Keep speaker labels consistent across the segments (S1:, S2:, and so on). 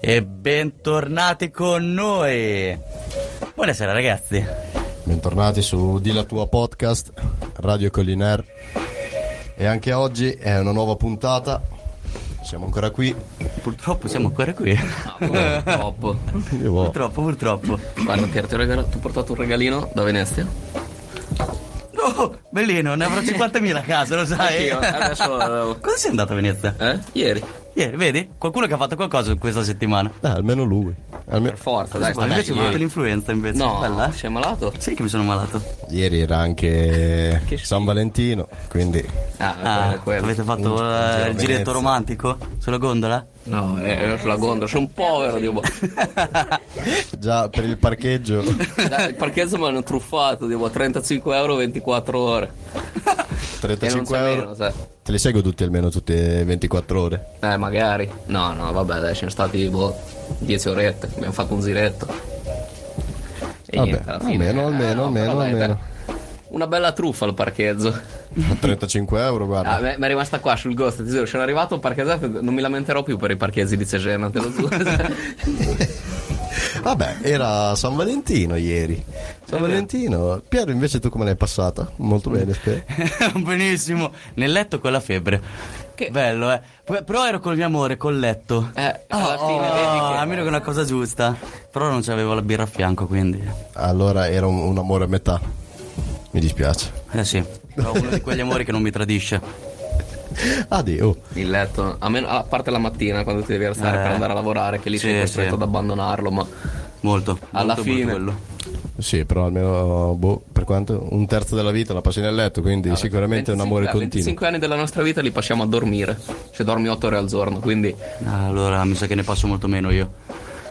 S1: E bentornati con noi. Buonasera ragazzi.
S2: Bentornati su Di la tua podcast, Radio Colliner. E anche oggi è una nuova puntata. Siamo ancora qui.
S1: Purtroppo siamo ancora qui.
S3: Purtroppo.
S2: Io boh,
S1: Purtroppo, purtroppo.
S3: Guarda, Pier, ti ho, regala- ti ho portato un regalino da Venezia.
S1: Oh, bellino, ne avrò 50.000 a casa, lo sai.
S3: Anch'io, adesso, eh,
S1: Cosa sei andato a Venezia?
S3: Eh? Ieri.
S1: Ieri, vedi? Qualcuno che ha fatto qualcosa questa settimana.
S2: eh, almeno lui. Alme-
S3: Per forza, dai.
S1: Ma
S3: dai,
S1: invece ho avuto
S3: ieri.
S1: l'influenza invece.
S3: No,
S1: Bella, eh?
S3: sei malato?
S1: Sai che mi sono malato.
S2: Ieri era anche
S3: Che
S2: San Valentino, quindi
S3: Ah,
S1: Ah,
S3: quello, quello.
S1: avete fatto eh,
S2: Un- un giro a
S1: il
S2: Venezia.
S1: giretto romantico sulla gondola?
S3: No, eh, eh, sulla gondola, sono un povero, Dio.
S2: già per il parcheggio.
S3: Dai, il parcheggio mi hanno truffato, Dio, 35 euro 24 ore. Che non
S2: 35
S3: sapevano,
S2: euro.
S3: sai.
S2: Te li seguo tutti almeno tutte 24 ore.
S3: Eh, magari. No, no, vabbè, dai, sono stati, boh, 10 orette. Abbiamo fatto un ziretto. E
S2: Vabbè,
S3: niente, alla fine.
S2: almeno, almeno,
S3: eh, no,
S2: almeno,
S3: però dai, dai.
S2: almeno.
S3: Una bella truffa al parcheggio.
S2: 35 euro, guarda.
S3: Ah, mi mi è rimasta qua sul ghost, ti giuro, sono arrivato un parcheggiato, non mi lamenterò più per i parcheggi di Cesena, cioè, te lo giuro. Eh,
S2: Vabbè, era San Valentino ieri.
S1: Eh,
S2: San Valentino. Piero, invece tu come l'hai passata? Molto
S1: Mm.
S2: bene, spero.
S1: Benissimo, nel letto con la febbre.
S3: Che-
S1: Bello, eh. P- Però ero col mio amore, col letto.
S3: eh, alla
S1: Oh,
S3: fine vedi che...
S1: a meno che è una cosa giusta. Però non c'avevo la birra a fianco, quindi.
S2: Allora era un, un amore a metà. Mi dispiace.
S1: Eh sì, però uno di quegli amori che non mi tradisce.
S2: Addio.
S3: Il letto, a, meno, a parte la mattina quando ti devi alzare
S1: Eh.
S3: per andare a lavorare, che lì
S1: Sì,
S3: sei costretto
S1: sì.
S3: ad abbandonarlo, ma
S1: Molto.
S3: Alla
S1: molto,
S3: fine.
S1: molto quello.
S2: Sì, però almeno boh, per quanto un terzo della vita la passi nel letto, quindi sicuramente è un amore
S3: 25
S2: continuo.
S3: 25 anni della nostra vita li passiamo a dormire, cioè dormi 8 ore al giorno, quindi
S1: Allora, mi sa che ne passo molto meno io.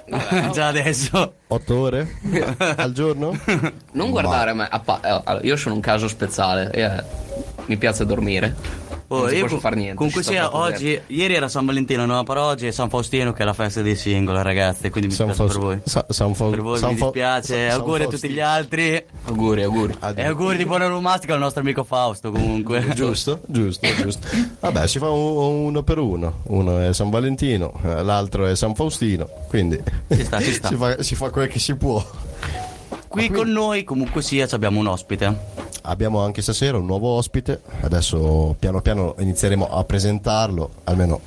S1: Già adesso.
S2: 8 ore al giorno?
S3: non guardare me, a pa- eh, allora, io sono un caso speciale, eh, mi piace dormire,
S1: Oh,
S3: non ci
S1: io
S3: posso
S1: co-
S3: fare niente.
S1: Comunque
S3: ci sto
S1: sia,
S3: proprio
S1: oggi, ieri era San Valentino, no? Però oggi è San Faustino che è la festa dei single, ragazzi. Quindi mi
S2: San
S1: dispiace per
S2: Faust-
S1: voi.
S2: Sa- San Faust-
S1: per voi
S2: San
S1: mi
S2: Fa-
S1: dispiace.
S2: San
S1: auguri a
S2: Fausti.
S1: tutti gli altri.
S3: dentro. Auguri, auguri.
S1: E
S2: Addio.
S1: auguri di buona romastica al nostro amico Fausto, comunque.
S2: Giusto, giusto, giusto. Vabbè, si fa un- uno per uno. Uno è San Valentino, eh, l'altro è San Faustino, quindi
S1: Ci sta, ci sta.
S2: si, fa, si fa quel che si può.
S1: Qui con noi, comunque sia, ci abbiamo un ospite.
S2: Abbiamo anche stasera un nuovo ospite, adesso piano piano inizieremo a presentarlo, almeno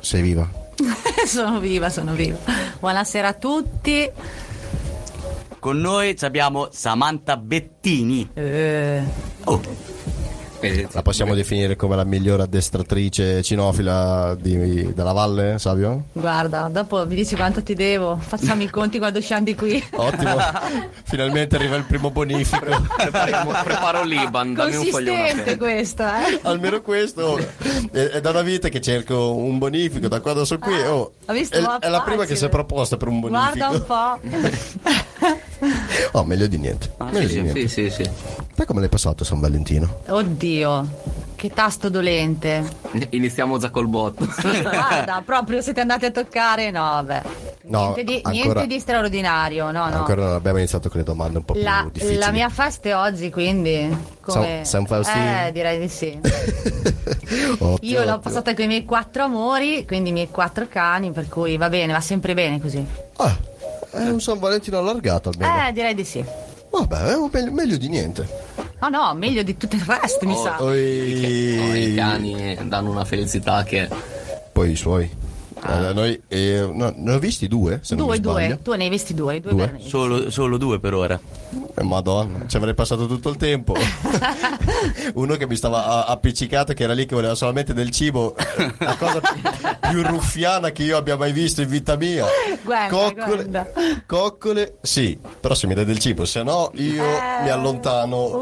S2: sei viva.
S4: sono viva, sono viva. Buonasera a tutti.
S1: Con noi ci abbiamo Samantha Bettini.
S4: Eh,
S1: Oh,
S3: Eh,
S2: La possiamo definire come la migliore addestratrice cinofila di- della valle, Savio?
S4: guarda, dopo mi dici quanto ti devo. Facciamo i conti quando usciamo di qui.
S2: Ottimo, finalmente arriva il primo bonifico.
S3: prepariamo- preparo l'Iban, dammi un foglione
S4: Consistente
S3: appena.
S4: questa, eh.
S2: Almeno questo è, è da una vita che cerco un bonifico da quando sono qui. oh,
S4: Ah, ha visto?
S2: è,
S4: Ma
S2: è la prima
S4: facile.
S2: che si è proposta per un bonifico.
S4: Guarda un po'. Ah,
S2: Oh, meglio di niente. meglio di niente.
S3: Ah, Sì, sì, sì.
S2: Te come l'hai passato San Valentino?
S4: Oddio, che tasto dolente.
S3: Iniziamo già col botto.
S4: Guarda, proprio siete andati a toccare. No, vabbè.
S2: No,
S4: niente, di,
S2: ancora-
S4: niente di straordinario, no, no.
S2: Ancora non abbiamo iniziato con le domande un po'
S4: La,
S2: più difficili.
S4: la mia festa è oggi, quindi. Come...
S2: San- San Faustino?
S4: Eh, direi di sì.
S2: Ottimo,
S4: Io l'ho
S2: ottimo.
S4: passata con i miei quattro amori, quindi i miei quattro cani, per cui va bene, va sempre bene così.
S2: Ah, è un San Valentino allargato almeno.
S4: Eh, direi di sì.
S2: Vabbè, è un meglio, meglio di niente.
S4: No, no, meglio di tutto il resto, mi
S3: Oh,
S4: sa.
S3: No, I
S2: Oi.
S3: cani danno una felicità che
S2: Poi i suoi. Allora, noi, eh, no, ne ho visti due, se non mi
S4: Ah. Due,
S2: sbaglio.
S4: due, tu ne hai visti due, due,
S2: Due.
S4: per me.
S1: solo, solo due per ora.
S2: Eh, Madonna, ci avrei passato tutto il tempo. Uno che mi stava a- appiccicato, che era lì che voleva solamente del cibo, la cosa pi- più ruffiana che io abbia mai visto in vita mia.
S4: Guarda,
S2: coccole,
S4: guarda.
S2: coccole, sì, però se mi dai del cibo, se no io
S4: Eh.
S2: mi allontano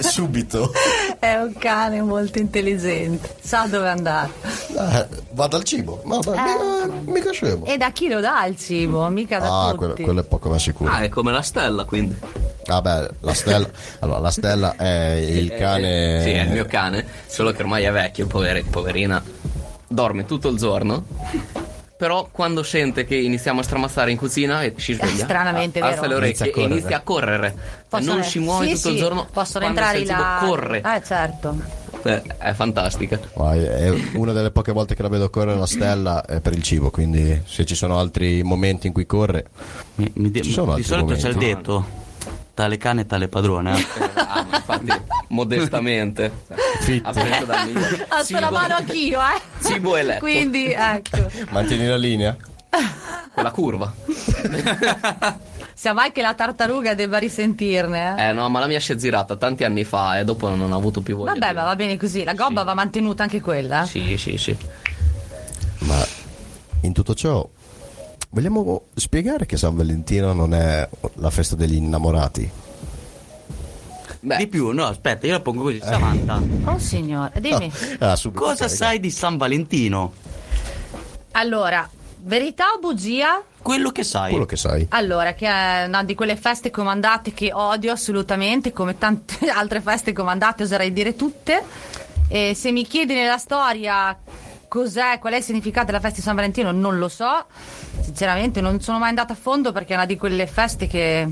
S2: subito.
S4: È un cane molto intelligente, sa dove andare.
S2: Eh, vado al cibo, ma ma-
S4: Eh.
S2: mica, mica scemo.
S4: E da chi lo dà il cibo? Mica da
S2: Ah,
S4: tutti.
S2: quello, quello è poco ma sicuro.
S3: ah, è come la stella, quindi.
S2: Vabbè, la stella, allora, la stella è il cane.
S3: Eh, Sì, è il mio cane, solo che ormai è vecchio, povere- poverina. Dorme tutto il giorno. Però quando sente che iniziamo a stramazzare in cucina e si sveglia,
S4: Stranamente,
S3: a- alza
S4: vero.
S3: le
S2: Inizia a
S3: orecchie e
S2: correre.
S3: inizia a correre. Cioè,
S4: Possono-
S3: non si muove
S4: sì,
S3: tutto il
S4: sì,
S3: giorno.
S4: Possono
S3: quando
S4: entrare
S3: sente il
S4: là. Ah.
S3: cibo, Corre.
S4: Eh, certo.
S3: Eh, è fantastica.
S2: Guai, è una delle poche volte che la vedo correre la stella è per il cibo, quindi se ci sono altri momenti in cui corre,
S1: Mi- mi de-
S2: Ci sono
S1: di
S2: altri
S1: solito c'è il
S2: momenti.
S1: detto: tale cane, tale padrone. eh.
S3: Ah, ma infatti, modestamente.
S2: Fitto.
S3: Ha preso dal migliore.
S5: Alzo la
S3: Cibo-
S5: mano anch'io, eh.
S3: Cibo e letto.
S5: Quindi, ecco.
S2: mantieni la linea.
S3: Quella curva.
S5: Sia mai che la tartaruga debba risentirne, eh.
S3: Eh no, ma la mia si è girata tanti anni fa e dopo non ho avuto più voglia.
S5: Vabbè,
S3: di-
S5: ma va bene così. La gobba
S3: Sì.
S5: va mantenuta anche quella.
S3: Sì, sì, sì.
S2: Ma in tutto ciò, vogliamo spiegare che San Valentino non è la festa degli innamorati?
S1: Di
S3: Beh,
S1: più, no, aspetta, io la pongo così. Samantha,
S2: Eh.
S5: Oh signore, dimmi.
S2: Ah, subito,
S1: cosa
S2: raga.
S1: sai di San Valentino?
S5: Allora, verità o bugia?
S1: Quello che sai.
S2: Quello che sai.
S5: Allora, che è una di quelle feste comandate che odio assolutamente, come tante altre feste comandate, oserei dire tutte. E se mi chiedi nella storia cos'è, qual è il significato della festa di San Valentino, non lo so. Sinceramente non sono mai andata a fondo perché è una di quelle feste che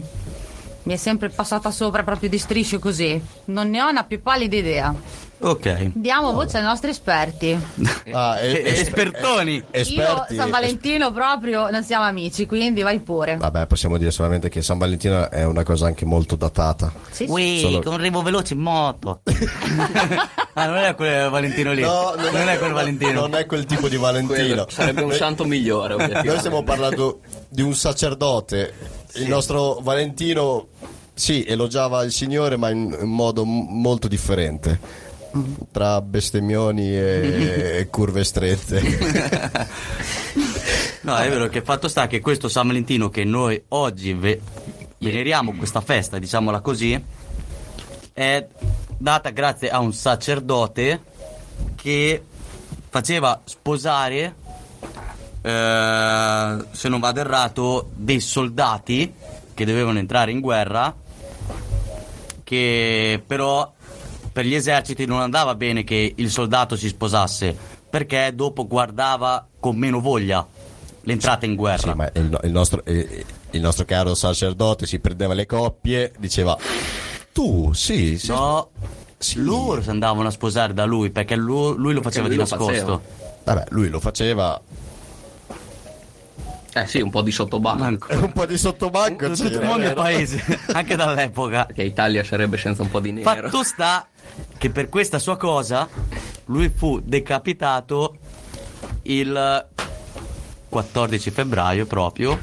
S5: mi è sempre passata sopra proprio di striscio così. Non ne ho una più pallida idea.
S1: Ok.
S5: Diamo voce ai nostri esperti.
S2: Ah, e-
S1: E-
S2: e-
S1: Espertoni.
S2: esperti-
S5: Io San Valentino proprio non siamo amici, quindi vai pure.
S2: Vabbè, possiamo dire solamente che San Valentino è una cosa anche molto datata.
S5: Sì, sì.
S1: Ui,
S2: Solo-
S1: con Rivo Veloce in moto. ah, non è quel Valentino lì. non, è quel Valentino.
S2: Non è quel tipo di
S3: quello
S2: Valentino. Eh,
S3: sarebbe un
S2: Noi-
S3: santo migliore,
S2: Noi
S3: obiettivamente.
S2: stiamo parlando di un sacerdote. Il nostro Valentino, sì, elogiava il Signore, ma in, in modo m- molto differente. Tra bestemmioni e, e curve strette.
S1: No, è vero che fatto sta che questo San Valentino che noi oggi ve- veneriamo questa festa, diciamola così, è data grazie a un sacerdote che faceva sposare, eh, se non vado errato, dei soldati che dovevano entrare in guerra, che però per gli eserciti non andava bene che il soldato si sposasse, perché dopo guardava con meno voglia l'entrata in guerra.
S2: Sì, ma il, no- il nostro, eh, il nostro caro sacerdote si prendeva le coppie, diceva: Tu, sì, sì.
S1: No,
S2: Sì.
S1: loro si andavano a sposare da lui perché lu- lui, lo
S3: Perché
S1: faceva
S3: lui
S1: di
S3: lo
S1: nascosto.
S2: Vabbè, lui lo faceva
S3: Eh sì, un po' di
S1: Ma
S3: sottobanco.
S1: ancora.
S2: un po' di sottobanco.
S1: Tutto il
S2: c'era.
S1: mondo e il paese, anche dall'epoca.
S3: Perché Italia sarebbe senza un po' di nero.
S1: Fatto sta che per questa sua cosa lui fu decapitato il 14 febbraio proprio.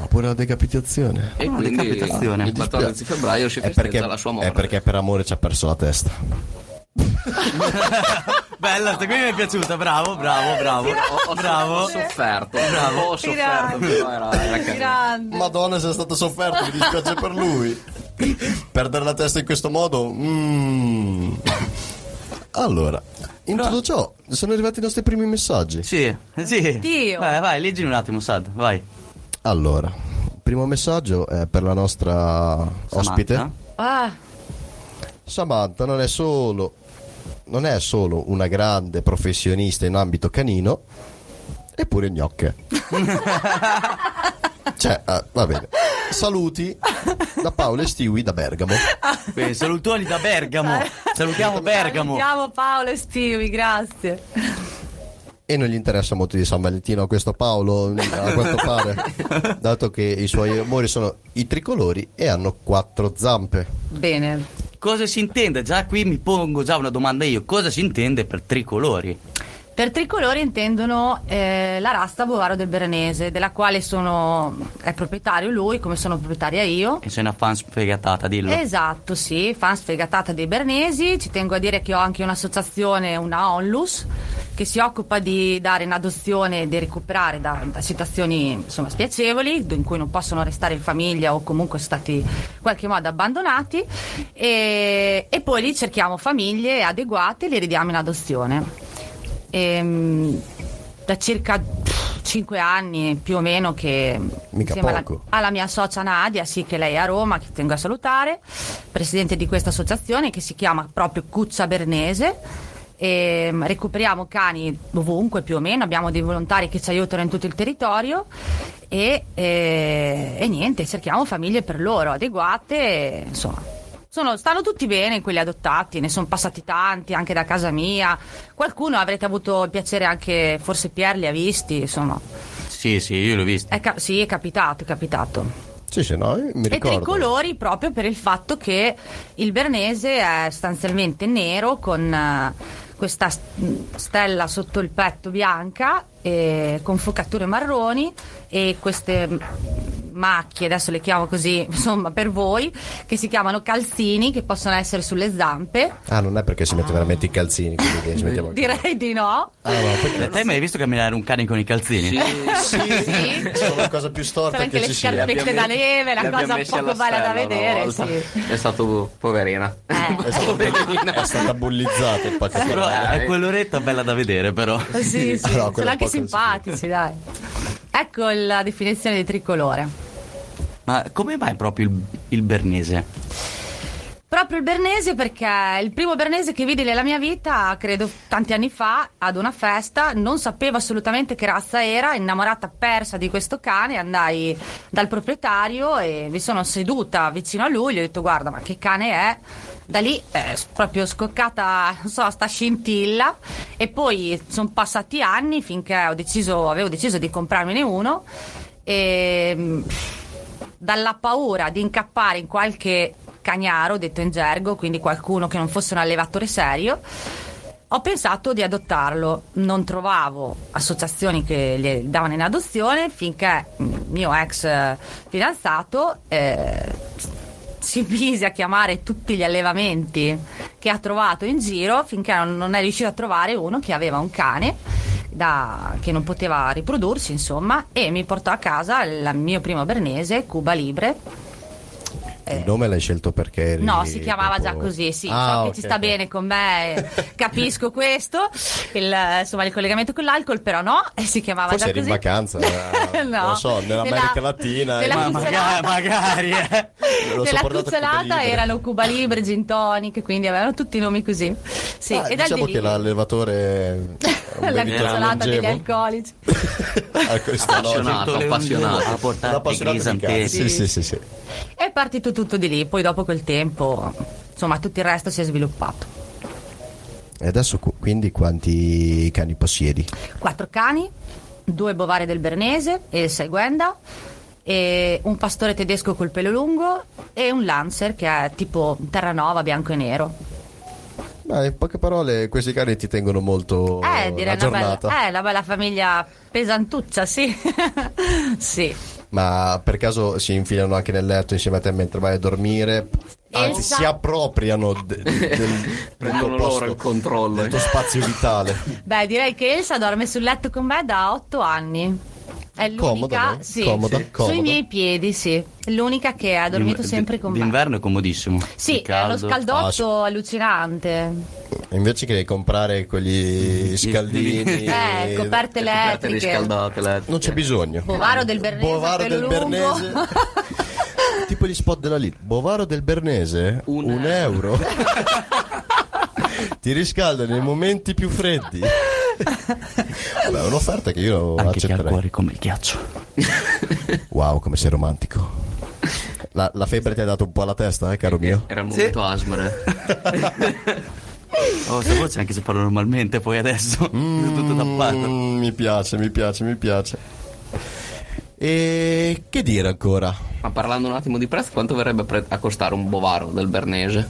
S2: Oppure la decapitazione.
S3: E
S1: Ah,
S3: quindi
S1: decapitazione.
S3: il 14 febbraio si
S2: È
S3: festeggia
S2: perché-
S3: la sua morte.
S2: È perché per amore ci ha perso la testa.
S1: Bella, questa qui mi è piaciuta, bravo, bravo, bravo.
S3: Ho, ho- ho
S1: Bravo.
S3: sofferto, ho sofferto,
S5: Grazie.
S3: però era, era carino.
S5: Grande.
S2: Madonna, sei stato sofferto, mi dispiace per lui. Perdere la testa in questo modo. mm. Allora, in tutto ciò sono arrivati i nostri primi messaggi.
S1: Sì, sì.
S5: Dio.
S1: Vai, vai, leggili un attimo, Sad, vai.
S2: Allora, primo messaggio è per la nostra ospite.
S1: Samantha.
S5: Ah,
S2: Samantha non è solo non è solo una grande professionista in ambito canino, eppure gnocche. cioè, ah, va bene. Saluti da Paolo e Stewie da Bergamo.
S1: Quindi Salutoni da Bergamo. Salutiamo Bergamo.
S5: salutiamo Paolo e Stewie, grazie.
S2: E non gli interessa molto di San Valentino a questo Paolo, a quanto pare, dato che i suoi amori sono i tricolori e hanno quattro zampe.
S5: Bene.
S1: Cosa si intende? Già qui mi pongo già una domanda io. Cosa si intende per tricolori?
S5: Per tricolore intendono eh, la rasta Bovaro del Berenese, della quale sono, è proprietario lui, come sono proprietaria io.
S1: E sei una fan sfegatata, dillo.
S5: Esatto, sì, fan sfegatata dei Bernesi. Ci tengo a dire che ho anche un'associazione, una Onlus, che si occupa di dare in adozione e di recuperare da, da situazioni insomma spiacevoli, do- in cui non possono restare in famiglia o comunque stati in qualche modo abbandonati. E, e poi lì cerchiamo famiglie adeguate e le ridiamo in adozione. Ehm, da circa 5 anni più o meno che
S2: Mica
S5: insieme alla-
S2: poco.
S5: alla mia socia Nadia, sì che lei è a Roma, che tengo a salutare, presidente di questa associazione che si chiama proprio Cuccia Bernese. E mm, recuperiamo cani ovunque più o meno, abbiamo dei volontari che ci aiutano in tutto il territorio e, eh, e niente, cerchiamo famiglie per loro adeguate, e, insomma, Sono- stanno tutti bene quelli adottati, ne sono passati tanti anche da casa mia. Qualcuno avrete avuto il piacere anche, forse Pier li ha visti, insomma.
S1: Sì, sì, io l'ho visto.
S5: È ca- sì, è capitato, è capitato.
S2: Sì, sì, no, io mi
S5: E
S2: ricordo.
S5: tricolori proprio per il fatto che il Bernese è sostanzialmente nero con eh, questa s- stella sotto il petto bianca e con focature marroni e queste m- macchie, adesso le chiamo così, insomma, per voi, che si chiamano calzini che possono essere sulle zampe.
S2: Ah, non è perché si mette veramente i calzini, quindi che ci mettiamo
S5: Direi di no.
S2: Ah, no, perché
S5: Ecco.
S1: Eh, Te mi hai visto camminare un cane con i calzini?
S5: Sì.
S2: sono la cosa più storta
S5: Sono anche
S2: che
S5: le
S2: ci sia.
S5: scarpe. Pecche da neve, la
S3: le abbiamo
S5: cosa
S3: messe
S5: poco
S3: alla
S5: bella da
S3: stella una
S5: vedere,
S3: volta.
S5: sì.
S3: È stato poverina.
S5: Eh.
S2: È stato- è stata bullizzata il
S1: Però
S2: pacchetto.
S1: è quell'oretta bella da vedere, però.
S5: Sì, sì,
S2: Allora,
S5: sono
S2: quello è
S5: anche
S2: poco
S5: simpatici, dai. Ecco la definizione di tricolore.
S1: Ma come mai proprio il, il Bernese?
S5: Proprio il Bernese perché il primo Bernese che vidi nella mia vita, credo tanti anni fa, ad una festa, non sapevo assolutamente che razza era, innamorata persa di questo cane, andai dal proprietario e mi sono seduta vicino a lui, gli ho detto guarda ma che cane è? Da lì è proprio scoccata, non so, sta scintilla e poi sono passati anni finché ho deciso, avevo deciso di comprarmene uno e mm, dalla paura di incappare in qualche cagnaro, detto in gergo, quindi qualcuno che non fosse un allevatore serio, ho pensato di adottarlo. Non trovavo associazioni che le davano in adozione finché mm, mio ex eh, fidanzato eh, si mise a chiamare tutti gli allevamenti che ha trovato in giro finché non non è riuscito a trovare uno che aveva un cane da- che non poteva riprodursi, insomma, e mi portò a casa il mio primo bernese, Cuba Libre. Eh,
S2: Il nome l'hai scelto perché eri
S5: No, si chiamava già
S2: proprio-
S5: così, sì,
S2: Ah,
S5: so
S2: ok,
S5: che ci sta
S2: ok.
S5: bene con me, eh, capisco questo, il, eh, insomma il collegamento con l'alcol però no, e si chiamava
S2: Forse
S5: già
S2: eri
S5: così.
S2: in vacanza, eh,
S5: No.
S2: non lo so, nell'America
S5: Nella-
S2: Latina.
S5: nella
S2: eh,
S1: Ma magari, magari, eh.
S2: lo so,
S5: Nella
S2: portato Cuba
S5: cucciolata
S2: Libre.
S5: erano Cuba Libre, Gin Tonic, quindi avevano tutti i nomi così. Sì,
S2: Ah,
S5: e dal
S2: diciamo
S5: di
S2: che
S5: lì-
S2: l'allevatore è un
S5: la
S2: bevitore
S5: cucciolata degli
S2: longevo.
S5: alcolici.
S2: Ah, questa no,
S3: Appassionato.
S1: Tutto le-
S3: appassionato.
S1: Ha
S2: un
S1: portato i
S2: appassionato di cani.
S1: crisantemini.
S2: Sì, sì, sì, sì.
S5: È partito tutto di lì, poi dopo col tempo, insomma, tutto il resto si è sviluppato.
S2: E adesso cu- quindi quanti cani possiedi?
S5: Quattro cani, due bovare del Bernese e il Seguenda, e un pastore tedesco col pelo lungo e un Lancer che è tipo Terranova bianco e nero.
S2: Ma in poche parole, questi cani ti tengono molto
S5: eh,
S2: Oh, la
S5: direi una
S2: giornata.
S5: bella, eh, una bella famiglia pesantuccia, sì. sì.
S2: Ma per caso si infilano anche nel letto insieme a te mentre vai a dormire? Anzi,
S5: Elsa-
S2: si appropriano de- del, del tuo
S3: Prendono loro il
S2: posto,
S3: controllo.
S2: del tuo spazio vitale.
S5: Beh, direi che Elsa dorme sul letto con me da otto anni. È l'unica,
S2: Comoda, no?
S5: sì,
S2: Comoda,
S5: sì.
S2: comoda.
S5: sui miei piedi, sì. È l'unica che ha dormito
S1: D'in-
S5: sempre con me.
S1: D'inverno è comodissimo.
S5: Sì,
S1: Il
S5: è uno
S1: caldo.
S5: scaldotto allucinante.
S2: Invece che comprare quegli scaldini,
S5: Eh, coperte
S3: Coperte
S5: elettriche.
S3: riscaldate, le-
S2: non c'è bisogno.
S5: Bovaro del Bernese.
S2: Bovaro
S5: pelo
S2: del
S5: lungo.
S2: Bernese. Tipo gli spot della Lidl. Bovaro del Bernese?
S3: Un
S2: euro. Ti riscalda nei momenti più freddi. Beh, è un'offerta che io
S1: Anche che ha il
S2: accetterei.
S1: cuore come il ghiaccio.
S2: Wow, come sei romantico. La, la febbre ti ha dato un po' alla testa, eh, caro mio.
S3: Era il momento Asmr.
S1: Oh, sta voce anche se parlo normalmente, poi adesso è tutto tappato.
S2: Mm, mi piace, mi piace, mi piace. E che dire ancora?
S3: Ma parlando un attimo di prezzo, quanto verrebbe pre- a costare un bovaro del Bernese?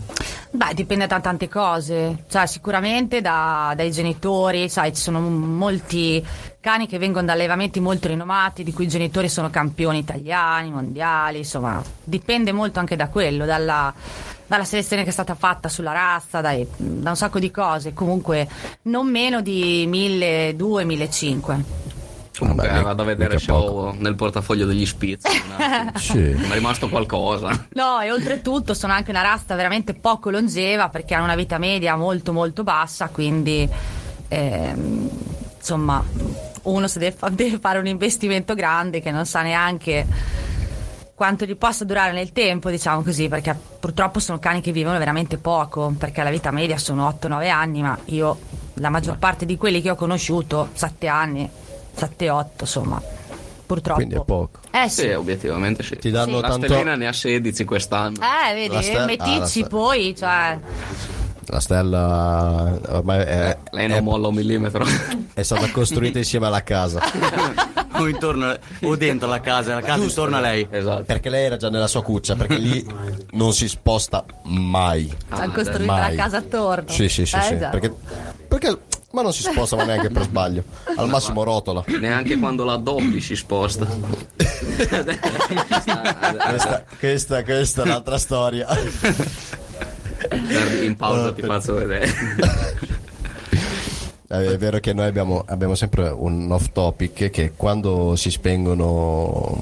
S5: Beh, dipende da tante cose, cioè sicuramente da- dai genitori, sai, ci sono molti cani che vengono da allevamenti molto rinomati, di cui i genitori sono campioni italiani, mondiali, insomma, dipende molto anche da quello, dalla, dalla selezione che è stata fatta sulla razza, dai, da un sacco di cose, comunque non meno di 1200, 1500.
S3: Comunque eh,
S2: Vabbè,
S3: vado a vedere
S2: mica
S3: show nel portafoglio degli Spitz. un attimo.
S2: Sì.
S3: Mi è rimasto qualcosa.
S5: No, e oltretutto sono anche una razza veramente poco longeva perché hanno una vita media molto molto bassa, quindi ehm, insomma uno se deve, fa- deve fare un investimento grande che non sa neanche quanto gli possa durare nel tempo, diciamo così, perché purtroppo sono cani che vivono veramente poco, perché la vita media sono 8-9 anni, ma io la maggior parte di quelli che ho conosciuto, 7 anni, 7-8 insomma, purtroppo.
S2: Quindi è poco.
S5: Eh
S3: Sì,
S5: sì.
S3: obiettivamente sì.
S2: Ti danno
S5: Sì.
S3: La
S2: tanto.
S3: stellina ne ha 16 quest'anno.
S5: Eh,
S2: La
S5: vedi,
S2: ster- ah, la Ah,
S5: meticci
S2: ster-
S5: poi, cioè...
S2: La stella ormai è,
S3: Lei non
S2: è-
S3: molla un millimetro.
S2: è stata costruita insieme alla casa.
S1: o intorno o dentro la casa, la casa intorno a lei.
S3: esatto.
S2: Perché lei era già nella sua cuccia, perché lì non si sposta mai.
S3: Ah,
S5: Hanno
S3: dai.
S5: costruito
S2: Mai.
S5: la casa attorno.
S2: Sì, sì, sì,
S5: Eh,
S2: sì.
S5: già.
S2: Perché, perché- ma non si sposta ma neanche per sbaglio. Al massimo rotola.
S3: Neanche quando la doppi si sposta.
S2: Questa, questa, questa è un'altra storia.
S3: Guardi, In pausa
S2: Ah,
S3: ti faccio vedere.
S2: Eh, È vero che noi abbiamo, abbiamo sempre un off topic che quando si spengono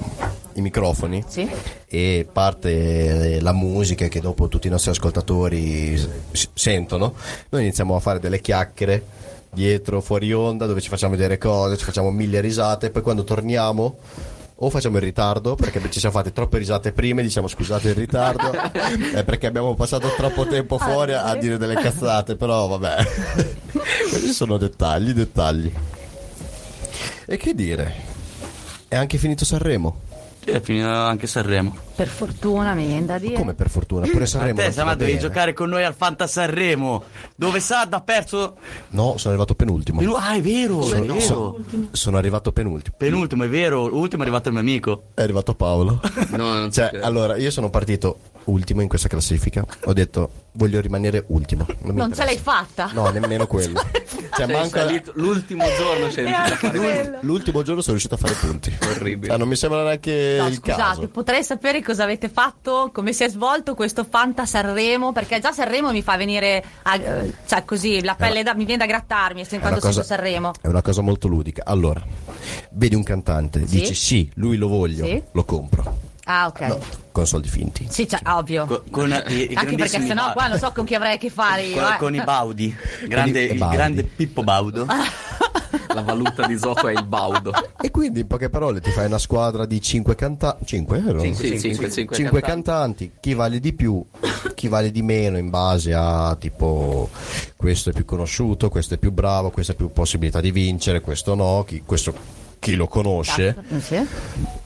S2: i microfoni
S5: Sì.
S2: e parte eh, la musica che dopo tutti i nostri ascoltatori s- sentono, noi iniziamo a fare delle chiacchiere dietro, fuori onda, dove ci facciamo vedere cose, ci facciamo mille risate, poi quando torniamo o facciamo in ritardo perché ci siamo fatti troppe risate prima e diciamo scusate il ritardo eh, perché abbiamo passato troppo tempo fuori a, a dire delle cazzate, però vabbè. Questi sono dettagli, dettagli. E che dire? È anche finito Sanremo.
S1: Sì, è finito Eh, anche Sanremo.
S5: Per fortuna mi viene da dire.
S2: Come per fortuna, pure Sanremo. non
S1: Te,
S2: ti va
S1: Samad, devi
S2: bene.
S1: giocare con noi al Fanta Sanremo, dove Sad ha perso.
S2: No, sono arrivato penultimo.
S1: Menu- Ah, è vero, è
S2: Sono,
S1: vero.
S2: so- sono arrivato penultimo.
S1: Penultimo, è vero. Ultimo è arrivato il mio amico.
S2: È arrivato Paolo.
S3: No, non ci
S2: Cioè,
S3: credo.
S2: allora, io sono partito ultimo in questa classifica. Ho detto, voglio rimanere ultimo. Non, mi
S5: Non ce
S2: interessa.
S5: l'hai fatta?
S2: No, nemmeno quello. Cioè,
S3: Sei
S2: manco
S3: salito- l'ultimo giorno sei riuscito a fare
S2: l'ultimo giorno sono riuscito a fare punti.
S3: Orribile.
S2: Cioè, non mi sembra neanche
S5: No,
S2: il
S5: scusate,
S2: caso.
S5: potrei sapere cosa avete fatto, come si è svolto questo Fanta Sanremo? Perché già Sanremo mi fa venire, a- eh, cioè così, la pelle da- mi viene da grattarmi se
S2: Eh, È
S5: quando
S2: una cosa-
S5: sento Sanremo.
S2: È una cosa molto ludica. Allora, vedi un cantante,
S5: Sì.
S2: dici sì, lui lo voglio,
S5: Sì.
S2: lo compro.
S5: Ah, ok.
S2: No, con soldi finti.
S5: Sì, cioè, ovvio.
S1: Co- Con, i, i
S5: Anche perché
S1: grandissimi
S5: sennò
S1: Ba-
S5: qua non so con chi avrei a che fare io.
S1: con,
S5: eh.
S1: con i Baudi, grande,
S2: Con i
S1: il
S2: Baudi.
S1: grande Pippo Baudo.
S5: Ah.
S3: La valuta di gioco è il baudo.
S2: E quindi, in poche parole, ti fai una squadra di 5 cantanti. 5 vero?
S3: Sì, 5, 5,
S2: 5 eh, cantanti, chi vale di più, chi vale di meno in base a tipo questo è più conosciuto, questo è più bravo, questo ha più possibilità di vincere, questo no, chi, questo chi lo conosce.
S5: Eh, sì.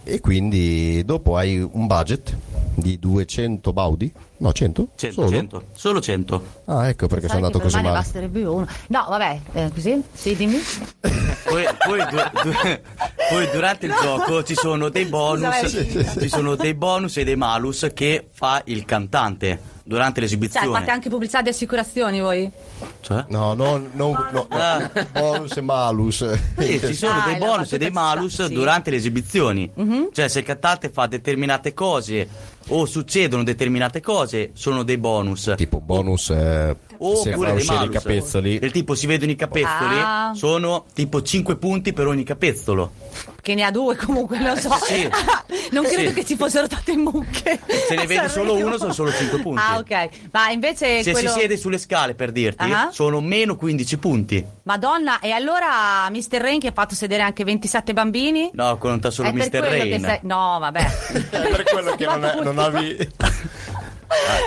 S2: E quindi dopo hai un budget di 200 baudi, no 100?
S1: 100,
S2: Solo?
S1: 100, solo 100.
S2: Ah ecco perché
S5: Sai
S2: sono andato
S5: che per
S2: così
S5: me ne
S2: male.
S5: basterebbe uno. No, vabbè, eh, così? Sì, dimmi.
S1: Poi, poi du- du- poi durante il gioco ci sono dei bonus,
S5: Scusa, vai,
S1: ci sono dei bonus e dei malus che fa il cantante durante
S5: Cioè, fate
S1: l'esibizione.
S5: anche pubblicità di assicurazioni voi?
S1: Cioè?
S2: No, no, no, no,
S1: Ah.
S2: no, bonus e malus.
S1: Sì, ci sono
S5: Ah,
S1: dei
S5: la
S1: bonus
S5: battuta
S1: e dei
S5: ci sta,
S1: malus
S5: sì. Mhm.
S1: durante le esibizioni. Cioè, se il cantante fa determinate cose o succedono determinate cose, sono dei bonus.
S2: tipo bonus eh, se fa
S1: Oppure Oh, dei
S2: uscire
S1: malus.
S2: i capezzoli.
S1: Del tipo si vedono i capezzoli,
S5: Ah.
S1: sono tipo 5 punti per ogni capezzolo.
S5: Che ne ha due comunque, lo so.
S1: Sì.
S5: non credo
S1: Sì.
S5: che ci fossero state mucche.
S1: Se ne
S5: a
S1: vede solo
S5: Sanremo.
S1: uno, sono solo cinque punti.
S5: Ah, ok. Ma invece
S1: Se
S5: quello...
S1: si siede sulle scale, per dirti,
S5: Ah.
S1: sono meno 15 punti.
S5: Madonna, e allora Mr. Rain che ha fatto sedere anche 27 bambini?
S1: No, conta solo
S5: È per
S1: Mr.
S5: quello che
S1: Rain.
S5: sei- No, vabbè.
S2: È per quello che non, è- non avevi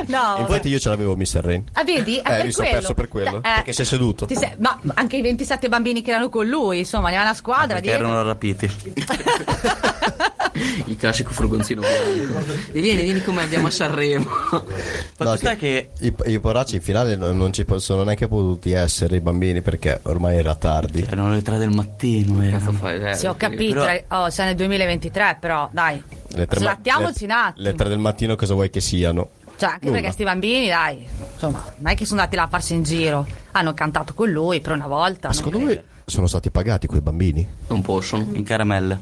S5: No.
S2: Infatti io ce l'avevo Mr. Rain.
S5: Ah, vedi? È
S2: Eh,
S5: per
S2: visto, ho
S5: quello.
S2: perso per quello,
S5: Eh,
S2: perché si è seduto.
S5: ti sei- Ma anche i 27 bambini che erano con lui, insomma, ne ha una squadra
S1: Ah, Perché
S5: dietro.
S1: erano rapiti.
S3: Il classico furgoncino bianco. E vieni, vieni come abbiamo a Sanremo.
S1: Fatto
S2: No,
S1: sta che
S2: I, i poracci in finale non, non ci po- sono neanche potuti essere i bambini perché ormai era tardi.
S1: erano le 3 del mattino.
S3: Cazzo
S1: erano.
S3: fai, eh,
S5: Sì, ho capito.
S1: Però-
S5: eh, Oh, siamo nel 2023, però, dai.
S2: Le tre ma-
S5: Slattiamoci
S2: le-
S5: un attimo.
S2: Le 3 del mattino cosa vuoi che siano?
S5: Cioè, anche
S2: Nulla.
S5: perché sti bambini, dai, insomma, non è che sono andati là a farsi in giro. Hanno cantato con lui per una volta.
S2: Ma
S5: non
S2: secondo
S5: credo.
S2: me sono stati pagati quei bambini?
S3: Non possono.
S1: In caramelle.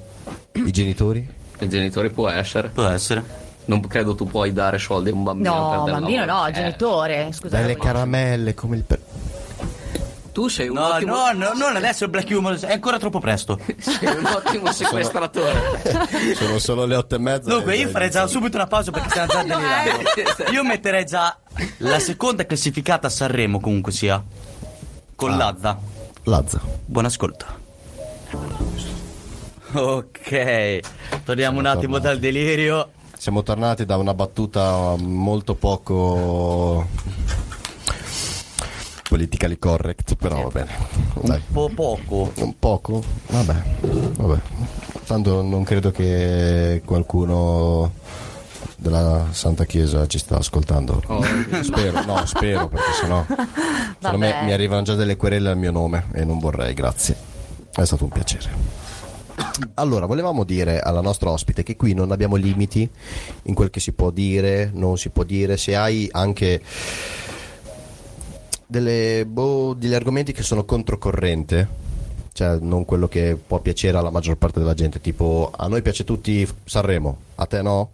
S2: I genitori?
S3: Il genitore può essere.
S1: Può essere.
S3: Non credo tu puoi dare soldi a un bambino. per
S5: No,
S3: del
S5: bambino
S3: lavoro.
S5: no,
S3: Eh,
S5: genitore. Scusate.
S2: Dalle caramelle come il... per-
S3: Tu sei un
S1: No,
S3: ottimo.
S1: no, no, non adesso il black humor, è ancora troppo presto.
S3: Sei un ottimo sequestratore.
S2: Sono solo le otto e mezza.
S1: Dunque,
S2: e-
S1: io farei già subito una pausa perché stiamo già delirando. Io metterei già la seconda classificata a Sanremo, comunque sia. Con
S2: Ah.
S1: Lazza.
S2: Lazza.
S1: Buon ascolto. Ok, torniamo un attimo
S2: tornati.
S1: dal delirio.
S2: Siamo tornati da una battuta molto poco... Politically correct, però va bene. Dai.
S1: Un po' poco.
S2: Un poco? Vabbè, vabbè. tanto non credo che qualcuno della Santa Chiesa ci sta ascoltando.
S3: Oh.
S2: Spero, no, spero, perché sennò secondo me
S5: Vabbè.
S2: mi arrivano già delle querelle al mio nome e non vorrei, grazie. È stato un piacere. Allora, volevamo dire alla nostra ospite che qui non abbiamo limiti in quel che si può dire, non si può dire, se hai anche delle, boh, degli argomenti che sono controcorrente, cioè non quello che può piacere alla maggior parte della gente, tipo a noi piace tutti Sanremo, a te no,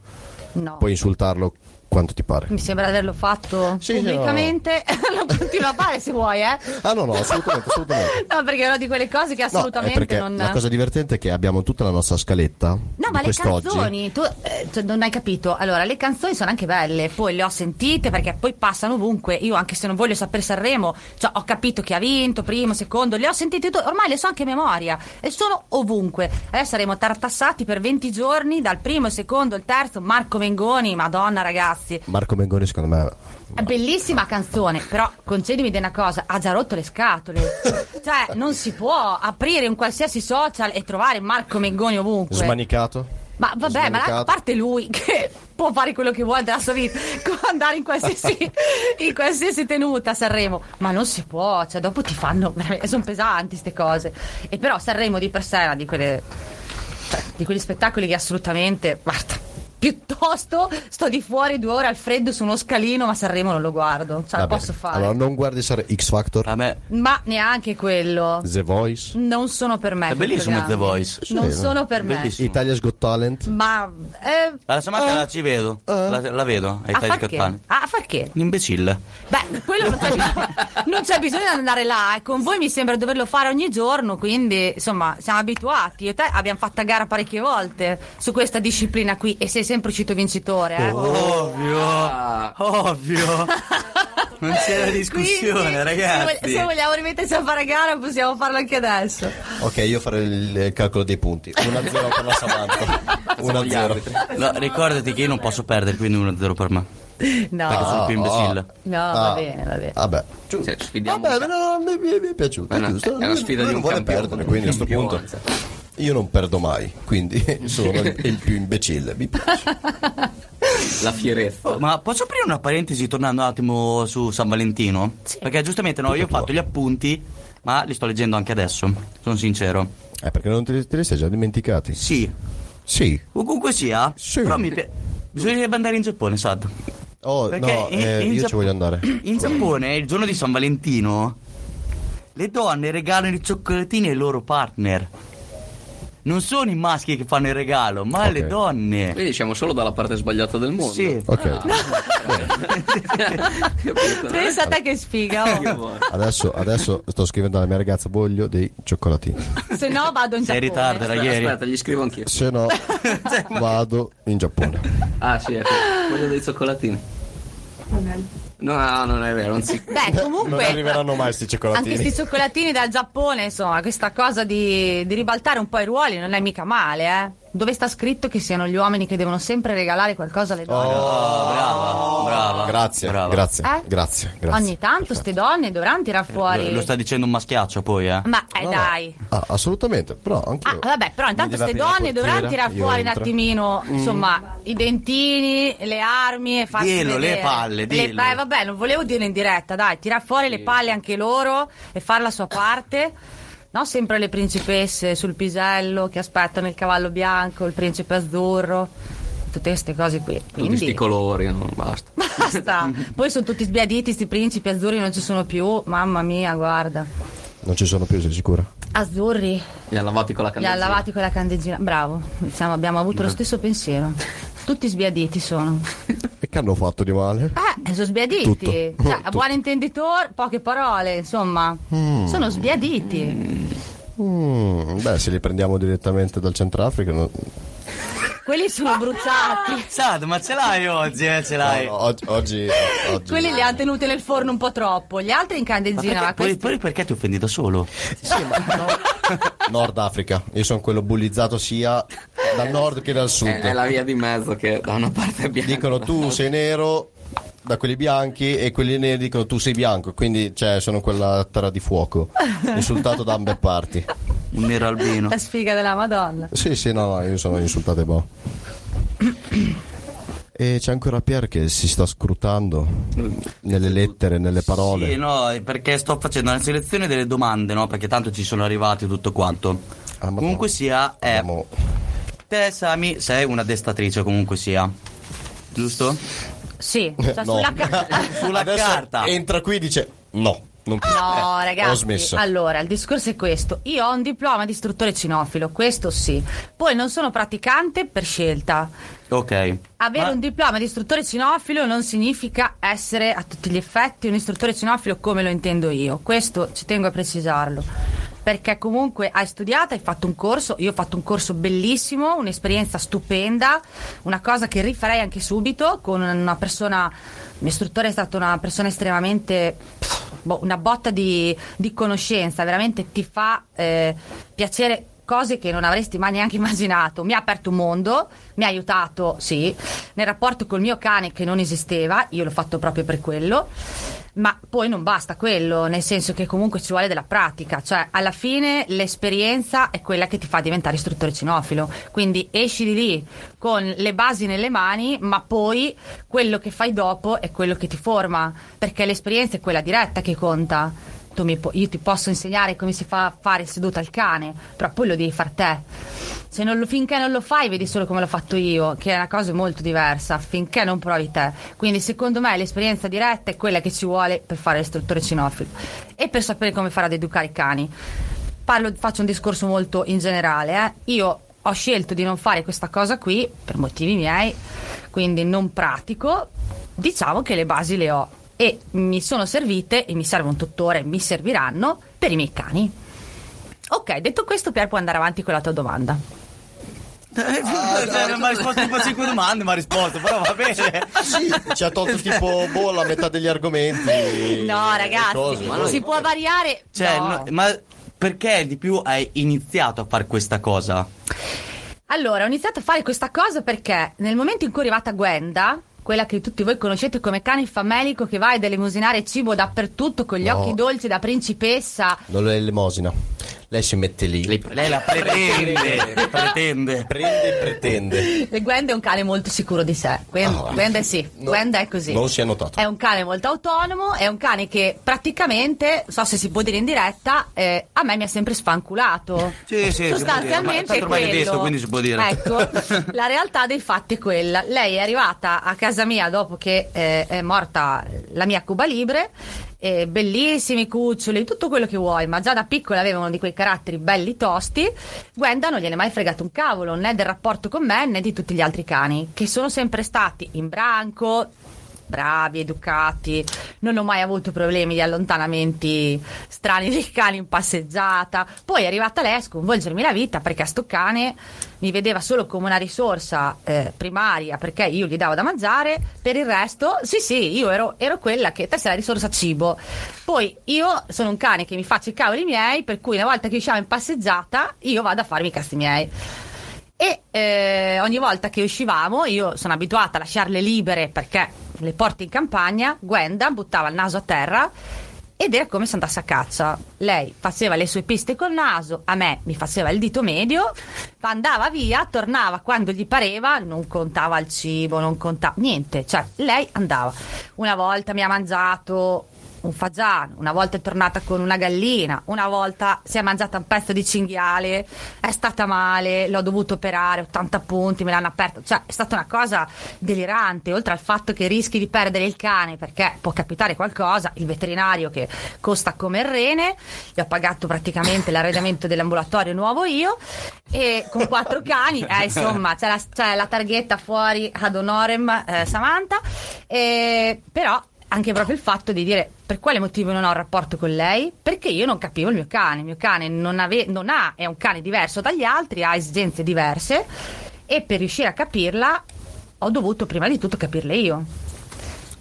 S5: No.
S2: puoi insultarlo quanto ti pare.
S5: Mi sembra di averlo fatto
S2: Sì,
S5: pubblicamente. Lo continuo a fare se vuoi, eh.
S2: Ah no, no, assolutamente, assolutamente.
S5: No, perché è una di quelle cose che
S2: No, è
S5: assolutamente
S2: perché
S5: non.
S2: La cosa divertente è che abbiamo tutta la nostra scaletta.
S5: No,
S2: di
S5: ma le
S2: quest'oggi.
S5: canzoni, tu eh, cioè, non hai capito. Allora, le canzoni sono anche belle, poi le ho sentite perché poi passano ovunque. Io, anche se non voglio sapere Sanremo, cioè, ho capito chi ha vinto, primo, secondo, le ho sentite tutte, ormai le so anche a memoria e sono ovunque. Adesso saremo tartassati per 20 giorni dal primo, il secondo, il terzo. Marco Mengoni, madonna ragazzi,
S2: Marco Mengoni, secondo me.
S5: è bellissima canzone, però concedimi di una cosa, ha già rotto le scatole. cioè, non si può aprire un qualsiasi social e trovare Marco Mengoni ovunque.
S2: Smanicato.
S5: Ma vabbè, ma la-
S2: Smanicato.
S5: a parte lui che può fare quello che vuole della sua vita, può andare in qualsiasi, in qualsiasi tenuta a Sanremo, ma non si può, cioè dopo ti fanno, veramente- sono pesanti queste cose. E però Sanremo di per sé è una di, quelle, cioè, di quegli spettacoli che assolutamente, guarda, piuttosto sto di fuori due ore al freddo su uno scalino, ma Sanremo non lo guardo, cioè
S2: Vabbè,
S5: lo posso fare. Ah.
S2: Allora, non guardi Sanremo- X Factor,
S1: A me
S5: Ma neanche quello,
S2: The Voice,
S5: non sono per me.
S1: È
S5: quei
S1: bellissimo
S5: programmi.
S1: The Voice.
S2: Sì,
S5: Non
S2: no?
S5: sono per me.
S1: Bellissimo.
S2: Italia's Got Talent.
S5: Ma... eh,
S1: alla Samantha la ci vedo, la, la vedo ai
S5: A
S1: tagli
S5: far che?
S1: cattani.
S5: Ah, a far che?
S1: Un imbecille.
S5: Beh, quello non c'è, bisogno, non c'è bisogno di andare là. eh. Con voi mi sembra doverlo fare ogni giorno, quindi insomma siamo abituati. Io e te abbiamo fatto gara parecchie volte su questa disciplina qui e sei sempre uscito vincitore. Eh.
S1: Oh,
S3: Ah,
S1: Ovvio, ovvio. Non c'era discussione,
S5: Quindi, se
S1: ragazzi.
S5: vog- Se, vogliamo rimetterci a fare gara possiamo farlo anche adesso.
S2: Ok, io farò il, il calcolo dei punti. 1-0 per la Samantha. 1-0.
S1: No, ricordati che io non posso perdere, quindi 1-0 per me.
S5: No,
S1: Perché sono
S2: Ah,
S1: più imbecille.
S5: no,
S2: Ah.
S5: va bene, va bene.
S2: Vabbè.
S3: Cioè, ci fidiamo.
S2: Vabbè, no, no, mi, mi- mi è piaciuto.
S3: È una-
S2: giusto.
S3: è una sfida
S2: Lui
S3: di
S2: non
S3: un
S2: vuole
S3: campione,
S2: perdere, quindi a
S3: un
S2: questo punto io non perdo mai, quindi sono il, il più imbecille. Mi piace.
S3: La fierezza.
S1: Ma posso aprire una parentesi tornando un attimo su San Valentino? Perché giustamente no, io ho fatto gli appunti, ma li sto leggendo anche adesso, sono sincero.
S2: Eh, perché non te, te li sei già dimenticati?
S1: Sì,
S2: Sì.
S1: comunque sia,
S2: Sì.
S1: però mi pi- bisognerebbe andare in Giappone, Sad.
S2: Oh,
S1: Perché
S2: no,
S1: in-
S2: eh,
S1: in
S2: io ci
S1: Giapp-
S2: voglio andare.
S1: In Giappone, il giorno di San Valentino, le donne regalano i cioccolatini ai loro partner. Non sono i maschi che fanno il regalo, ma
S2: Ok.
S1: le donne.
S3: Quindi siamo solo dalla parte sbagliata del mondo.
S1: Sì.
S2: Ok.
S5: Ah.
S3: Capito?
S5: Pensa a te che sfiga, oh.
S2: Adesso, adesso sto scrivendo alla mia ragazza voglio dei cioccolatini.
S5: se no vado in
S1: Sei in
S5: Giappone.
S1: ritardo, ragazzi.
S3: Aspetta,
S1: Ieri.
S3: aspetta, gli scrivo anch'io.
S2: Se no,
S5: Cioè,
S2: vado in Giappone.
S3: Ah, sì, ecco. Voglio dei cioccolatini. No, non è vero, non si.
S5: Beh, Eh, comunque
S2: Non arriveranno mai sti cioccolatini.
S5: Anche questi cioccolatini dal Giappone, insomma, questa cosa di, di ribaltare un po' i ruoli non è mica male, eh. Dove sta scritto che siano gli uomini che devono sempre regalare qualcosa
S2: Oh,
S5: alle donne?
S1: Brava, brava.
S2: Grazie,
S1: brava.
S2: grazie,
S5: Eh?
S2: grazie, grazie. Eh,
S5: Ogni tanto ste donne dovranno tirar fuori.
S1: Lo, lo sta dicendo un maschiaccio poi, eh.
S5: Ma eh,
S2: No, no.
S5: dai.
S2: Ah, assolutamente, però anche
S5: Ah, vabbè, però intanto queste donne dovranno tirar fuori un attimino,
S1: Mm.
S5: insomma, i dentini, le armi e farsi
S1: Dillo, le
S5: vedere.
S1: palle, dillo.
S5: eh, vabbè, non volevo dirlo in diretta, dai, tirar fuori le palle anche loro e far la sua parte. No, sempre le principesse sul pisello che aspettano il cavallo bianco, il principe azzurro, tutte queste cose qui.
S3: Tutti sti
S5: Quindi
S3: colori, non basta.
S5: basta. Poi sono tutti sbiaditi, sti principi azzurri non ci sono più. Mamma mia, guarda.
S2: Non ci sono più, sei sicura?
S5: Azzurri,
S3: Li ha lavati con la
S5: li ha
S3: candeggina.
S5: lavati con la candeggina. Bravo, diciamo, abbiamo avuto lo stesso pensiero. Tutti sbiaditi sono.
S2: E che hanno fatto di male?
S5: Eh, sono sbiaditi.
S2: Tutto.
S5: Cioè,
S2: Tutto.
S5: a buon intenditore, poche parole, insomma. Sono sbiaditi.
S2: Mm, beh, se li prendiamo direttamente dal Centrafrica, no-
S5: Quelli sono bruciati.
S1: Sad, ma ce l'hai oggi, eh, ce l'hai.
S2: no, oggi, oggi, oggi-
S5: Quelli li ha tenuti nel forno un po' troppo, gli altri in
S1: Ma
S5: candeggina.
S1: perché,
S5: ma
S1: poi,
S5: questi-
S1: poi perché ti offendi da solo?
S2: Sì, ma no. Nord Africa. Io sono quello bullizzato sia dal nord che dal
S3: È, Eh, è
S1: Eh,
S2: sud.
S3: la via di mezzo che da una parte è bianca.
S2: Dicono tu sei nero da quelli bianchi e quelli neri dicono tu sei bianco, quindi cioè sono quella terra di fuoco, insultato da ambe parti.
S1: un nero albino.
S5: La sfiga della Madonna.
S2: Sì, sì, no, no, io sono insultate boh. E c'è ancora Pier che si sta scrutando nelle lettere, nelle parole.
S1: Sì, no, è perché sto facendo una selezione delle domande, no? Perché tanto ci sono arrivati tutto quanto.
S2: Ah, ma-
S1: comunque sia, eh,
S2: Abbiamo-
S1: te Sami sei una destatrice comunque sia. Giusto?
S5: Sì, cioè
S2: Eh, No.
S5: sulla carta.
S1: Eh, Sulla
S2: Adesso
S1: carta.
S2: Entra qui e dice no. Non più.
S5: No,
S2: Eh,
S5: ragazzi.
S2: Ho smesso.
S5: Allora, il discorso è questo. Io ho un diploma di istruttore cinofilo, questo sì. Poi non sono praticante per scelta.
S1: ok.
S5: Avere
S1: Ma-
S5: un diploma di istruttore cinofilo non significa essere a tutti gli effetti un istruttore cinofilo come lo intendo io. Questo ci tengo a precisarlo. Perché comunque hai studiato, hai fatto un corso, io ho fatto un corso bellissimo, un'esperienza stupenda, una cosa che rifarei anche subito con una persona, il mio istruttore è stata una persona estremamente, pff, boh, una botta di, di conoscenza, veramente ti fa eh, piacere cose che non avresti mai neanche immaginato. Mi ha aperto un mondo, mi ha aiutato, sì, nel rapporto col mio cane che non esisteva, io l'ho fatto proprio per quello. Ma poi non basta quello, nel senso che comunque ci vuole della pratica, cioè alla fine l'esperienza è quella che ti fa diventare istruttore cinofilo. Quindi esci di lì con le basi nelle mani, ma poi quello che fai dopo è quello che ti forma, perché l'esperienza è quella diretta che conta tu mi pu- io ti posso insegnare come si fa a fare seduta al cane, però poi lo devi far te. Se non lo, finché non lo fai, vedi solo come l'ho fatto io, che è una cosa molto diversa, finché non provi te. Quindi, secondo me, l'esperienza diretta è quella che ci vuole per fare l'istruttore cinofilo e per sapere come fare ad educare i cani. Parlo- faccio un discorso molto in generale. eh. Io ho scelto di non fare questa cosa qui per motivi miei, quindi non pratico. Diciamo che le basi le ho e mi sono servite e mi serve un tutore, mi serviranno per i miei cani. Ok, detto questo, Pier può andare avanti con la tua domanda.
S1: Cioè, non mi ha risposto tipo a 5 domande, mi ha risposto, però va bene.
S2: Sì, ci ha tolto tipo boh, la metà degli argomenti.
S5: No,
S2: le
S5: ragazzi,
S2: cose.
S6: ma noi-
S5: si può variare.
S1: Cioè,
S5: no.
S1: no, ma perché di più hai iniziato a fare questa cosa?
S5: Allora, ho iniziato a fare questa cosa perché nel momento in cui è arrivata Gwenda, quella che tutti voi conoscete come cane famelico che va ad elemosinare cibo dappertutto con gli
S2: No.
S5: occhi dolci da principessa,
S2: Non è l'elemosina. Lei si mette lì.
S6: Lei-
S1: Lei la pretende, pretende.
S2: prende e pretende.
S5: e Gwenda è un cane molto sicuro di sé. Gwen- Gwenda,
S2: Ah.
S5: sì,
S2: No,
S5: Gwenda è così.
S2: Non si è notato.
S5: È un cane molto autonomo, è un cane che praticamente, so se si può dire in diretta, eh, a me mi ha sempre sfanculato.
S1: Sì, sì,
S5: Sostanzialmente
S1: si
S5: è
S1: può dire, ma è tanto ormai è
S5: quello.
S1: detto, quindi si può dire.
S5: Ecco, la realtà dei fatti è quella. Lei è arrivata a casa mia dopo che eh, è morta la mia Cuba Libre. eh, bellissimi cuccioli, tutto quello che vuoi, ma già da piccola aveva uno di quei caratteri belli tosti. Gwenda non gliene è mai fregato un cavolo, né del rapporto con me né di tutti gli altri cani, che sono sempre stati in branco, bravi, educati, non ho mai avuto problemi di allontanamenti strani dei cani in passeggiata. Poi è arrivata lei a sconvolgermi la vita perché sto cane mi vedeva solo come una risorsa eh, primaria perché io gli davo da mangiare, per il resto sì sì, io ero, ero quella che te sei la risorsa cibo. Poi io sono un cane che mi faccio i cavoli miei, per cui una volta che usciamo in passeggiata io vado a farmi i casti miei. E eh, ogni volta che uscivamo, io sono abituata a lasciarle libere perché le porto in campagna. Gwenda buttava il naso a terra ed era come se andasse a caccia. Lei faceva le sue piste col naso, a me mi faceva il dito medio, andava via, tornava quando gli pareva, non contava il cibo, non contava niente. Cioè, lei andava. Una volta mi ha mangiato un fagiano, una volta è tornata con una gallina, una volta si è mangiata un pezzo di cinghiale, è stata male, l'ho dovuto operare, 80 punti, me l'hanno aperto, cioè è stata una cosa delirante, oltre al fatto che rischi di perdere il cane perché può capitare qualcosa, il veterinario che costa come il rene, gli ho pagato praticamente l'arredamento dell'ambulatorio nuovo io e con quattro cani, eh, insomma c'è la, c'è la targhetta fuori ad honorem eh, Samantha, e, però anche proprio il fatto di dire per quale motivo non ho un rapporto con lei, perché io non capivo il mio cane, il mio cane non, ave- non ha, è un cane diverso dagli altri, ha esigenze diverse e per riuscire a capirla ho dovuto prima di tutto capirle io.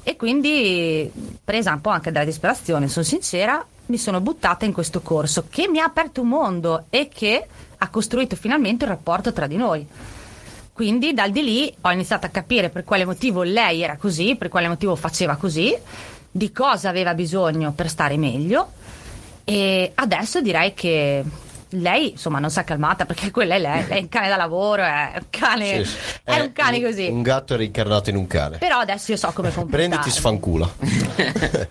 S5: E quindi, presa un po' anche dalla disperazione, sono sincera, mi sono buttata in questo corso che mi ha aperto un mondo e che ha costruito finalmente un rapporto tra di noi. Quindi dal di lì ho iniziato a capire per quale motivo lei era così, per quale motivo faceva così, di cosa aveva bisogno per stare meglio e adesso direi che lei insomma non si è calmata perché quella è lei, lei è un cane da lavoro, è un cane,
S2: Sì, sì.
S5: è un cane così.
S2: Un gatto è reincarnato in un cane.
S5: Però adesso io so come comportarmi.
S2: Prenditi sfancula.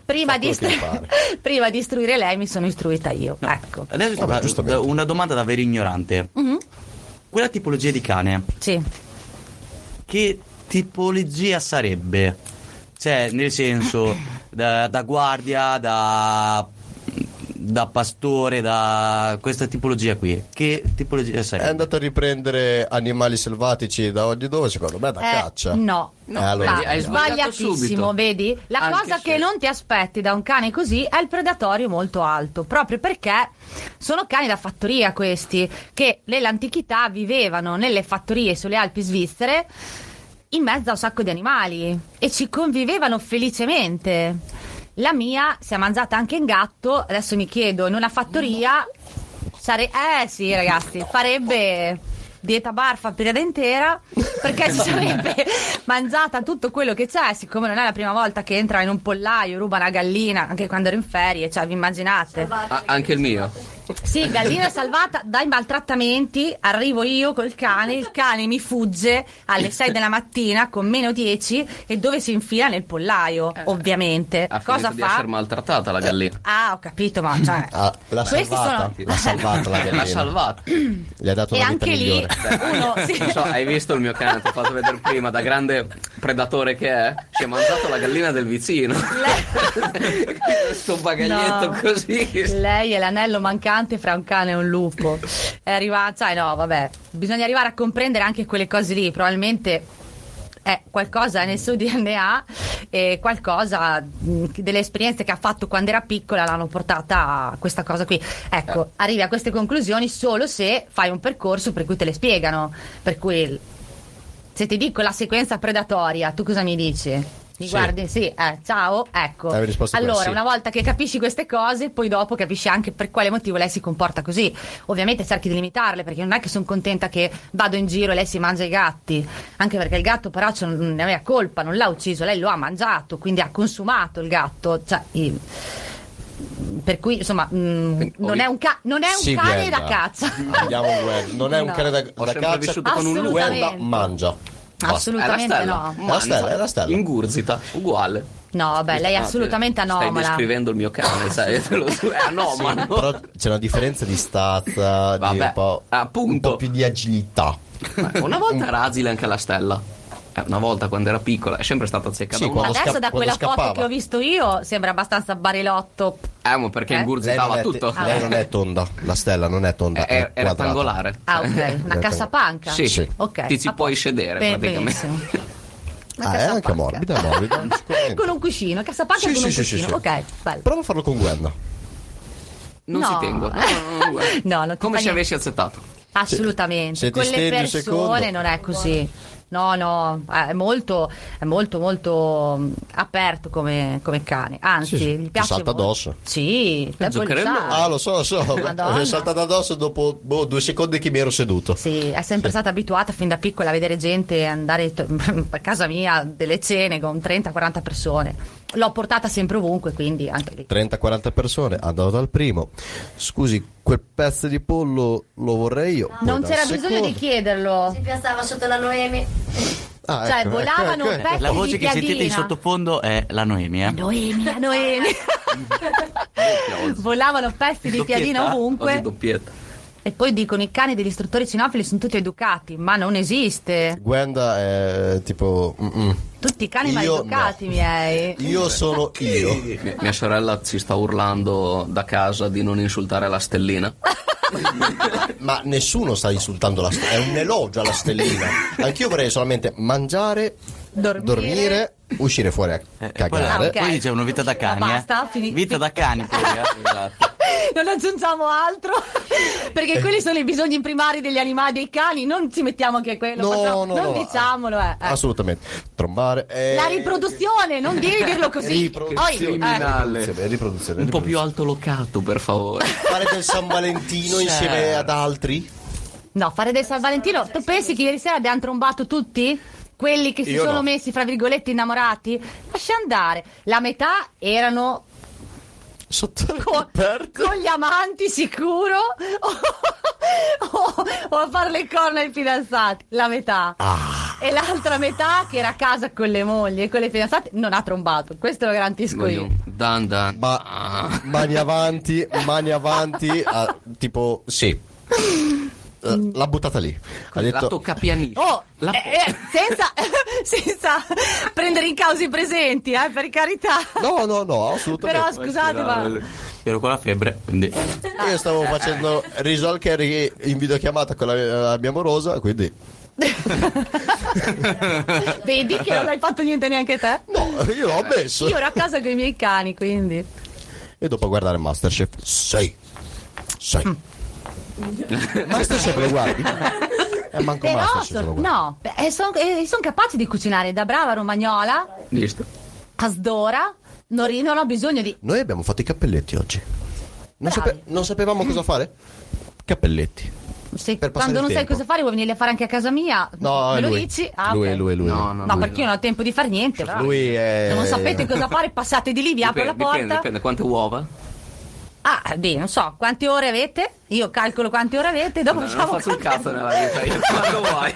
S5: prima,
S2: fa quello
S5: di
S2: che
S5: istru-
S2: pare.
S5: prima di istruire lei mi sono istruita io. Ecco.
S1: Adesso
S2: Vabbè,
S1: ma-
S2: giustamente.
S1: una domanda da vero ignorante.
S3: Mhm.
S1: Quella tipologia di cane,
S5: Sì.
S1: che tipologia sarebbe? Cioè, nel senso, da, da guardia, da, da pastore, da questa tipologia qui. Che tipologia
S2: È
S1: sarebbe?
S2: andato a riprendere animali selvatici da ogni dove, secondo me, da
S5: Eh,
S2: caccia.
S5: No.
S3: No,
S2: Eh, allora,
S5: Ma
S3: vedi, hai sbagliato
S5: sbagliatissimo,
S3: subito.
S5: vedi? La
S3: Anche
S5: cosa
S3: se-
S5: che non ti aspetti da un cane così è il predatorio molto alto, proprio perché sono cani da fattoria questi, che nell'antichità vivevano nelle fattorie sulle Alpi svizzere in mezzo a un sacco di animali e ci convivevano felicemente. La mia si è mangiata anche un gatto, adesso mi chiedo, in una fattoria sare- eh sì ragazzi, farebbe dieta barfa per la intera perché si sarebbe mangiata tutto quello che c'è siccome non è la prima volta che entra in un pollaio ruba una gallina anche quando ero in ferie cioè vi immaginate
S3: Ah, anche il mio.
S5: sì gallina salvata dai maltrattamenti arrivo io col cane il cane mi fugge alle 6 della mattina con meno 10 e dove si infila nel pollaio ovviamente
S3: Ha
S5: cosa
S3: finito di essere
S5: fa?
S3: maltrattata la gallina.
S5: ah ho capito ma cioè
S2: Ah, l'ha
S5: questi
S2: salvata.
S5: sono-
S2: L'ha salvata la
S3: L'ha
S2: gallina.
S3: salvata.
S2: Gli ha dato
S5: e
S2: una vita
S5: anche lì
S2: migliore.
S5: uno
S3: Non so, hai visto il mio cane? Ti ho fatto vedere prima, da grande predatore che è, si è mangiato la gallina del vicino. Questo bagaglietto
S5: No.
S3: così.
S5: Lei è l'anello mancante fra un cane e un lupo. È arrivata, sai, no, vabbè. Bisogna arrivare a comprendere anche quelle cose lì. Probabilmente è qualcosa nel suo DNA e qualcosa mh, delle esperienze che ha fatto quando era piccola l'hanno portata a questa cosa qui. Ecco, arrivi a queste conclusioni solo se fai un percorso per cui te le spiegano. Per cui se ti dico la sequenza predatoria, tu cosa mi dici? Mi
S2: Sì.
S5: guardi, sì, eh, ciao, ecco.
S2: Avevi risposto quella,
S5: allora,
S2: sì.
S5: una volta che capisci queste cose, poi dopo capisci anche per quale motivo lei si comporta così. Ovviamente cerchi di limitarle, perché non è che sono contenta che vado in giro e lei si mangia i gatti. Anche perché il gatto, però, c'è- non ne aveva colpa, non l'ha ucciso, lei lo ha mangiato, quindi ha consumato il gatto. Cioè, i- Per cui, insomma, mm,
S3: Quindi,
S5: non,
S3: ovvi-
S5: è un ca- non è un
S2: Sì,
S5: cane
S2: Glenda.
S5: da caccia.
S2: Andiamo in guerra. Non è un
S5: No.
S2: cane da,
S3: Ho
S2: da
S3: sempre
S2: caccia.
S3: vissuto con un lupo.
S2: Guerra
S5: Assolutamente.
S2: mangia. Basta.
S5: Assolutamente
S3: È la stella.
S5: no.
S2: È la stella, è la stella.
S3: In gurzita, uguale.
S5: No, vabbè, lei è
S3: Ah,
S5: assolutamente
S3: Stai
S5: anomala.
S3: descrivendo il mio cane, sai? Te lo giuro, È anomalo.
S2: Però c'è una differenza di stazza, di
S3: Vabbè,
S2: un po',
S3: appunto.
S2: un po' più di agilità.
S3: Ma Una volta era agile anche la stella. Eh, Una volta quando era piccola è sempre stata azzeccata.
S2: Sì,
S3: un
S2: quando
S5: Adesso
S2: sca-
S5: da
S2: quando
S5: quella
S2: scappava.
S5: foto che ho visto io sembra abbastanza barilotto.
S3: Eh, ma perché
S5: Eh?
S3: ingurgitava
S2: non è,
S3: tutto. Eh,
S2: lei non è tonda, la stella non è
S3: È,
S2: tonda,
S3: è- è
S2: quadrata.
S3: rettangolare.
S5: Ah, ok, una
S2: Eh,
S5: cassapanca.
S3: Sì,
S2: Sì.
S5: Ok.
S3: Ti ci
S5: a
S3: puoi
S5: posto.
S3: sedere,
S5: Bene,
S3: praticamente.
S5: benissimo. Una
S2: Ah, è anche
S5: cassapanca.
S2: morbida, morbida. sicuramente.
S5: Con un cuscino, cassapanca
S2: Sì,
S5: con
S2: sì,
S5: un
S2: sì, sì,
S5: cuscino.
S2: sì.
S5: Ok, bello.
S2: Prova a farlo con Gwenda.
S3: Non
S5: No.
S3: si tengo. No, no, no,
S5: No, non
S3: Come
S5: ti fa
S3: se
S5: niente.
S3: avessi azzettato.
S5: Assolutamente.
S2: Se ti
S5: Con le
S2: stendi un
S5: persone
S2: secondo.
S5: non è così. No, no, è molto, è molto, molto mm, aperto come, come cane. Anzi,
S2: Sì, sì,
S5: gli
S2: ti
S5: piace.
S2: salta
S5: molto.
S2: addosso.
S5: Sì, è
S3: giocherello.
S5: bolzano.
S2: Ah, lo so, lo so.
S5: Madonna.
S2: Mi è saltata addosso dopo boh, due secondi che mi ero seduto.
S5: Sì, è sempre stata abituata fin da piccola a vedere gente andare to- a casa mia delle cene con 30-40 persone. L'ho portata sempre ovunque, quindi anche lì.
S2: 30-40 persone, andavo dal primo. Scusi, quel pezzo di pollo lo vorrei io. poi
S5: Non
S2: dal
S5: c'era bisogno
S2: secondo.
S5: di chiederlo.
S7: Si piazzava sotto la Noemi.
S2: Ah,
S5: Cioè,
S2: ecco,
S5: volavano
S2: ecco,
S5: un
S2: ecco.
S5: pezzo
S1: La voce
S5: di
S1: che sentite in
S5: piadina.
S1: sottofondo è la Noemi, eh?
S5: Noemi, la Noemi. Volavano pezzi di
S3: Doppietta,
S5: piadina
S3: oggi
S5: ovunque.
S3: doppietta.
S5: E poi dicono i cani degli istruttori cinofili sono tutti educati, ma non esiste.
S2: Gwenda è tipo... mm-mm.
S5: Tutti i cani
S2: Io
S5: maleducati
S2: no.
S5: miei.
S2: Io sono io.
S3: Mia, mia sorella ci sta urlando da casa di non insultare la stellina.
S2: Ma nessuno sta insultando la stella, è un elogio alla stellina. Anch'io vorrei solamente mangiare,
S5: Dormire.
S2: dormire, uscire fuori a
S1: Eh, e poi,
S2: cagare.
S5: Ah, ok.
S1: poi dice una vita da cani,
S5: Ah, basta,
S1: eh?
S5: fini-
S1: Vita da cani, poi, eh? Esatto.
S5: Non aggiungiamo altro, perché quelli sono i bisogni primari degli animali, dei cani, non ci mettiamo anche quello,
S2: No,
S5: facciamo-
S2: no,
S5: non
S2: no,
S5: diciamolo. eh, eh.
S2: Assolutamente. Trombare. eh,
S5: La riproduzione, non devi dirlo così.
S2: Riproduzione.
S5: Oi, eh.
S2: riproduzione, riproduzione,
S3: Un po' più
S2: riproduzione.
S3: altolocato, per favore.
S2: Fare del San Valentino
S1: Sì.
S2: insieme ad altri?
S5: No, fare del San Valentino, tu pensi che ieri sera abbiamo trombato tutti? Quelli che si
S2: Io
S5: sono
S2: no.
S5: messi, fra virgolette, innamorati? Lascia andare. La metà erano
S2: Sotto le
S5: con,
S2: coperte?
S5: con gli amanti sicuro o, o a fare le corna ai fidanzati la metà
S2: Ah.
S5: e l'altra metà che era a casa con le mogli e con le fidanzate non ha trombato questo lo garantisco
S3: Voglio
S5: io
S3: un Dan dan. Ah.
S2: Ma mani avanti, mani avanti, ah, tipo sì. Eh, L'ha buttata lì. Ha
S3: La
S2: detto
S3: tocca pianista.
S5: Oh,
S3: La-
S5: eh, eh, senza, senza prendere in causa i presenti, eh, per carità.
S2: No, no, no,
S5: Però
S2: assolutamente.
S5: scusate, ma
S1: Ero con la febbre, quindi
S2: Io stavo facendo riso al curry in videochiamata con la, la mia morosa, quindi
S5: vedi che non hai fatto niente neanche te?
S2: no, io l'ho messo.
S5: Io ero a casa con i miei cani, quindi.
S2: E dopo guardare Masterchef 6. 6. Masterchef lo guardi? E manco
S5: Però
S2: Masterchef lo
S5: sono,
S2: guardi.
S5: no, eh, sono capaci di cucinare da brava romagnola
S3: Visto.
S5: a sdora, non, ri- non ho bisogno di...
S2: Noi abbiamo fatto i cappelletti oggi. Non,
S5: Bravi. Mm.
S2: sape- non sapevamo cosa fare? Cappelletti.
S5: se-
S2: Per passare
S5: quando
S2: il
S5: non sai
S2: tempo.
S5: cosa fare vuoi venire a fare anche a casa mia,
S2: No,
S5: me
S2: è
S5: lo
S2: lui.
S5: dici? Ah,
S2: lui,
S5: ok.
S2: lui, lui.
S3: No, no,
S5: No,
S3: lui
S5: perché io non ho tempo di fare niente.
S3: Cioè,
S5: però.
S2: Lui è.
S5: Non sapete cosa fare, passate di lì, vi apro
S3: Eh. Dipende,
S5: la porta.
S3: dipende, dipende. Quante uova?
S5: Ah, beh, non so, quante ore avete? Io calcolo quante ore avete, dopo
S3: non
S5: facciamo
S3: faccio un
S5: quante-
S3: cazzo nella vita, io quando vuoi.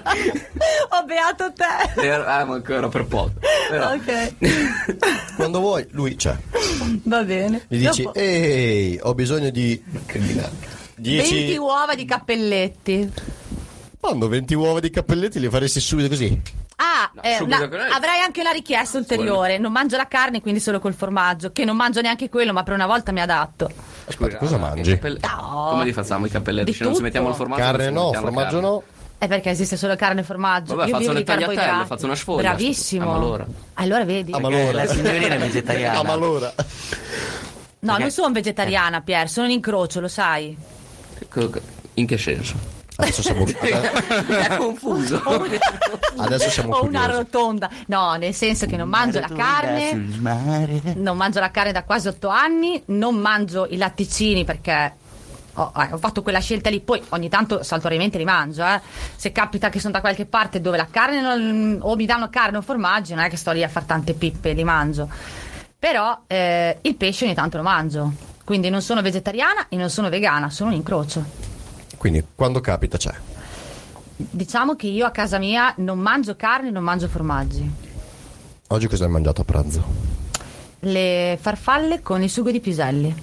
S5: Ho beato te.
S3: Ero- ah, ma ancora per poco. Però,
S5: Ok,
S2: Quando vuoi, lui c'è.
S5: va bene.
S2: Gli dici,
S3: eh,
S5: Dopo-
S2: ehi, ho bisogno di.
S5: 20
S2: 10.
S5: uova di cappelletti.
S2: Quando 20 uova di cappelletti li faresti subito così.
S5: Ah,
S3: No,
S5: eh,
S3: subito
S5: una-
S3: con lei.
S5: avrei anche una richiesta ulteriore. Non mangio la carne, quindi solo col formaggio. Che non mangio neanche quello, ma per una volta mi adatto.
S3: scusa,
S2: cosa
S3: i
S2: mangi?
S3: cappelli-
S5: No.
S3: Come li facciamo i
S5: Di
S3: cappelletti? Cioè, non ci
S5: tutto.
S3: mettiamo il formaggio?
S2: Carne
S3: non ci
S2: no,
S3: mettiamo la
S2: formaggio
S3: carne.
S2: no.
S5: È perché esiste solo carne e formaggio.
S3: Vabbè,
S5: Io
S3: faccio
S5: vivo
S3: le
S5: di
S3: tagliatelle,
S5: carboidrati.
S3: faccio una sfoglia.
S5: Bravissimo.
S3: Ah, ma allora.
S5: Allora vedi.
S2: Ah, ma
S1: eh,
S2: allora.
S1: la signorina è vegetariana.
S2: Ah, ma allora.
S5: No, non sono
S2: Eh.
S5: vegetariana, Pier, sono un incrocio, lo sai.
S3: Co- co- In che senso?
S2: Adesso siamo, ade-
S3: È confuso.
S2: adesso siamo
S5: Ho una
S2: curiosi.
S5: rotonda. No, nel senso che non mangio la carne,
S1: Sul mare.
S5: non mangio la carne da quasi otto anni, non mangio i latticini perché ho, eh, ho fatto quella scelta lì, poi ogni tanto saltuariamente li mangio, eh. Se capita che sono da qualche parte dove la carne non- o mi danno carne o formaggi, non è che sto lì a far tante pippe, e li mangio. Però eh, il pesce ogni tanto lo mangio. Quindi non sono vegetariana e non sono vegana, sono un incrocio.
S2: Quindi, quando capita c'è.
S5: Diciamo che io a casa mia non mangio carne, non mangio formaggi.
S2: Oggi cosa hai mangiato a pranzo?
S5: Le farfalle con il sugo di piselli.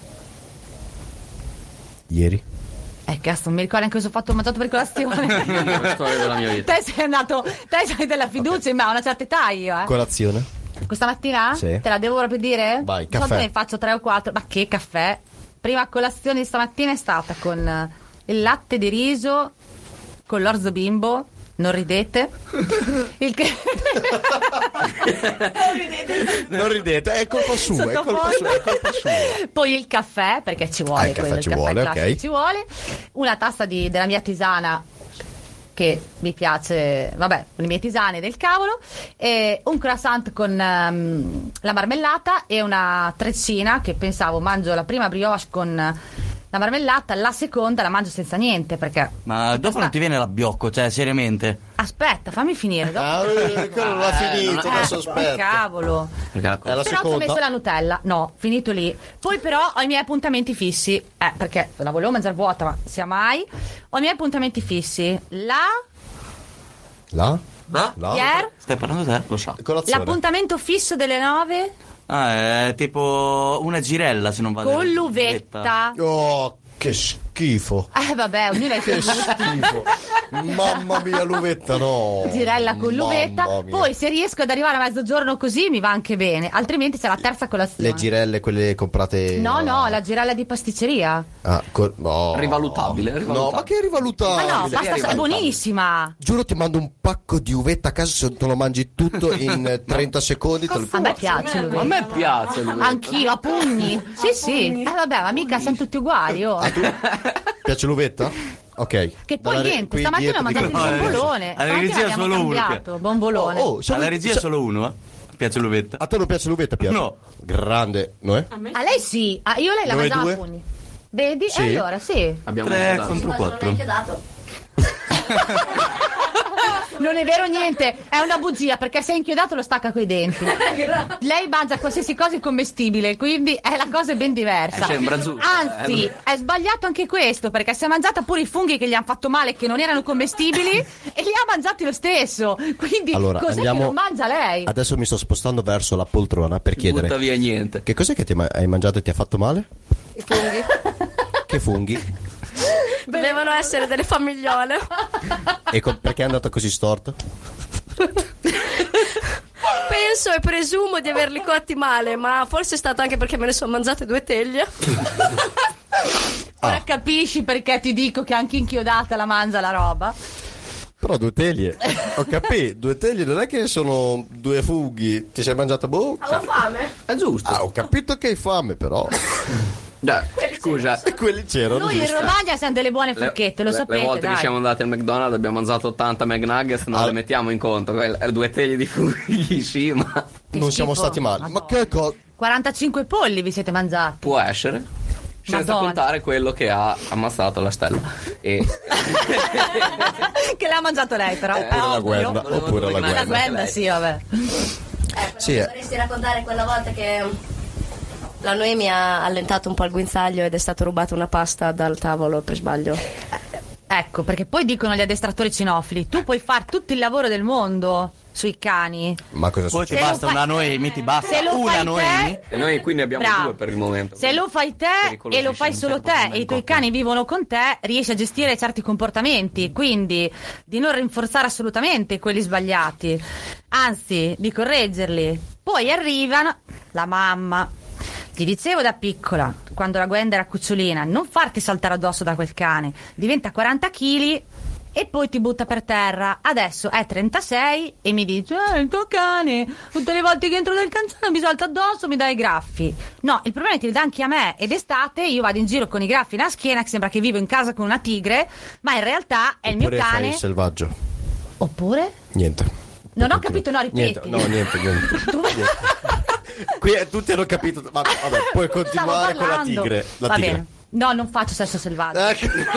S2: Ieri?
S5: Eh, cazzo, non mi ricordo neanche cosa ho fatto, ho mangiato per colazione.
S3: La storia della mia vita.
S5: te sei andato, te sei della fiducia, ma a una certa età io, eh.
S2: Colazione?
S5: Questa mattina?
S2: Sì.
S5: Te la devo proprio dire?
S2: Vai,
S5: Di solito
S2: caffè.
S5: ne faccio tre o quattro, ma che caffè? Prima colazione di stamattina è stata con eh, il latte di riso, con l'orzo bimbo, non ridete. Il che...
S2: Non ridete, è colpa sua, è colpa sua, è colpa sua.
S5: Poi il caffè, perché ci vuole
S2: Ah, il caffè
S5: quello,
S2: ci
S5: il caffè
S2: vuole,
S5: classico
S2: ok.
S5: ci vuole. Una tassa di- della mia tisana che mi piace, vabbè, le mie tisane del cavolo, e un croissant con ehm, la marmellata e una treccina che pensavo mangio la prima brioche con la marmellata, la seconda la mangio senza niente perché
S1: Ma dopo non ti viene l'abbiocco, cioè, seriamente.
S5: aspetta, fammi finire, dopo
S2: Ah, eh, quello non ha finito,
S5: Eh,
S2: non
S5: che
S2: sospetto.
S5: cavolo.
S3: Perché la cosa-
S2: È la
S5: però ci ho messo
S2: seconda.
S5: la Nutella, no, finito lì. Poi però ho i miei appuntamenti fissi, eh, perché la volevo mangiare vuota, ma sia mai. Ho i miei appuntamenti fissi. La,
S2: La?
S1: No?
S2: La?
S5: Pier,
S1: Stai parlando te? Lo so.
S2: Colazione.
S5: l'appuntamento fisso delle 9
S1: Ah, è tipo una girella, se non vado
S5: con l'uvetta.
S2: Oh, che schifo.
S5: Eh vabbè, ognuno ha i suoi
S2: Che
S5: gusti.
S2: schifo. Mamma mia, l'uvetta no.
S5: Girella con l'uvetta.
S2: Mamma mia.
S5: Poi se riesco ad arrivare a mezzogiorno così mi va anche bene, altrimenti c'è la terza colazione.
S2: Le girelle, quelle comprate.
S5: No, no, la girella di pasticceria.
S2: Ah, co- no.
S3: Rivalutabile,
S2: No,
S3: rivalutabile.
S2: ma che
S5: Ma
S2: rivalutabile?
S5: Ah, no,
S3: sì,
S5: basta, è
S3: arrivata.
S5: buonissima.
S2: Giuro ti mando un pacco di uvetta a casa se te lo mangi tutto in eh, 30 secondi. te lo-
S5: A me piace
S3: Ma a
S5: l'uvetta.
S3: me piace. lui.
S5: Anch'io, a pugni. Sì, sì. Eh, vabbè, ma mica siamo tutti uguali. oh.
S2: Ah, Piace l'uvetta? Ok.
S5: Che poi
S2: Dalla re-
S5: niente,
S2: qui
S5: stamattina ho mangiato
S2: dietro
S5: il
S2: di
S1: quello.
S5: bombolone.
S1: Alla
S5: Stamattina
S1: regia
S5: l'abbiamo
S1: solo uno,
S5: cambiato, Bombolone.
S2: Oh, oh, siamo
S1: Alla
S2: in- Ah,
S1: regia è solo uno, eh? Piace l'uvetta.
S2: A te non piace l'uvetta, Piero?
S1: No.
S2: Grande, no eh?
S5: A lei sì, a io lei la
S2: Noi
S5: mangiavo a
S2: due?
S5: pugni. Vedi? E
S2: Sì.
S5: allora sì.
S3: Abbiamo
S1: 3
S3: mangiato.
S1: contro
S8: Ma non
S1: 4.
S8: neanche dato.
S5: Non è vero niente, è una bugia perché se è inchiodato lo stacca coi denti. Lei mangia qualsiasi cosa commestibile, quindi è la cosa ben diversa.
S3: Eh, sembra zucchero.
S5: Anzi,
S3: Eh,
S5: è sbagliato anche questo perché si è mangiata pure i funghi che gli hanno fatto male, che non erano commestibili, e li ha mangiati lo stesso. Quindi,
S2: Allora,
S5: cos'è
S2: andiamo-
S5: che non mangia lei?
S2: Adesso mi sto spostando verso la poltrona per
S3: Non butta
S2: chiedere
S3: via niente.
S2: che cos'è che ti hai ma- hai mangiato e ti ha fatto male?
S7: I funghi.
S2: Che funghi?
S7: Dovevano essere delle famigliole.
S2: E co- perché è andato così storto?
S7: Penso e presumo di averli cotti male, ma forse è stato anche perché me ne sono mangiate due teglie.
S2: ah.
S5: Ora capisci perché ti dico che anche inchiodata la mangia la roba?
S2: Però due teglie, ho capito, due teglie non è che sono due funghi, ti sei mangiato boh?
S5: Ah, oh.
S7: Ho fame.
S3: È giusto.
S2: Ah, ho capito che hai fame però.
S3: Dai, scusa.
S2: E quelli c'erano.
S5: Noi in
S2: giusto?
S5: Romagna siamo delle buone forchette, lo
S3: le-
S5: sapete.
S3: le volte
S5: dai.
S3: che siamo andati al McDonald's abbiamo mangiato 80 McNuggets, non
S2: Ah.
S3: le mettiamo in conto. quelle- Due teglie di funghi, sì, ma
S5: Che
S2: Non siamo
S5: schifo.
S2: stati male. Ma
S5: Madonna.
S2: che cosa?
S5: 45 polli vi siete mangiati.
S3: può essere. Senza
S5: Madonna.
S3: contare quello che ha ammassato la stella. E
S5: che l'ha mangiato lei, però.
S2: Oppure
S5: Eh,
S2: la
S5: ovvio.
S2: guerra,
S3: Volevo
S2: oppure la
S3: tornare.
S5: La
S2: guerra.
S5: guerra, sì, vabbè.
S2: Sì, eh.
S9: Vorresti raccontare quella volta che
S7: La Noemi ha allentato un po' il guinzaglio ed è stata rubata una pasta dal tavolo per sbaglio.
S5: Ecco, perché poi dicono gli addestratori cinofili, tu puoi fare tutto il lavoro del mondo sui cani.
S2: Ma cosa
S1: Poi ti
S2: succede?
S5: Se lo
S1: basta
S5: fai-
S1: una Noemi, ti basta
S5: Se lo
S1: una
S5: fai
S1: Noemi.
S5: te,
S3: e noi qui ne abbiamo
S5: Bravo.
S3: due per il momento.
S5: Se lo fai te e lo fai
S3: Pericolosissimo,
S5: solo
S3: sempre come
S5: te e i tuoi
S3: elicottero.
S5: cani vivono con te, riesci a gestire certi comportamenti, quindi di non rinforzare assolutamente quelli sbagliati, anzi di correggerli. Poi arrivano la mamma. Ti dicevo da piccola, quando la Gwenda era cucciolina, non farti saltare addosso da quel cane, diventa 40 kg e poi ti butta per terra. Adesso è 36 e mi dice: Eh, il tuo cane, tutte le volte che entro nel canzone mi salta addosso, mi dai i graffi. No, il problema è che li dà anche a me. Ed estate io vado in giro con i graffi nella schiena, che sembra che vivo in casa con una tigre, ma in realtà è il mio
S2: Oppure fai
S5: cane.
S2: il selvaggio.
S5: Oppure?
S2: Niente.
S5: Non
S2: Continua.
S5: ho capito, no, ripeti.
S2: Niente, no, niente, niente. Niente. Qui eh, tutti hanno capito. Ma vabbè, puoi
S5: Stavo
S2: continuare con la
S5: parlando.
S2: tigre. La
S5: Va
S2: tigre. Ecco.
S5: bene. No, non faccio sesso selvaggio.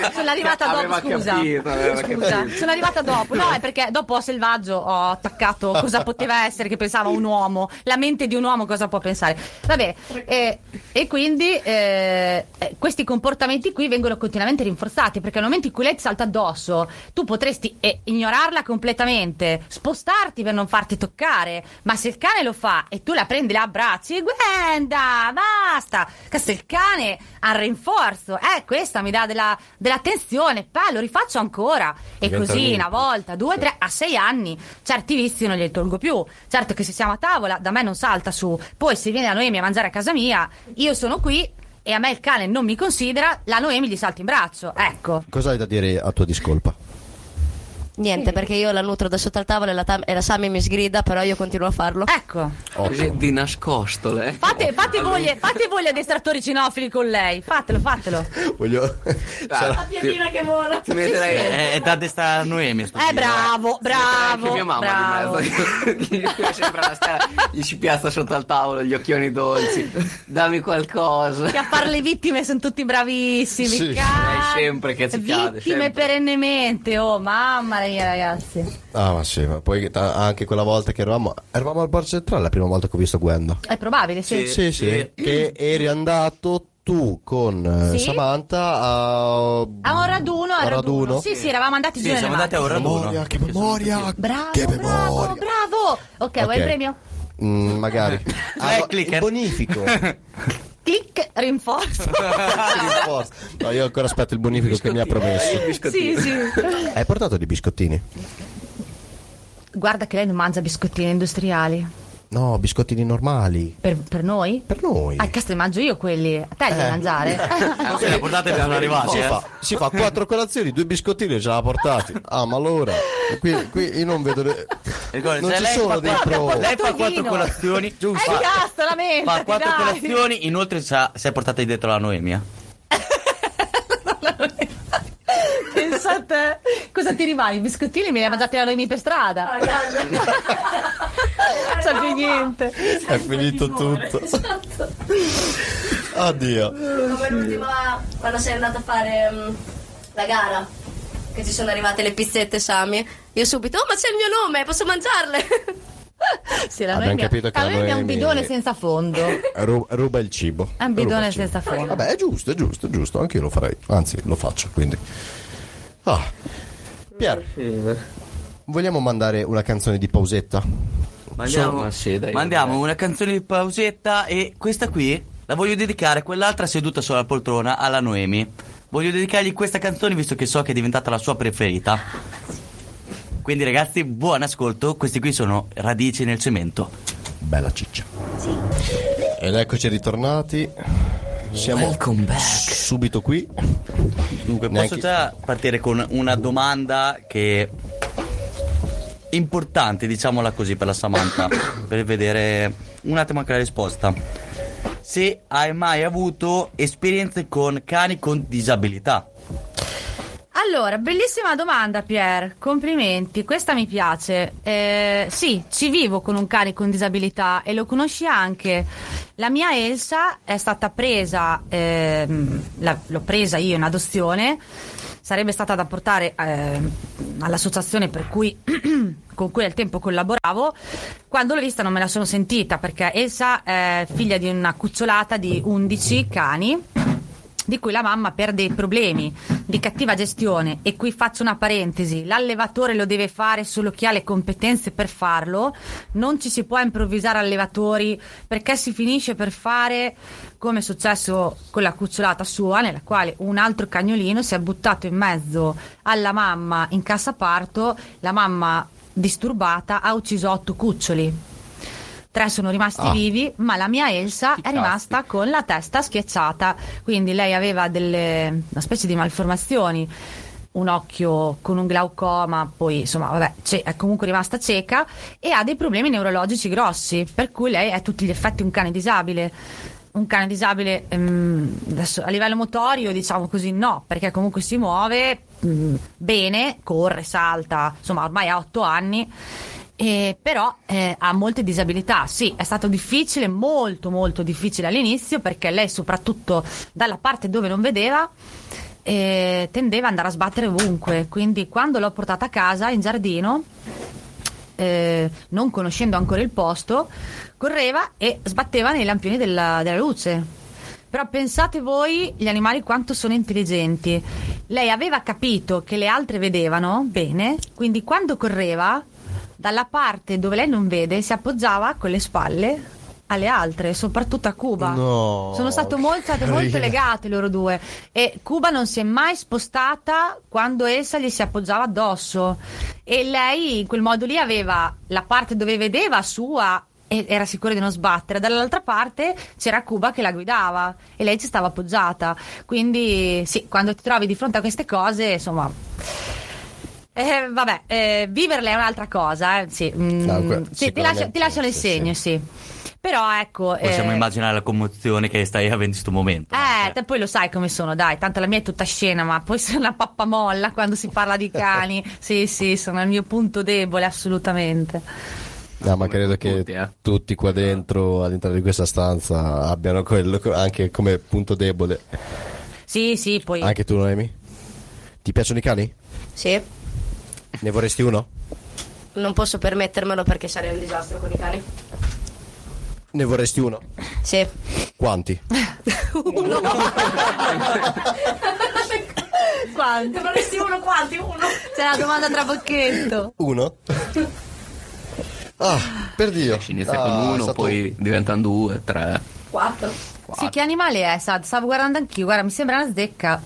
S2: Eh,
S5: Sono arrivata dopo,
S3: Aveva
S5: scusa.
S3: capito, aveva
S5: Scusa,
S3: capito.
S5: sono arrivata dopo. No, è perché dopo a Selvaggio ho attaccato cosa poteva essere che pensava un uomo. La mente di un uomo cosa può pensare. Vabbè, e, e quindi eh, eh, questi comportamenti qui vengono continuamente rinforzati perché nel momento in cui lei ti salta addosso, tu potresti eh, ignorarla completamente, spostarti per non farti toccare. Ma se il cane lo fa e tu la prendi, la abbracci, Gwenda, basta. Cazzo, il cane ha il rinforzo. Eh, questa mi dà della, della tensione. Pa, lo rifaccio ancora. E
S2: Diventa
S5: così,
S2: limpo.
S5: una volta, due, tre, a sei anni. Certi vizi non li tolgo più. Certo che se siamo a tavola, da me non salta su. Poi se viene la Noemi a mangiare a casa mia, io sono qui e a me il cane non mi considera, la Noemi gli salta in braccio. Ecco.
S2: Cosa hai da dire a tua discolpa?
S7: Niente, perché io la nutro da sotto al tavolo e la, tam- e la Sammy mi sgrida, però io continuo a farlo.
S5: Ecco.
S3: Così di nascosto, lei.
S5: Fate, fate, voi, gli- fate voi gli addestratori cinofili con lei. Fatelo, fatelo.
S2: Voglio.
S3: Dai,
S9: piatina che vola.
S3: Cioè, ti eh, metterei-
S1: Eh, È, è da destra Noemi. sto
S5: Eh,
S1: giro,
S5: bravo, bravo.
S3: Anche mia mamma
S5: bravo.
S3: di mezzo. Gli piace sempre la stella, gli ci piazza sotto al tavolo gli occhioni dolci. Dammi qualcosa.
S5: che a fare le vittime sono tutti bravissimi.
S2: Sì.
S5: cazzo.
S3: Lei sempre che ci cade,
S5: Vittime
S3: sempre.
S5: perennemente, oh mamma mia ragazzi.
S2: Ah, ma sì, ma poi ta- anche quella volta che eravamo. Eravamo al bar centrale la prima volta che ho visto Gwenda.
S5: È probabile, sì.
S1: Sì,
S2: Sì, sì. Che eri andato tu con eh,
S5: Sì.
S2: Samantha a.
S5: A un raduno, a un raduno. Sì, sì, eravamo andati
S1: Sì,
S5: giù nelle
S1: siamo andati a un
S5: macchine.
S1: raduno.
S2: Memoria, che memoria!
S5: Bravo,
S2: che
S5: bravo,
S2: memoria!
S5: bravo. ok, vuoi il
S2: Ok.
S5: premio?
S2: Mm, magari. Ah, no,
S1: clicker.
S2: il bonifico.
S5: Clic, rinforzo.
S2: Forza. no, io ancora aspetto il bonifico che mi ha promesso.
S5: sì, sì.
S2: Hai portato dei biscottini?
S5: Guarda che lei non mangia biscottini industriali.
S2: No, biscottini normali.
S5: Per, per noi?
S2: Per noi.
S5: Ah, cazzo, li mangio io quelli. A te li devi mangiare.
S1: Eh, se la portate sono arrivati.
S2: Si
S1: eh.
S2: fa, si fa quattro colazioni, due biscottini e ce l'ha portati. Ah, ma allora, qui, qui io non vedo. le-
S1: Ricorda,
S2: non
S1: se
S2: ci
S1: lei
S2: sono
S1: fa
S2: dei
S1: quattro-
S2: pro.
S1: Lei fa quattro
S5: Toglino.
S1: colazioni.
S5: Giusto. Eh, cazzo, lamentati,
S1: Fa quattro
S5: dai.
S1: colazioni, inoltre sa- si è portata dietro la Noemi. eh.
S5: Pensa a te. Cosa ti rimane? I biscottini me li ha mangiati la Noemi per strada.
S1: Eh,
S5: Non sa più niente.
S2: È finito tutto.
S5: Esatto.
S2: Oddio.
S9: Come l'ultima, quando sei andato a fare mm, la gara.
S7: che ci sono arrivate le pizzette Sami, io subito, oh ma c'è il mio nome, posso mangiarle?
S5: Sì, la
S2: Abbiamo
S5: Noemi-
S2: capito che
S5: la
S2: la
S5: Noemi è un
S2: Noemi-
S5: bidone senza fondo.
S2: Ru- ruba il cibo.
S5: È Ah, un bidone
S2: Ruba il cibo.
S5: senza fondo.
S2: Vabbè, è giusto, è giusto, è giusto. Anche io lo farei. Anzi, lo faccio, quindi. Ah. Pier, vogliamo mandare una canzone di pausetta?
S1: Mandiamo,
S3: Insomma, sì, dai,
S1: mandiamo
S3: vabbè.
S1: una canzone di pausetta e questa qui la voglio dedicare a quell'altra seduta sulla poltrona alla Noemi. Voglio dedicargli questa canzone visto che so che è diventata la sua preferita. Quindi ragazzi, buon ascolto. Questi qui sono Radici nel cemento.
S2: Bella ciccia. Ed eccoci ritornati. Siamo
S3: Welcome back.
S2: subito qui.
S1: Dunque,
S2: Neanche-
S1: posso già partire con una domanda che importante, diciamola così, per la Samantha, per vedere un attimo anche la risposta. Se hai mai avuto esperienze con cani con disabilità?
S5: Allora, bellissima domanda, Pier. Complimenti, questa mi piace. Eh, sì, ci vivo con un cane con disabilità e lo conosci anche. La mia Elsa è stata presa, ehm, la- l'ho presa io in adozione. Sarebbe stata da portare ehm, all'associazione per cui, con cui al tempo collaboravo. Quando l'ho vista non me la sono sentita perché Elsa è figlia di una cucciolata di 11 cani di cui la mamma per dei problemi di cattiva gestione e qui faccio una parentesi l'allevatore lo deve fare solo chi ha le competenze per farlo non ci si può improvvisare allevatori perché si finisce per fare come è successo con la cucciolata sua nella quale un altro cagnolino si è buttato in mezzo alla mamma in cassa parto la mamma disturbata ha ucciso otto cuccioli Tre sono rimasti vivi, ma la mia Elsa è rimasta con la testa schiacciata. Quindi lei aveva delle, una specie di malformazioni, un occhio con un glaucoma, poi insomma, vabbè, ce- è comunque rimasta cieca e ha dei problemi neurologici grossi, per cui lei è a tutti gli effetti un cane disabile. Un cane disabile ehm, adesso, a livello motorio, diciamo così, no, perché comunque si muove mm, bene, corre, salta, insomma, ormai ha otto anni. Eh, però eh, ha molte disabilità, sì, è stato difficile, molto molto difficile all'inizio perché lei soprattutto dalla parte dove non vedeva eh, tendeva ad andare a sbattere ovunque, quindi quando l'ho portata a casa in giardino, eh, non conoscendo ancora il posto, correva e sbatteva nei lampioni della, della luce. Però pensate voi gli animali quanto sono intelligenti. Lei aveva capito che le altre vedevano bene, quindi quando correva, dalla parte dove lei non vede, si appoggiava con le spalle alle altre, soprattutto a Cuba.
S2: No,
S5: sono stato molto, state molto
S2: carina.
S5: legate loro due. E Cuba non si è mai spostata quando Elsa gli si appoggiava addosso. E lei in quel modo lì aveva la parte dove vedeva sua e era sicura di non sbattere. Dall'altra parte c'era Cuba che la guidava e lei ci stava appoggiata. Quindi sì, quando ti trovi di fronte a queste cose, insomma... eh, vabbè, eh, viverle è un'altra cosa, eh, sì. mm,
S2: No, que-
S5: sì, ti,
S2: sicuramente,
S5: lascia- ti lasciano il
S2: sì,
S5: segno, sì. Però ecco...
S1: Possiamo
S5: eh,
S1: immaginare la commozione che stai avendo in questo momento.
S5: eh, te poi lo sai come sono, dai, tanto la mia è tutta scena, ma poi sono una pappamolla quando si parla di cani. sì, sì, sono il mio punto debole, assolutamente.
S2: No, ma credo che
S3: tutti, eh.
S2: tutti qua dentro, all'interno di questa stanza, abbiano quello co- anche come punto debole.
S5: Sì, sì, poi
S2: Anche tu, Noemi? Ti piacciono i cani?
S7: sì,
S2: Ne vorresti uno?
S7: non posso permettermelo perché sarei un disastro con i cani.
S2: Ne vorresti uno?
S7: Sì.
S2: Quanti?
S5: quanti?
S9: Dovresti uno quanti? Uno.
S5: C'è la domanda tra bocchetto.
S2: Uno? Ah, per Dio.
S3: Ci inizia
S2: Ah,
S3: con
S2: è
S3: uno,
S2: stato-
S3: poi diventano due, tre.
S9: Quattro.
S5: Sì, che animale è, Sad? Stavo guardando anch'io, guarda, mi sembra una zecca.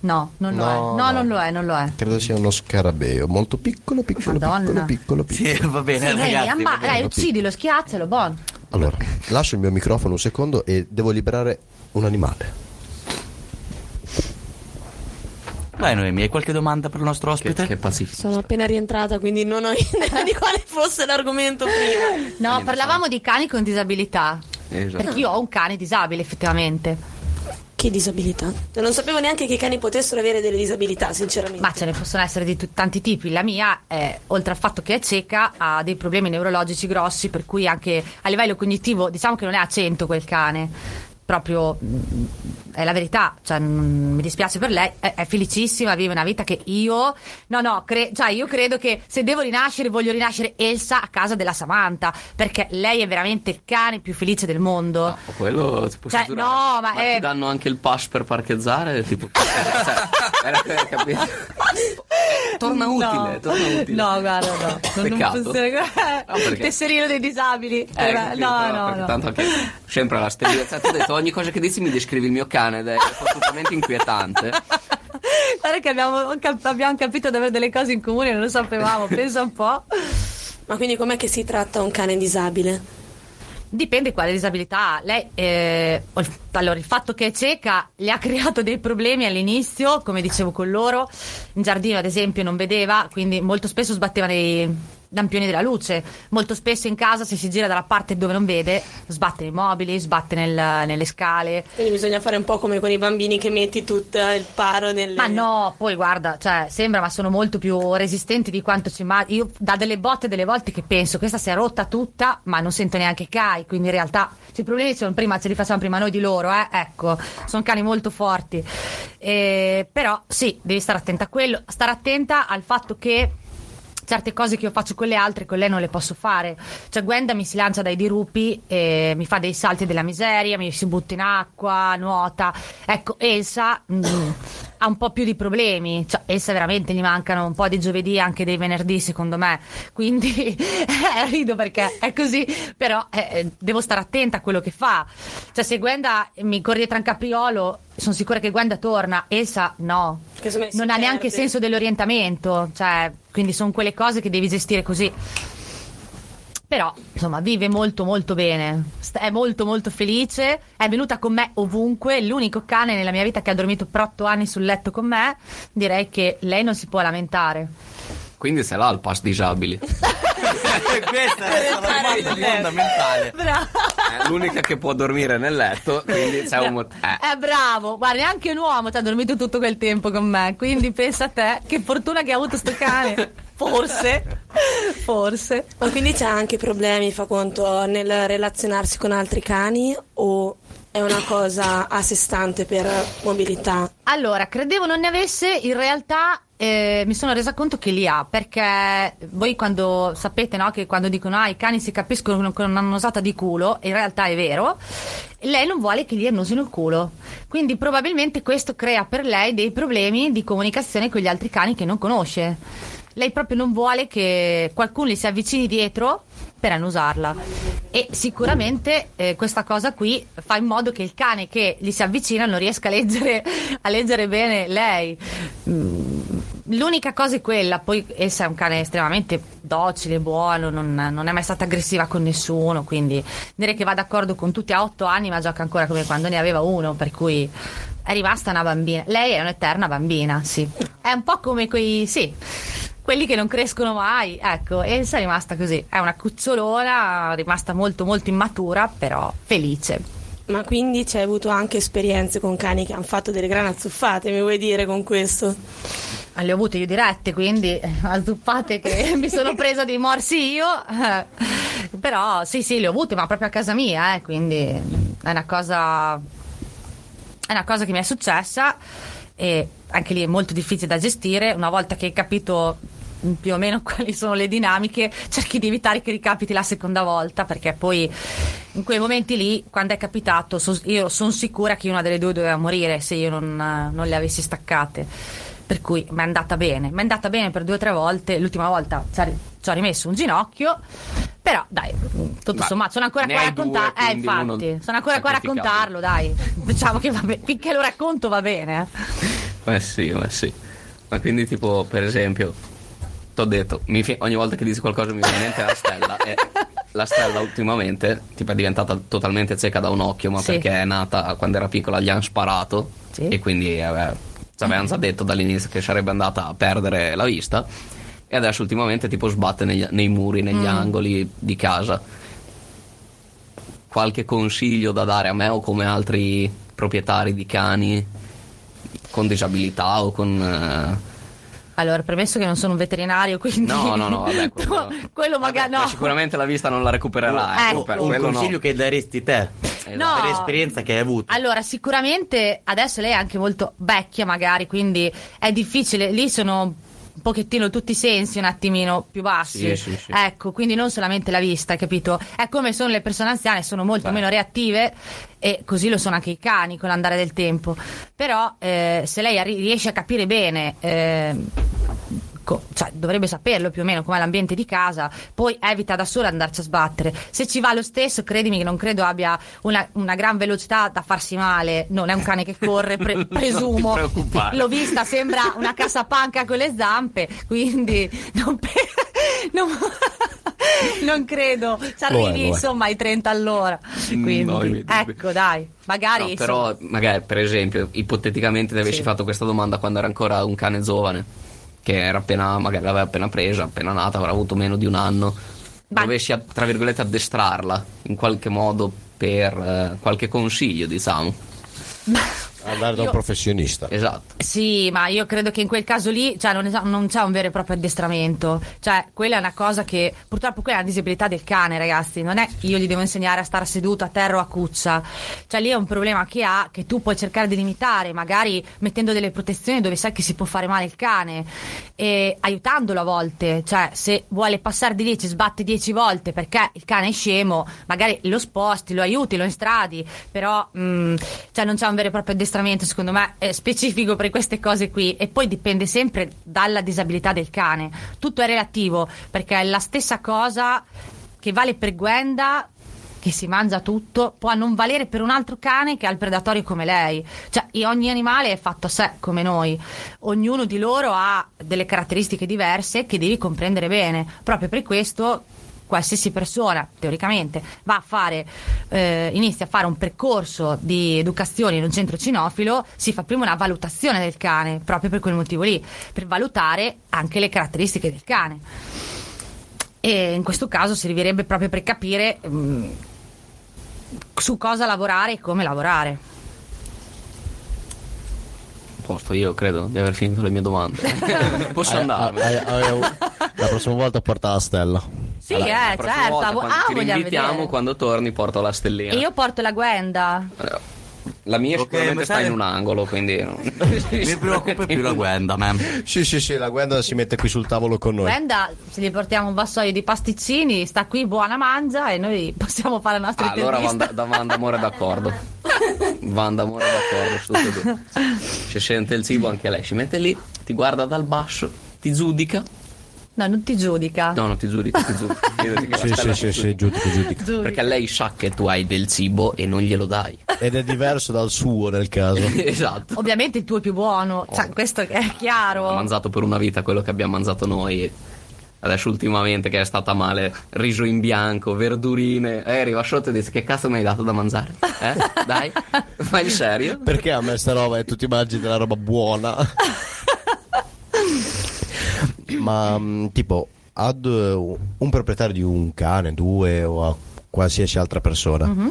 S5: No, non lo
S2: No,
S5: è. No,
S2: no.
S5: non lo è, non lo è.
S2: Credo sia uno scarabeo, molto piccolo, piccolo,
S5: Madonna.
S2: piccolo, piccolo, piccolo.
S1: Sì, va bene,
S5: Sì, dai,
S1: eh, ragazzi.
S5: amba-
S1: va bene.
S5: dai, uccidilo, schiaccialo, buon.
S2: Allora, lascio il mio microfono un secondo e devo liberare un animale.
S1: Vai Noemi, hai qualche domanda per il nostro
S3: Che,
S1: ospite?
S3: che pacifico.
S9: Sono appena rientrata, quindi non ho idea di quale fosse l'argomento prima.
S5: No, parlavamo di cani con disabilità.
S3: Esatto.
S5: Perché io ho un cane disabile, effettivamente.
S9: Che disabilità? Cioè, non sapevo neanche che i cani potessero avere delle disabilità, sinceramente.
S5: Ma certo. ce ne possono essere di tut- tanti tipi. La mia, eh, oltre al fatto che è cieca, ha dei problemi neurologici grossi, per cui anche a livello cognitivo diciamo che non è a 100 quel cane. proprio mh, è la verità, cioè, mh, mi dispiace per lei, è, è felicissima, vive una vita che io no no, cre- cioè io credo che se devo rinascere voglio rinascere Elsa a casa della Samantha, perché lei è veramente il cane più felice del mondo.
S3: No, Ah, quello ti posso
S5: Cioè,
S3: giurare.
S5: no, ma è-
S3: ti danno anche il pass per parcheggiare, tipo cioè, era per capire. Torna utile, torna utile.
S10: No, guarda, no. Non, non
S3: Peccato.
S10: funziona.
S3: No, perché-
S10: Tesserino dei disabili.
S3: Eh,
S10: Ora-
S3: capito,
S10: no,
S3: no,
S10: no,
S3: perché
S10: no.
S3: Tanto che sempre la stessa. Cioè, ti ho detto, ogni cosa che dici mi descrivi il mio cane ed è assolutamente inquietante.
S10: Guarda che abbiamo, cap- abbiamo capito di avere delle cose in comune, non lo sapevamo, pensa un po'.
S9: Ma quindi com'è che si tratta un cane disabile?
S5: Dipende quale disabilità ha. Lei, eh, ol- allora, il fatto che è cieca le ha creato dei problemi all'inizio, come dicevo con loro. In giardino, ad esempio, non vedeva, quindi molto spesso sbatteva nei lampioni della luce. Molto spesso in casa, se si gira dalla parte dove non vede, sbatte nei mobili, sbatte nel- nelle scale.
S9: Quindi bisogna fare un po' come con i bambini che metti tutto il paro nel...
S5: Ma no, poi guarda, cioè, sembra, ma sono molto più resistenti di quanto ci immagino. Io da delle botte delle volte che penso, questa si è rotta tutta, ma non sento neanche Kai, quindi in realtà se i problemi sono prima, ce li facciamo prima noi di loro, eh, ecco, sono cani molto forti. Eh, però sì, devi stare attenta a quello, stare attenta al fatto che certe cose che io faccio con le altre con lei non le posso fare cioè Gwenda mi si lancia dai dirupi e mi fa dei salti della miseria mi si butta in acqua nuota ecco Elsa mm, ha un po' più di problemi cioè Elsa veramente gli mancano un po' di giovedì e anche dei venerdì secondo me quindi eh, rido perché è così però eh, eh, devo stare attenta a quello che fa cioè se Gwenda mi corre dietro a un capriolo sono sicura che Gwenda torna Elsa no
S9: Che secondo me si
S5: non ha
S9: perde.
S5: neanche senso dell'orientamento, cioè, quindi sono quelle cose che devi gestire così. Però, insomma, vive molto molto bene, Sta- è molto molto felice, è venuta con me ovunque, è l'unico cane nella mia vita che ha dormito per otto anni sul letto con me, direi che lei non si può lamentare.
S3: Quindi se l'ha il pass disabili.
S1: Questa è la domanda fondamentale.
S3: È l'unica che può dormire nel letto, quindi c'è un mot- eh.
S5: È bravo, guarda, neanche un uomo ci ha dormito tutto quel tempo con me, quindi pensa a te, che fortuna che ha avuto sto cane. Forse, forse.
S9: Ma quindi c'ha anche problemi, fa conto, nel relazionarsi con altri cani o è una cosa a sé stante per mobilità?
S5: Allora, credevo non ne avesse, in realtà eh, mi sono resa conto che li ha, perché voi quando sapete no, che quando dicono ah i cani si capiscono con una nosata di culo, in realtà è vero, lei non vuole che gli annusino il culo, quindi probabilmente questo crea per lei dei problemi di comunicazione con gli altri cani che non conosce. Lei proprio non vuole che qualcuno gli si avvicini dietro per annusarla e sicuramente eh, questa cosa qui fa in modo che il cane che gli si avvicina non riesca a leggere, a leggere bene lei. Mm, L'unica cosa è quella, poi essa è un cane estremamente docile, buono, non, non è mai stata aggressiva con nessuno, quindi direi che va d'accordo con tutti, ha otto anni ma gioca ancora come quando ne aveva uno, per cui è rimasta una bambina. Lei è un'eterna bambina, sì. È un po' come quei... sì quelli che non crescono mai. Ecco, Elsa è rimasta così. È una cucciolona, rimasta molto, molto immatura, però felice.
S9: Ma quindi c'hai avuto anche esperienze con cani che hanno fatto delle grane azzuffate, mi vuoi dire con questo?
S5: Ah, Le ho avute io dirette, quindi eh, azzuppate che mi sono presa dei morsi io. eh. Però sì, sì, le ho avute, ma proprio a casa mia, eh, quindi è una cosa. È una cosa che mi è successa e anche lì è molto difficile da gestire. Una volta che hai capito mm, più o meno quali sono le dinamiche, cerchi di evitare che ricapiti la seconda volta, perché poi in quei momenti lì, quando è capitato, so- io sono sicura che una delle due doveva morire se io non, eh, non le avessi staccate. Per cui mi è andata bene, mi è andata bene per due o tre volte. L'ultima volta ci ha ri- ci ho rimesso un ginocchio. Però dai, tutto
S3: Ma
S5: sommato, sono ancora
S3: ne
S5: qua a
S3: hai due,
S5: raccontare. Eh,
S3: quindi uno
S5: infatti, sono ancora qua a
S3: sacrificabile.
S5: raccontarlo, dai. Diciamo che va bene. Finché lo racconto va bene. eh.
S3: Ma sì, ma sì. Ma quindi tipo, per esempio, t'ho detto, mi fi- ogni volta che dici qualcosa mi viene in mente la stella e la stella ultimamente tipo, è diventata totalmente cieca da un occhio, ma
S5: Sì.
S3: perché è nata quando era piccola gli hanno sparato
S5: Sì.
S3: e quindi eh, beh, ci avevano già detto dall'inizio che sarebbe andata a perdere la vista e adesso ultimamente tipo sbatte negli- nei muri,
S5: Mm.
S3: negli angoli di casa. Qualche consiglio da dare a me o come altri proprietari di cani con disabilità o con... eh,
S5: Allora, premesso che non sono un veterinario, quindi.
S3: No, no, no, vabbè, quello,
S5: quello magari
S3: Vabbè,
S5: no.
S3: Sicuramente la vista non la recupererà, ecco,
S5: Ecco.
S3: per
S5: Un
S1: Un
S3: quello
S1: consiglio
S3: no.
S1: che daresti te.
S3: Esatto.
S1: per l'esperienza che hai avuto.
S5: Allora, sicuramente adesso lei è anche molto vecchia, magari, quindi è difficile. Lì sono un pochettino tutti i sensi un attimino più bassi.
S3: Sì, sì, sì.
S5: Ecco, quindi non solamente la vista, capito? È come sono le persone anziane, sono molto
S3: Beh.
S5: meno reattive e così lo sono anche i cani con l'andare del tempo. Però eh, se lei arri- riesce a capire bene eh, co- cioè, dovrebbe saperlo più o meno com'è l'ambiente di casa, poi evita da sola andarci a sbattere. Se ci va lo stesso, credimi che non credo abbia una, una gran velocità da farsi male, non è un cane che corre, pre-
S3: Non ti
S5: presumo.
S3: preoccupare.
S5: L'ho vista, sembra una cassapanca con le zampe, quindi non, pe- non- non credo ci
S2: Lo è,
S5: arrivi
S2: lo è.
S5: insomma ai 30 all'ora.
S3: Mm,
S5: Quindi,
S3: no, i miei dubbi.
S5: ecco dai, magari...
S3: No,
S5: insomma-
S3: però, magari, per esempio, ipoteticamente ti avessi
S5: Sì.
S3: fatto questa domanda quando era ancora un cane giovane, che era appena, magari l'aveva appena presa, appena nata, avrà avuto meno di un anno,
S5: Ma-
S3: dovessi, a- tra virgolette, addestrarla in qualche modo per eh, qualche consiglio, diciamo.
S2: Andare da un
S5: Io-
S2: professionista.
S3: Esatto.
S5: Sì, ma io credo che in quel caso lì cioè, non, es- non c'è un vero e proprio addestramento. Cioè, quella è una cosa che purtroppo quella è una disabilità del cane, ragazzi. Non è che io gli devo insegnare a stare seduto a terra o a cuccia. Cioè, lì è un problema che ha che tu puoi cercare di limitare, magari mettendo delle protezioni dove sai che si può fare male il cane e aiutandolo a volte. Cioè, se vuole passare di lì ci sbatte dieci volte perché il cane è scemo, magari lo sposti, lo aiuti, lo instradi, però mm, cioè non c'è un vero e proprio addestramento, secondo me, eh, specifico per queste cose qui. E poi dipende sempre dalla disabilità del cane. Tutto è relativo, perché è la stessa cosa che vale per Gwenda che si mangia tutto, può non valere per un altro cane che ha il predatorio come lei. Cioè, e ogni animale è fatto a sé come noi. Ognuno di loro ha delle caratteristiche diverse che devi comprendere bene. Proprio per questo qualsiasi persona teoricamente va a fare eh, inizia a fare un percorso di educazione in un centro cinofilo si fa prima una valutazione del cane proprio per quel motivo lì per valutare anche le caratteristiche del cane e in questo caso servirebbe proprio per capire mm, su cosa lavorare e come lavorare.
S3: A Posto, io credo di aver finito le mie domande. Posso
S2: Ah,
S3: andarmene?
S2: ah, ah, ah, ah, la prossima volta porta la stella.
S5: Sì,
S3: Allora, la
S5: eh,
S3: prossima
S5: certo.
S3: volta,
S5: vo-
S3: quando
S5: ah,
S3: ti
S5: vogliamo
S3: rinvitiamo,
S5: vedere.
S3: quando torni porto la stellina.
S5: E io porto la Gwenda.
S3: Eh, La mia
S1: Ok,
S3: sicuramente
S1: ma
S3: sta
S1: sai-
S3: in un angolo, quindi...
S1: Mi preoccupa più la Gwenda, ma'am.
S2: Sì, sì, sì, la Gwenda si mette qui sul tavolo con noi.
S5: Gwenda, se gli portiamo un vassoio di pasticcini, sta qui buona mangia e noi possiamo fare la nostra
S3: Ah, allora
S5: intervista.
S3: Vanda, da Vanda Amore d'accordo. Vanda Amore d'accordo su tutte e due. Se sente il cibo anche lei si mette lì, ti guarda dal basso, ti giudica.
S5: No, non ti giudica.
S3: No, non ti giudica, ti giudica. Vedete che la
S2: Sì,
S3: stella
S2: sì,
S3: ti
S2: sì, sì,
S3: giudica.
S2: giudica, giudica.
S5: Giudica.
S3: Perché lei sa che tu hai del cibo e non glielo dai.
S2: Ed è diverso dal suo nel caso.
S3: esatto.
S5: Ovviamente il tuo è più buono,
S3: Oh.
S5: cioè, questo è
S3: Ha
S5: chiaro.
S3: mangiato per una vita quello che abbiamo mangiato noi. e Adesso ultimamente che è stata male, riso in bianco, verdurine. E arriva sotto e dice che cazzo mi hai dato da mangiare? Eh? Dai, fai il serio?
S2: Perché a me sta roba e tu ti mangi della roba buona? Ma mh, tipo, ad eh, un proprietario di un cane, due o a qualsiasi altra persona,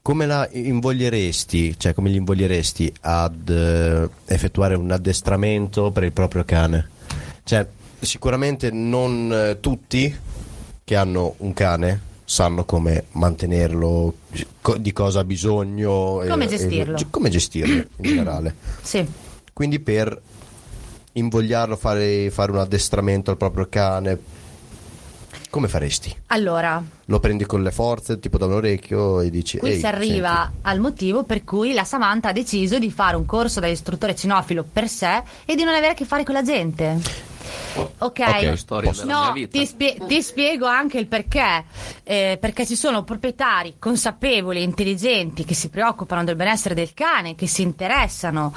S2: come la invoglieresti, cioè come gli invoglieresti ad eh, effettuare un addestramento per il proprio cane? Cioè, sicuramente non eh, tutti che hanno un cane sanno come mantenerlo, co- di cosa ha bisogno, e-
S5: Come
S2: e-
S5: gestirlo.
S2: gi- come gestirlo in generale.
S5: Sì.
S2: Quindi per invogliarlo a fare, fare un addestramento al proprio cane, come faresti?
S5: Allora,
S2: Lo prendi con le forze, tipo da un orecchio e dici...
S5: Qui
S2: "Ehi,
S5: si arriva
S2: senti".
S5: al motivo per cui la Samantha ha deciso di fare un corso da istruttore cinofilo per sé e di non avere a che fare con la gente. Ok,
S2: Ok,
S3: Storia
S2: Posso-
S3: della mia
S5: No,
S3: vita.
S5: ti, spie- ti spiego anche il perché. Eh, perché ci sono proprietari consapevoli, intelligenti, che si preoccupano del benessere del cane, che si interessano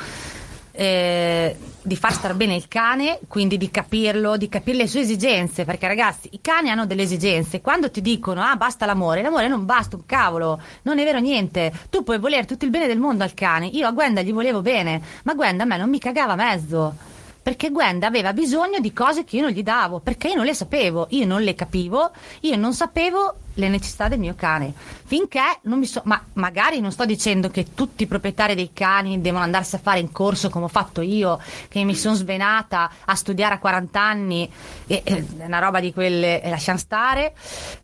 S5: eh, di far star bene il cane, quindi di capirlo, di capire le sue esigenze. Perché ragazzi, i cani hanno delle esigenze. Quando ti dicono, ah, basta l'amore, l'amore non basta un cavolo, non è vero niente. Tu puoi voler tutto il bene del mondo al cane. Io a Gwenda gli volevo bene, ma Gwenda a me non mi cagava mezzo perché Gwenda aveva bisogno di cose che io non gli davo, perché io non le sapevo, io non le capivo, io non sapevo le necessità del mio cane. Finché non mi so. Ma magari non sto dicendo che tutti i proprietari dei cani devono andarsi a fare in corso come ho fatto io, che mi sono svenata a studiare a 40 anni, e, e- è una roba di quelle eh, lasciamo stare.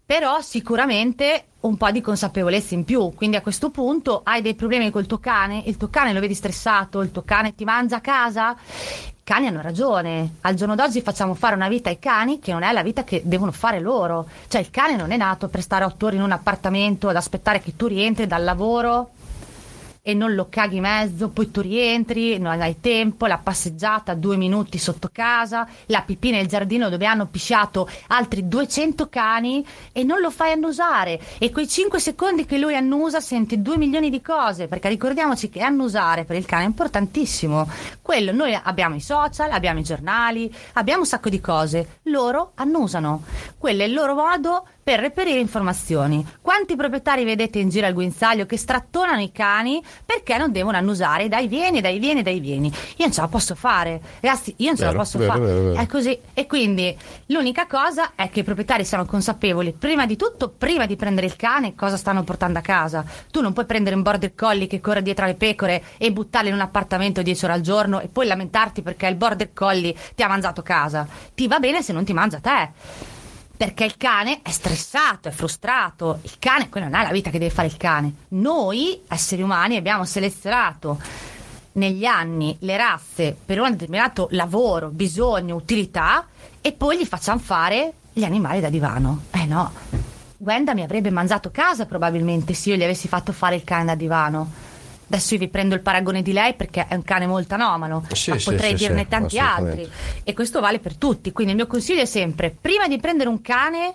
S5: Però sicuramente un po' di consapevolezza in più. Quindi a questo punto hai dei problemi col tuo cane, il tuo cane lo vedi stressato, il tuo cane ti mangia a casa. I cani hanno ragione. Al giorno d'oggi facciamo fare una vita ai cani che non è la vita che devono fare loro. Cioè il cane non è nato per stare otto ore in un appartamento ad aspettare che tu rientri dal lavoro e non lo caghi in mezzo, poi tu rientri, non hai tempo, la passeggiata due minuti sotto casa, la pipì nel giardino dove hanno pisciato altri 200 cani e non lo fai annusare e quei 5 secondi che lui annusa senti 2 milioni di cose perché ricordiamoci che annusare per il cane è importantissimo quello noi abbiamo i social, abbiamo i giornali abbiamo un sacco di cose loro annusano, quello è il loro modo per reperire informazioni quanti proprietari vedete in giro al guinzaglio che strattonano i cani perché non devono annusare dai vieni, dai vieni, dai vieni io non ce la posso fare ragazzi io non ce la
S2: Vero,
S5: posso
S2: vero,
S5: fare
S2: vero, vero.
S5: È così. E quindi l'unica cosa è che i proprietari siano consapevoli, prima di tutto, prima di prendere il cane, cosa stanno portando a casa. Tu non puoi prendere un border collie che corre dietro alle pecore e buttarlo in un appartamento 10 ore al giorno e poi lamentarti perché il border collie ti ha mangiato casa. Ti va bene se non ti mangia te. Perché il cane è stressato, è frustrato. Il cane, quella non è la vita che deve fare il cane. Noi, esseri umani, abbiamo selezionato negli anni le razze per un determinato lavoro, bisogno, utilità e poi gli facciamo fare gli animali da divano. Eh no, Gwenda mi avrebbe mangiato casa probabilmente se io gli avessi fatto fare il cane da divano. Adesso io vi prendo il paragone di lei perché è un cane molto anomalo,
S2: Eh, Sì,
S5: ma
S2: sì,
S5: potrei
S2: sì, sì,
S5: dirne tanti
S2: assolutamente.
S5: altri. E questo vale per tutti. Quindi il mio consiglio è sempre: prima di prendere un cane,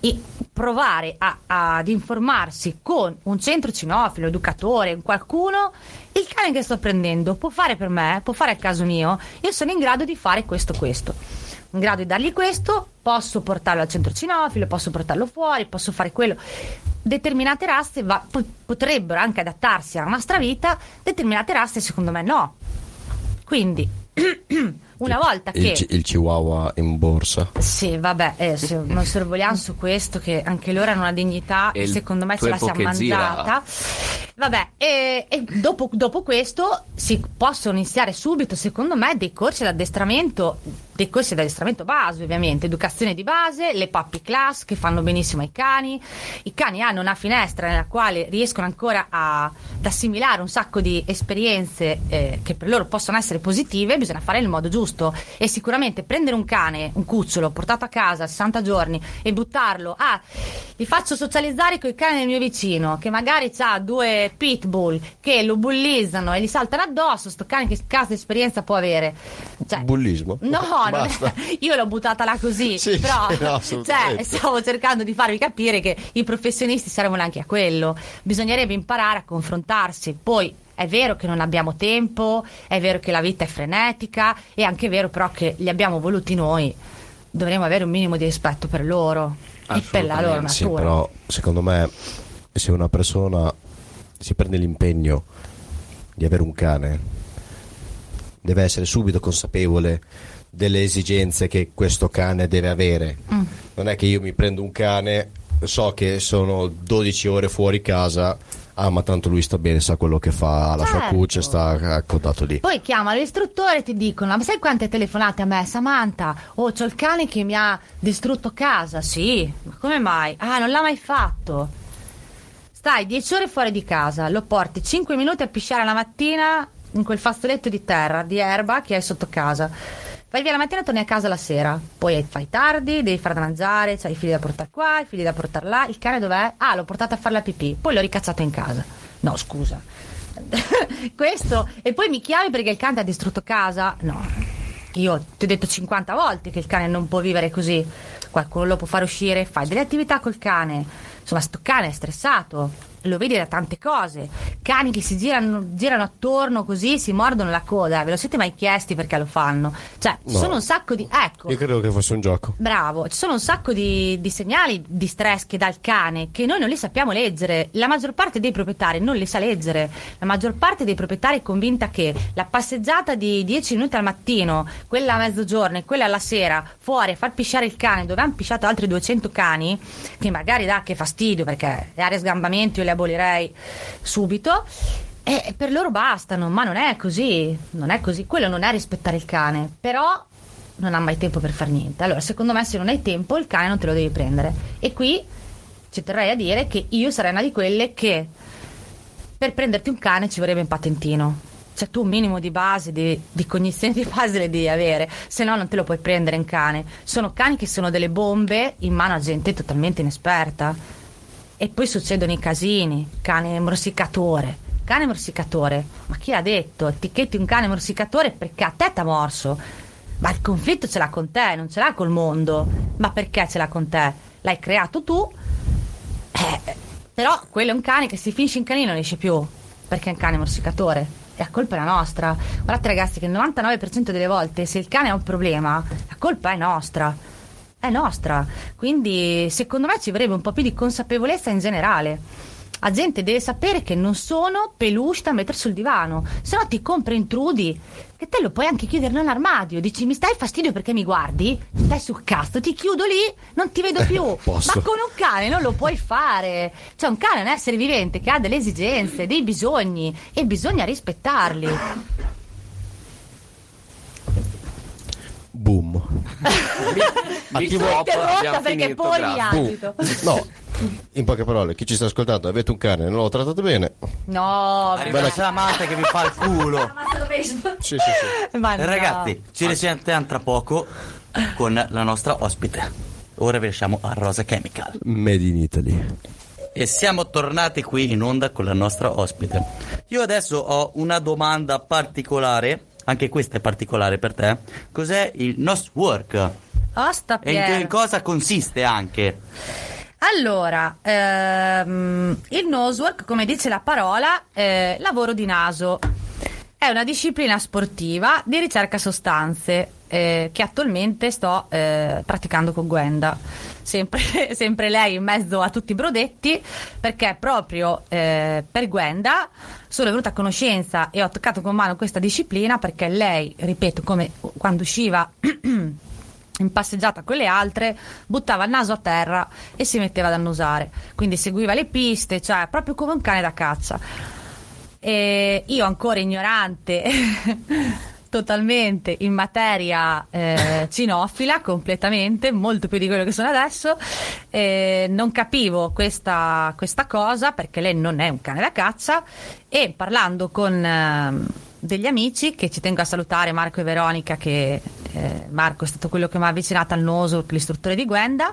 S5: e provare a- a- ad informarsi con un centro cinofilo, educatore, un qualcuno, il cane che sto prendendo può fare per me, può fare al caso mio, io sono in grado di fare questo, questo. In grado di dargli questo, posso portarlo al centro cinofilo, posso portarlo fuori, posso fare quello. Determinate razze va- po- potrebbero anche adattarsi alla nostra vita, determinate razze secondo me no. Quindi, una volta che...
S2: Il, il chihuahua in borsa.
S5: Sì, vabbè, eh, se- non sorvoliamo su questo che anche loro hanno una dignità
S3: E
S5: e
S3: il
S5: secondo me ce la
S3: tempo
S5: siamo
S3: che gira.
S5: mangiata. Vabbè, e, e dopo, dopo questo si possono iniziare subito, secondo me, dei corsi di addestramento, dei corsi di addestramento base ovviamente, educazione di base, le puppy class che fanno benissimo ai cani, i cani hanno una finestra nella quale riescono ancora a- ad assimilare un sacco di esperienze eh, che per loro possono essere positive, bisogna fare nel modo giusto e sicuramente prendere un cane, un cucciolo portato a casa a 60 giorni e buttarlo, ah, li faccio socializzare con i cani del mio vicino che magari ha due pitbull che lo bullizzano e gli saltano addosso, sto cane che casa esperienza può avere? Cioè,
S2: Bullismo.
S5: No, non è-
S2: Basta.
S5: io l'ho buttata là così,
S2: Sì,
S5: però
S2: sì, no,
S5: cioè,
S2: assolutamente.
S5: stavo cercando di farvi capire che i professionisti servono anche a quello. Bisognerebbe imparare a confrontarsi. Poi è vero che non abbiamo tempo, è vero che la vita è frenetica, è anche vero però che li abbiamo voluti noi. Dovremmo avere un minimo di rispetto per loro e per la loro natura.
S2: Sì, però secondo me se una persona si prende l'impegno di avere un cane, deve essere subito consapevole delle esigenze che questo cane deve avere.
S5: Mm.
S2: Non è che io mi prendo un cane, so che sono 12 ore fuori casa, ah ma tanto lui sta bene, sa quello che fa, ha la sua
S5: Certo.
S2: cuccia, sta accodato lì.
S5: Poi chiamano l'istruttore e ti dicono: Ma sai quante telefonate a me, Samantha? Oh, c'ho il cane che mi ha distrutto casa. Sì, ma come mai? Ah, non l'ha mai fatto. Stai 10 ore fuori di casa, lo porti 5 minuti a pisciare la mattina in quel fazzoletto di terra, di erba che hai sotto casa. Vai via la mattina e torni a casa la sera. Poi fai tardi, devi far da mangiare, c'hai i figli da portare qua, i figli da portare là. Il cane dov'è? Ah, l'ho portato a fare la pipì, poi l'ho ricacciato in casa. No, scusa. Questo. E poi mi chiami perché il cane ti ha distrutto casa? No. Io ti ho detto 50 volte che il cane non può vivere così. Qualcuno lo può far uscire, fai delle attività col cane. Insomma, sto cane è stressato. lo vedi da tante cose. Cani che si girano, girano attorno così, si mordono la coda. Ve lo siete mai chiesti perché lo fanno? Cioè, ci
S2: No.
S5: sono un sacco di. Ecco.
S2: Io credo che fosse un gioco.
S5: Bravo, ci sono un sacco di, di segnali di stress che dà il cane che noi non li sappiamo leggere. La maggior parte dei proprietari non li sa leggere. La maggior parte dei proprietari è convinta che la passeggiata di 10 minuti al mattino, quella a mezzogiorno e quella alla sera, fuori a far pisciare il cane dove hanno pisciato altri 200 cani, che magari dà che fastidio perché le aree sgambamento io le abolirei subito. E per loro bastano, ma non è così, non è così, quello non è rispettare il cane, però non ha mai tempo per far niente. Allora, secondo me, se non hai tempo, il cane non te lo devi prendere. E qui ci terrei a dire che io sarei una di quelle che per prenderti un cane ci vorrebbe un patentino. Cioè, tu un minimo di base, di, di cognizione di base le devi avere, se no non te lo puoi prendere in cane. Sono cani che sono delle bombe in mano a gente totalmente inesperta. E poi succedono i casini, cane morsicatore. Cane morsicatore, ma chi l'ha detto? Etichetti un cane morsicatore perché a te t'ha morso. Ma il conflitto ce l'ha con te, non ce l'ha col mondo. Ma perché ce l'ha con te? L'hai creato tu. Eh, però quello è un cane che si finisce in canino non esce più, perché è un cane morsicatore. E la colpa è la nostra. Guardate ragazzi che il 99% delle volte se il cane ha un problema, la colpa è nostra è nostra. Quindi secondo me ci vorrebbe un po' più di consapevolezza in generale. La gente deve sapere che non sono peluche da mettere sul divano, se no ti compri intrudi che te lo puoi anche chiudere nell'armadio. Dici mi stai fastidio perché mi guardi? Stai sul cazzo, ti chiudo lì, non ti vedo più.
S2: posso.
S5: Ma con un cane non lo puoi fare. Cioè un cane è un essere vivente che ha delle esigenze, dei bisogni e bisogna rispettarli.
S2: Boom. Attivo-
S3: Dopo
S5: Interrotta
S3: abbiamo
S5: perché
S3: finito,
S5: poi mi
S3: grazie.
S5: agito.
S2: No, in poche parole, chi ci sta ascoltando, avete un cane, non l'ho trattato bene.
S5: No,
S1: Arriva la Samantha che vi fa il culo.
S2: Sì, sì, sì.
S5: ma no.
S1: Ragazzi, ci risentiamo tra poco con la nostra ospite. Ora vi lasciamo a Rosa Chemical.
S2: Made in Italy.
S1: E siamo tornati qui in onda con la nostra ospite. Io adesso ho una domanda particolare. Anche questa è particolare per te. Cos'è il Nos Work?
S5: Osta
S1: E in
S5: Pier.
S1: che cosa consiste anche?
S5: Allora, ehm, il nosework, come dice la parola, eh, lavoro di naso. È una disciplina sportiva di ricerca sostanze eh, che attualmente sto eh, praticando con Gwenda. Sempre, sempre lei in mezzo a tutti i brodetti, perché proprio eh, per Gwenda sono venuta a conoscenza e ho toccato con mano questa disciplina perché lei, ripeto, come quando usciva in passeggiata con le altre, buttava il naso a terra e si metteva ad annusare. Quindi seguiva le piste, cioè proprio come un cane da caccia. E io ancora ignorante. Totalmente in materia eh, cinofila, completamente, molto più di quello che sono adesso. eh, non capivo questa, questa cosa perché lei non è un cane da caccia. E parlando con ehm, degli amici, che ci tengo a salutare Marco e Veronica, che eh, Marco è stato quello che mi ha avvicinato al Noso, l'istruttore di Gwenda.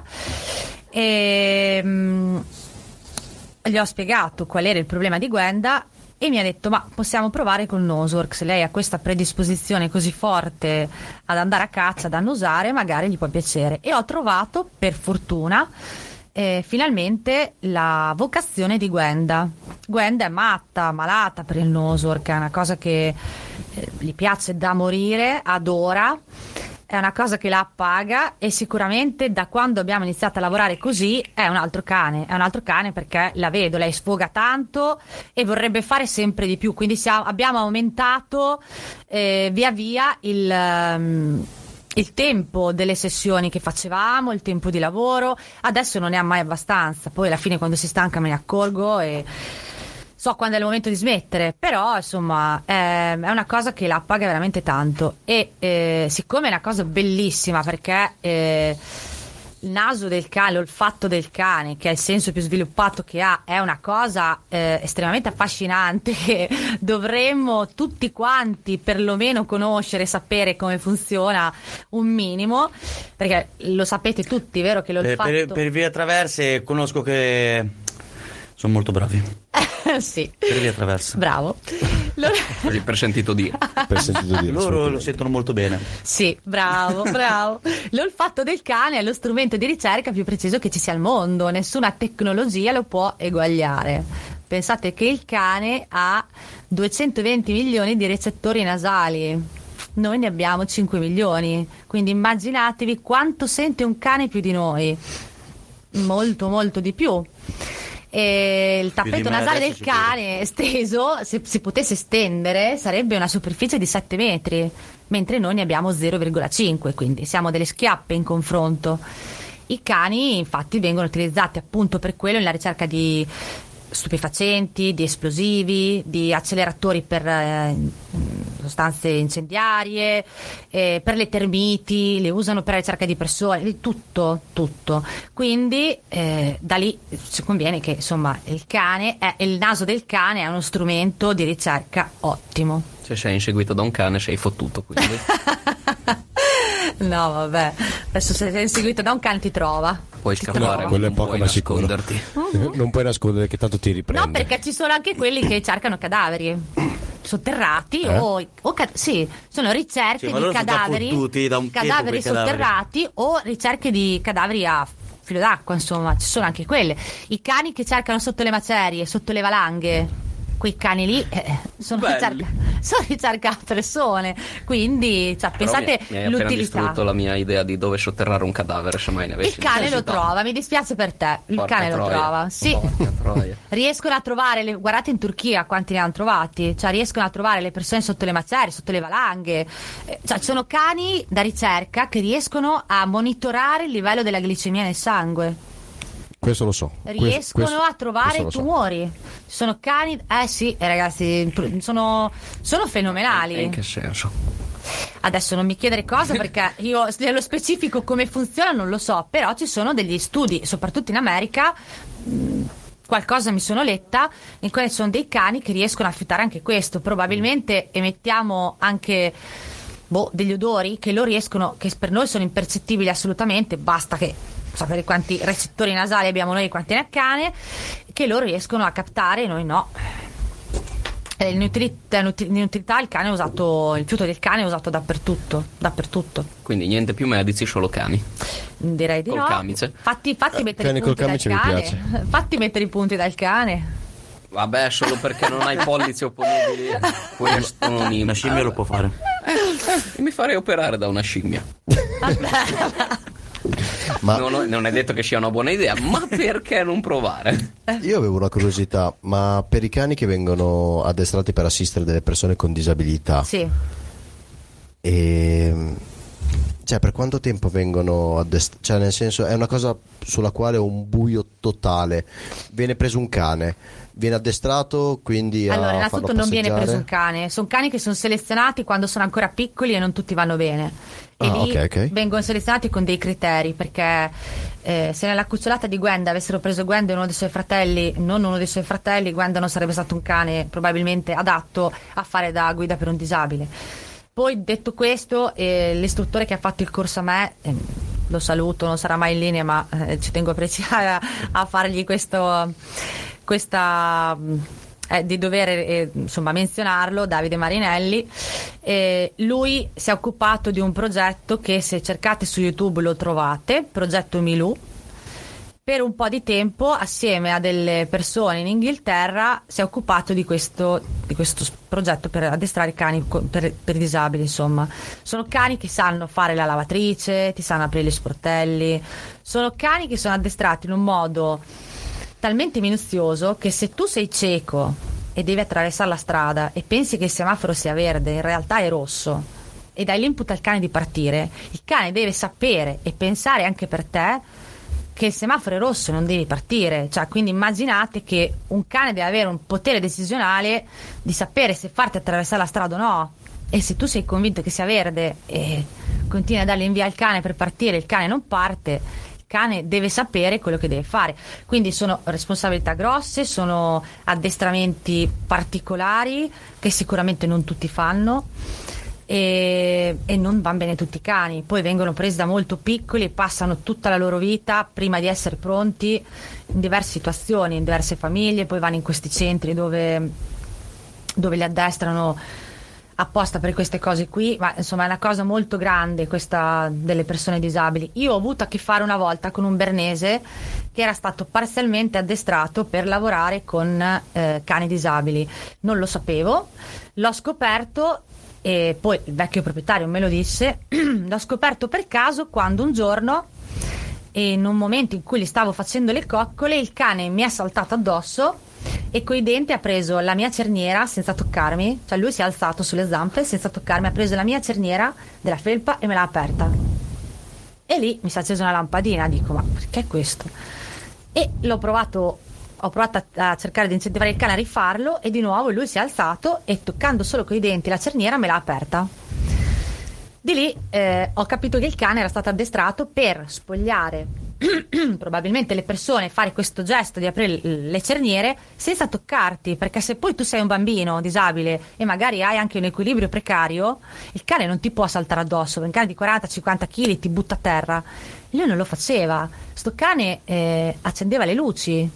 S5: E, mm, gli ho spiegato qual era il problema di Gwenda e mi ha detto ma possiamo provare con Nosorx, lei ha questa predisposizione così forte ad andare a caccia, ad annusare, magari gli può piacere. E ho trovato, per fortuna, eh, finalmente la vocazione di Gwenda. Gwenda è matta, malata per il Nosorx, è una cosa che eh, gli piace da morire, adora è una cosa che la appaga e sicuramente da quando abbiamo iniziato a lavorare così è un altro cane, è un altro cane perché la vedo, lei sfoga tanto e vorrebbe fare sempre di più, quindi siamo- abbiamo aumentato eh, via via il... ehm, il tempo delle sessioni che facevamo, il tempo di lavoro, adesso non ne ha mai abbastanza, poi alla fine quando si stanca me ne accorgo e so quando è il momento di smettere, però insomma ehm, è una cosa che la paga veramente tanto e eh, siccome è una cosa bellissima perché eh, il naso del cane, l'olfatto del cane, che è il senso più sviluppato che ha, è una cosa eh, estremamente affascinante che dovremmo tutti quanti perlomeno conoscere, sapere come funziona un minimo, perché lo sapete tutti, vero che
S1: Eh, Per,
S5: l'olfatto...
S1: per, per vie traverse conosco che sono molto bravi.
S5: sì,
S1: Per vie traverse.
S5: bravo. L'ol-
S3: Così per sentito dire.
S2: Per sentito
S1: Ah, Loro
S2: dire.
S1: lo
S2: assolutamente.
S1: sentono molto bene.
S5: Sì, bravo, bravo. L'olfatto del cane è lo strumento di ricerca più preciso che ci sia al mondo, nessuna tecnologia lo può eguagliare. Pensate che il cane ha 220 milioni di recettori nasali. Noi ne abbiamo 5 milioni, quindi immaginatevi quanto sente un cane più di noi. Molto, molto di più. E il tappeto
S1: me
S5: nasale
S1: adesso
S5: del
S1: sicuro.
S5: cane esteso, se si potesse stendere, sarebbe una superficie di 7 metri, mentre noi ne abbiamo 0,5, quindi siamo delle schiappe in confronto. I cani infatti vengono utilizzati appunto per quello nella ricerca di stupefacenti, di esplosivi, di acceleratori per eh, sostanze incendiarie, eh, per le termiti, le usano per la ricerca di persone, di tutto, tutto. Quindi eh, da lì ci conviene che insomma il cane, è- il naso del cane è uno strumento di ricerca ottimo.
S3: Se cioè, sei inseguito da un cane sei fottuto, quindi.
S5: No, vabbè, adesso se sei inseguito da un cane ti trova.
S3: Puoi
S5: Ti
S3: scappare,
S5: trova.
S2: quello è
S3: non
S2: poco
S3: puoi
S2: ma sicuro.
S3: nasconderti.
S2: Non puoi nascondere che tanto ti riprende.
S5: No, perché ci sono anche quelli che cercano cadaveri sotterrati
S2: Eh?
S5: o, o ca- sì, sono ricerche
S1: Sì, Cioè, ma
S5: di
S1: loro sono già
S5: cadaveri,
S1: fottuti da un tempo
S5: cadaveri
S1: quei cadaveri.
S5: sotterrati o ricerche di cadaveri a filo d'acqua, insomma, ci sono anche quelle. I cani che cercano sotto le macerie, sotto le valanghe. Quei cani lì eh, sono,
S3: Belli.
S5: ricerca- sono ricerca a persone, quindi cioè,
S3: Però
S5: pensate
S3: mi, mi hai appena
S5: l'utilità.
S3: distrutto la mia idea di dove sotterrare un cadavere, se mai ne avessi
S5: Il cane lo
S3: necessità.
S5: trova, mi dispiace per te. Il
S3: Porca
S5: cane lo
S3: troia.
S5: trova, sì.
S3: Porca troia.
S5: Riescono a trovare, le- guardate in Turchia quanti ne hanno trovati, cioè riescono a trovare le persone sotto le macerie, sotto le valanghe, Eh, cioè ci sono cani da ricerca che riescono a monitorare il livello della glicemia nel sangue,
S2: Questo lo so. Questo-
S5: riescono
S2: questo-
S5: a trovare
S2: questo
S5: i
S2: lo so.
S5: tumori, Ci sono cani, eh sì eh, ragazzi, pr- sono, sono fenomenali.
S3: In che senso?
S5: Adesso non mi chiedere cosa perché io nello specifico come funziona non lo so, però ci sono degli studi, soprattutto in America, mh, qualcosa mi sono letta, in cui ci sono dei cani che riescono a fiutare anche questo, probabilmente emettiamo anche boh, degli odori che lo riescono, che per noi sono impercettibili assolutamente, basta che sapere quanti recettori nasali abbiamo noi e quanti ne ha il cane, che loro riescono a captare e noi no. Eh, In utilità, in uti- in utilità il cane è usato, il fiuto del cane è usato dappertutto, dappertutto.
S3: Quindi niente più medici, solo cani.
S5: Direi di
S3: Col
S5: no.
S3: camice.
S5: Fatti, fatti
S2: Eh,
S5: mettere
S2: cane
S5: i
S2: col
S5: punti dal
S2: camice mi
S5: cane.
S2: piace.
S5: Fatti mettere i punti dal cane.
S3: Vabbè, solo perché non hai pollici opponibili. Questo non
S1: Una scimmia lo può fare.
S3: Mi farei operare da una scimmia.
S2: Ma
S3: Non, ho- non è detto che sia una buona idea, ma perché non provare?
S11: Io avevo una curiosità, ma per i cani che vengono addestrati per assistere delle persone con
S3: Ah.
S11: disabilità,
S5: Sì.
S11: ehm, cioè per quanto tempo vengono addestrati? Cioè nel senso è una cosa sulla quale ho un buio totale. Viene preso un cane, viene addestrato, quindi... a
S5: Allora,
S11: farlo
S5: innanzitutto non viene
S11: passeggiare?
S5: preso un cane, sono cani che sono selezionati quando sono ancora piccoli e non tutti vanno bene. E
S11: Ah,
S5: lì
S11: ok, ok.
S5: vengono selezionati con dei criteri perché eh, se nella cucciolata di Gwenda avessero preso Gwenda e uno dei suoi fratelli, non uno dei suoi fratelli, Gwenda non sarebbe stato un cane probabilmente adatto a fare da guida per un disabile. Poi detto questo, eh, l'istruttore che ha fatto il corso a me, ehm, lo saluto, non sarà mai in linea, ma eh, ci tengo a precisare a, a fargli questo, questa. mh, eh, di dover eh, insomma menzionarlo Davide Marinelli Eh, lui si è occupato di un progetto che se cercate su YouTube lo trovate progetto Milù per un po' di tempo assieme a delle persone in Inghilterra si è occupato di questo, di questo s- progetto per addestrare cani co- per, per disabili insomma sono cani che sanno fare la lavatrice ti sanno aprire gli sportelli sono cani che sono addestrati in un modo talmente minuzioso che se tu sei cieco e devi attraversare la strada e pensi che il semaforo sia verde in realtà è rosso e dai l'input al cane di partire il cane deve sapere e pensare anche per te che il semaforo è rosso e non devi partire. Cioè, quindi immaginate che un cane deve avere un potere decisionale di sapere se farti attraversare la strada o no. E se tu sei convinto che sia verde e continui a dargli in via al cane per partire, il cane non parte. Il cane deve sapere quello che deve fare. Quindi sono responsabilità grosse, sono addestramenti particolari che sicuramente non tutti fanno e, e non vanno bene tutti i cani. Poi vengono presi da molto piccoli e passano tutta la loro vita prima di essere pronti in diverse situazioni, in diverse famiglie, poi vanno in questi centri dove, dove li addestrano a apposta per queste cose qui, ma insomma è una cosa molto grande questa delle persone disabili. Io ho avuto a che fare una volta con un bernese che era stato parzialmente addestrato per lavorare con eh, cani disabili. Non lo sapevo, l'ho scoperto e poi il vecchio proprietario me lo disse, l'ho scoperto per caso quando un giorno e in un momento in cui gli stavo facendo le coccole il cane mi è saltato addosso e coi denti ha preso la mia cerniera senza toccarmi, cioè lui si è alzato sulle zampe senza toccarmi, ha preso la mia cerniera della felpa e me l'ha aperta. E lì mi si è accesa una lampadina, dico ma perché questo? E l'ho provato, ho provato a, a cercare di incentivare il cane a rifarlo e di nuovo lui si è alzato e toccando solo coi denti la cerniera me l'ha aperta. Di lì eh, ho capito che il cane era stato addestrato per spogliare probabilmente le persone, fare questo gesto di aprire l- le cerniere senza toccarti, perché se poi tu sei un bambino disabile e magari hai anche un equilibrio precario, il cane non ti può saltare addosso, un cane di 40-50 kg ti butta a terra. Lui non lo faceva, sto cane eh, accendeva le luci,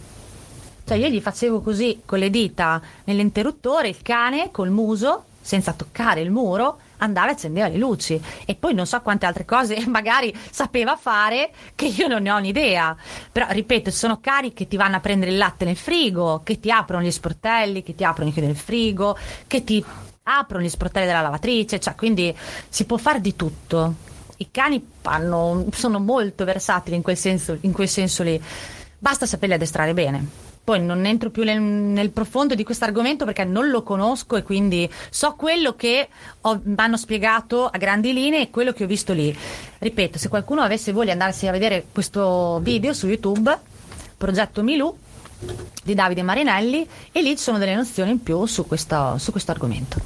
S5: cioè io gli facevo così con le dita nell'interruttore, il cane col muso, senza toccare il muro, andava e accendeva le luci. E poi non so quante altre cose magari sapeva fare che io non ne ho un'idea. Però ripeto, ci sono cani che ti vanno a prendere il latte nel frigo, che ti aprono gli sportelli, che ti aprono e chiudono il frigo, che ti aprono gli sportelli della lavatrice, cioè quindi si può fare di tutto. I cani hanno- sono molto versatili in quel senso- in quel senso lì. Basta saperli addestrare bene. Poi non entro più nel, nel profondo di questo argomento perché non lo conosco e quindi so quello che ho- mi hanno spiegato a grandi linee e quello che ho visto lì. Ripeto, se qualcuno avesse voglia di andarsi a vedere questo video su YouTube, Progetto Milù di Davide Marinelli, e lì ci sono delle nozioni in più su questo, su questo argomento.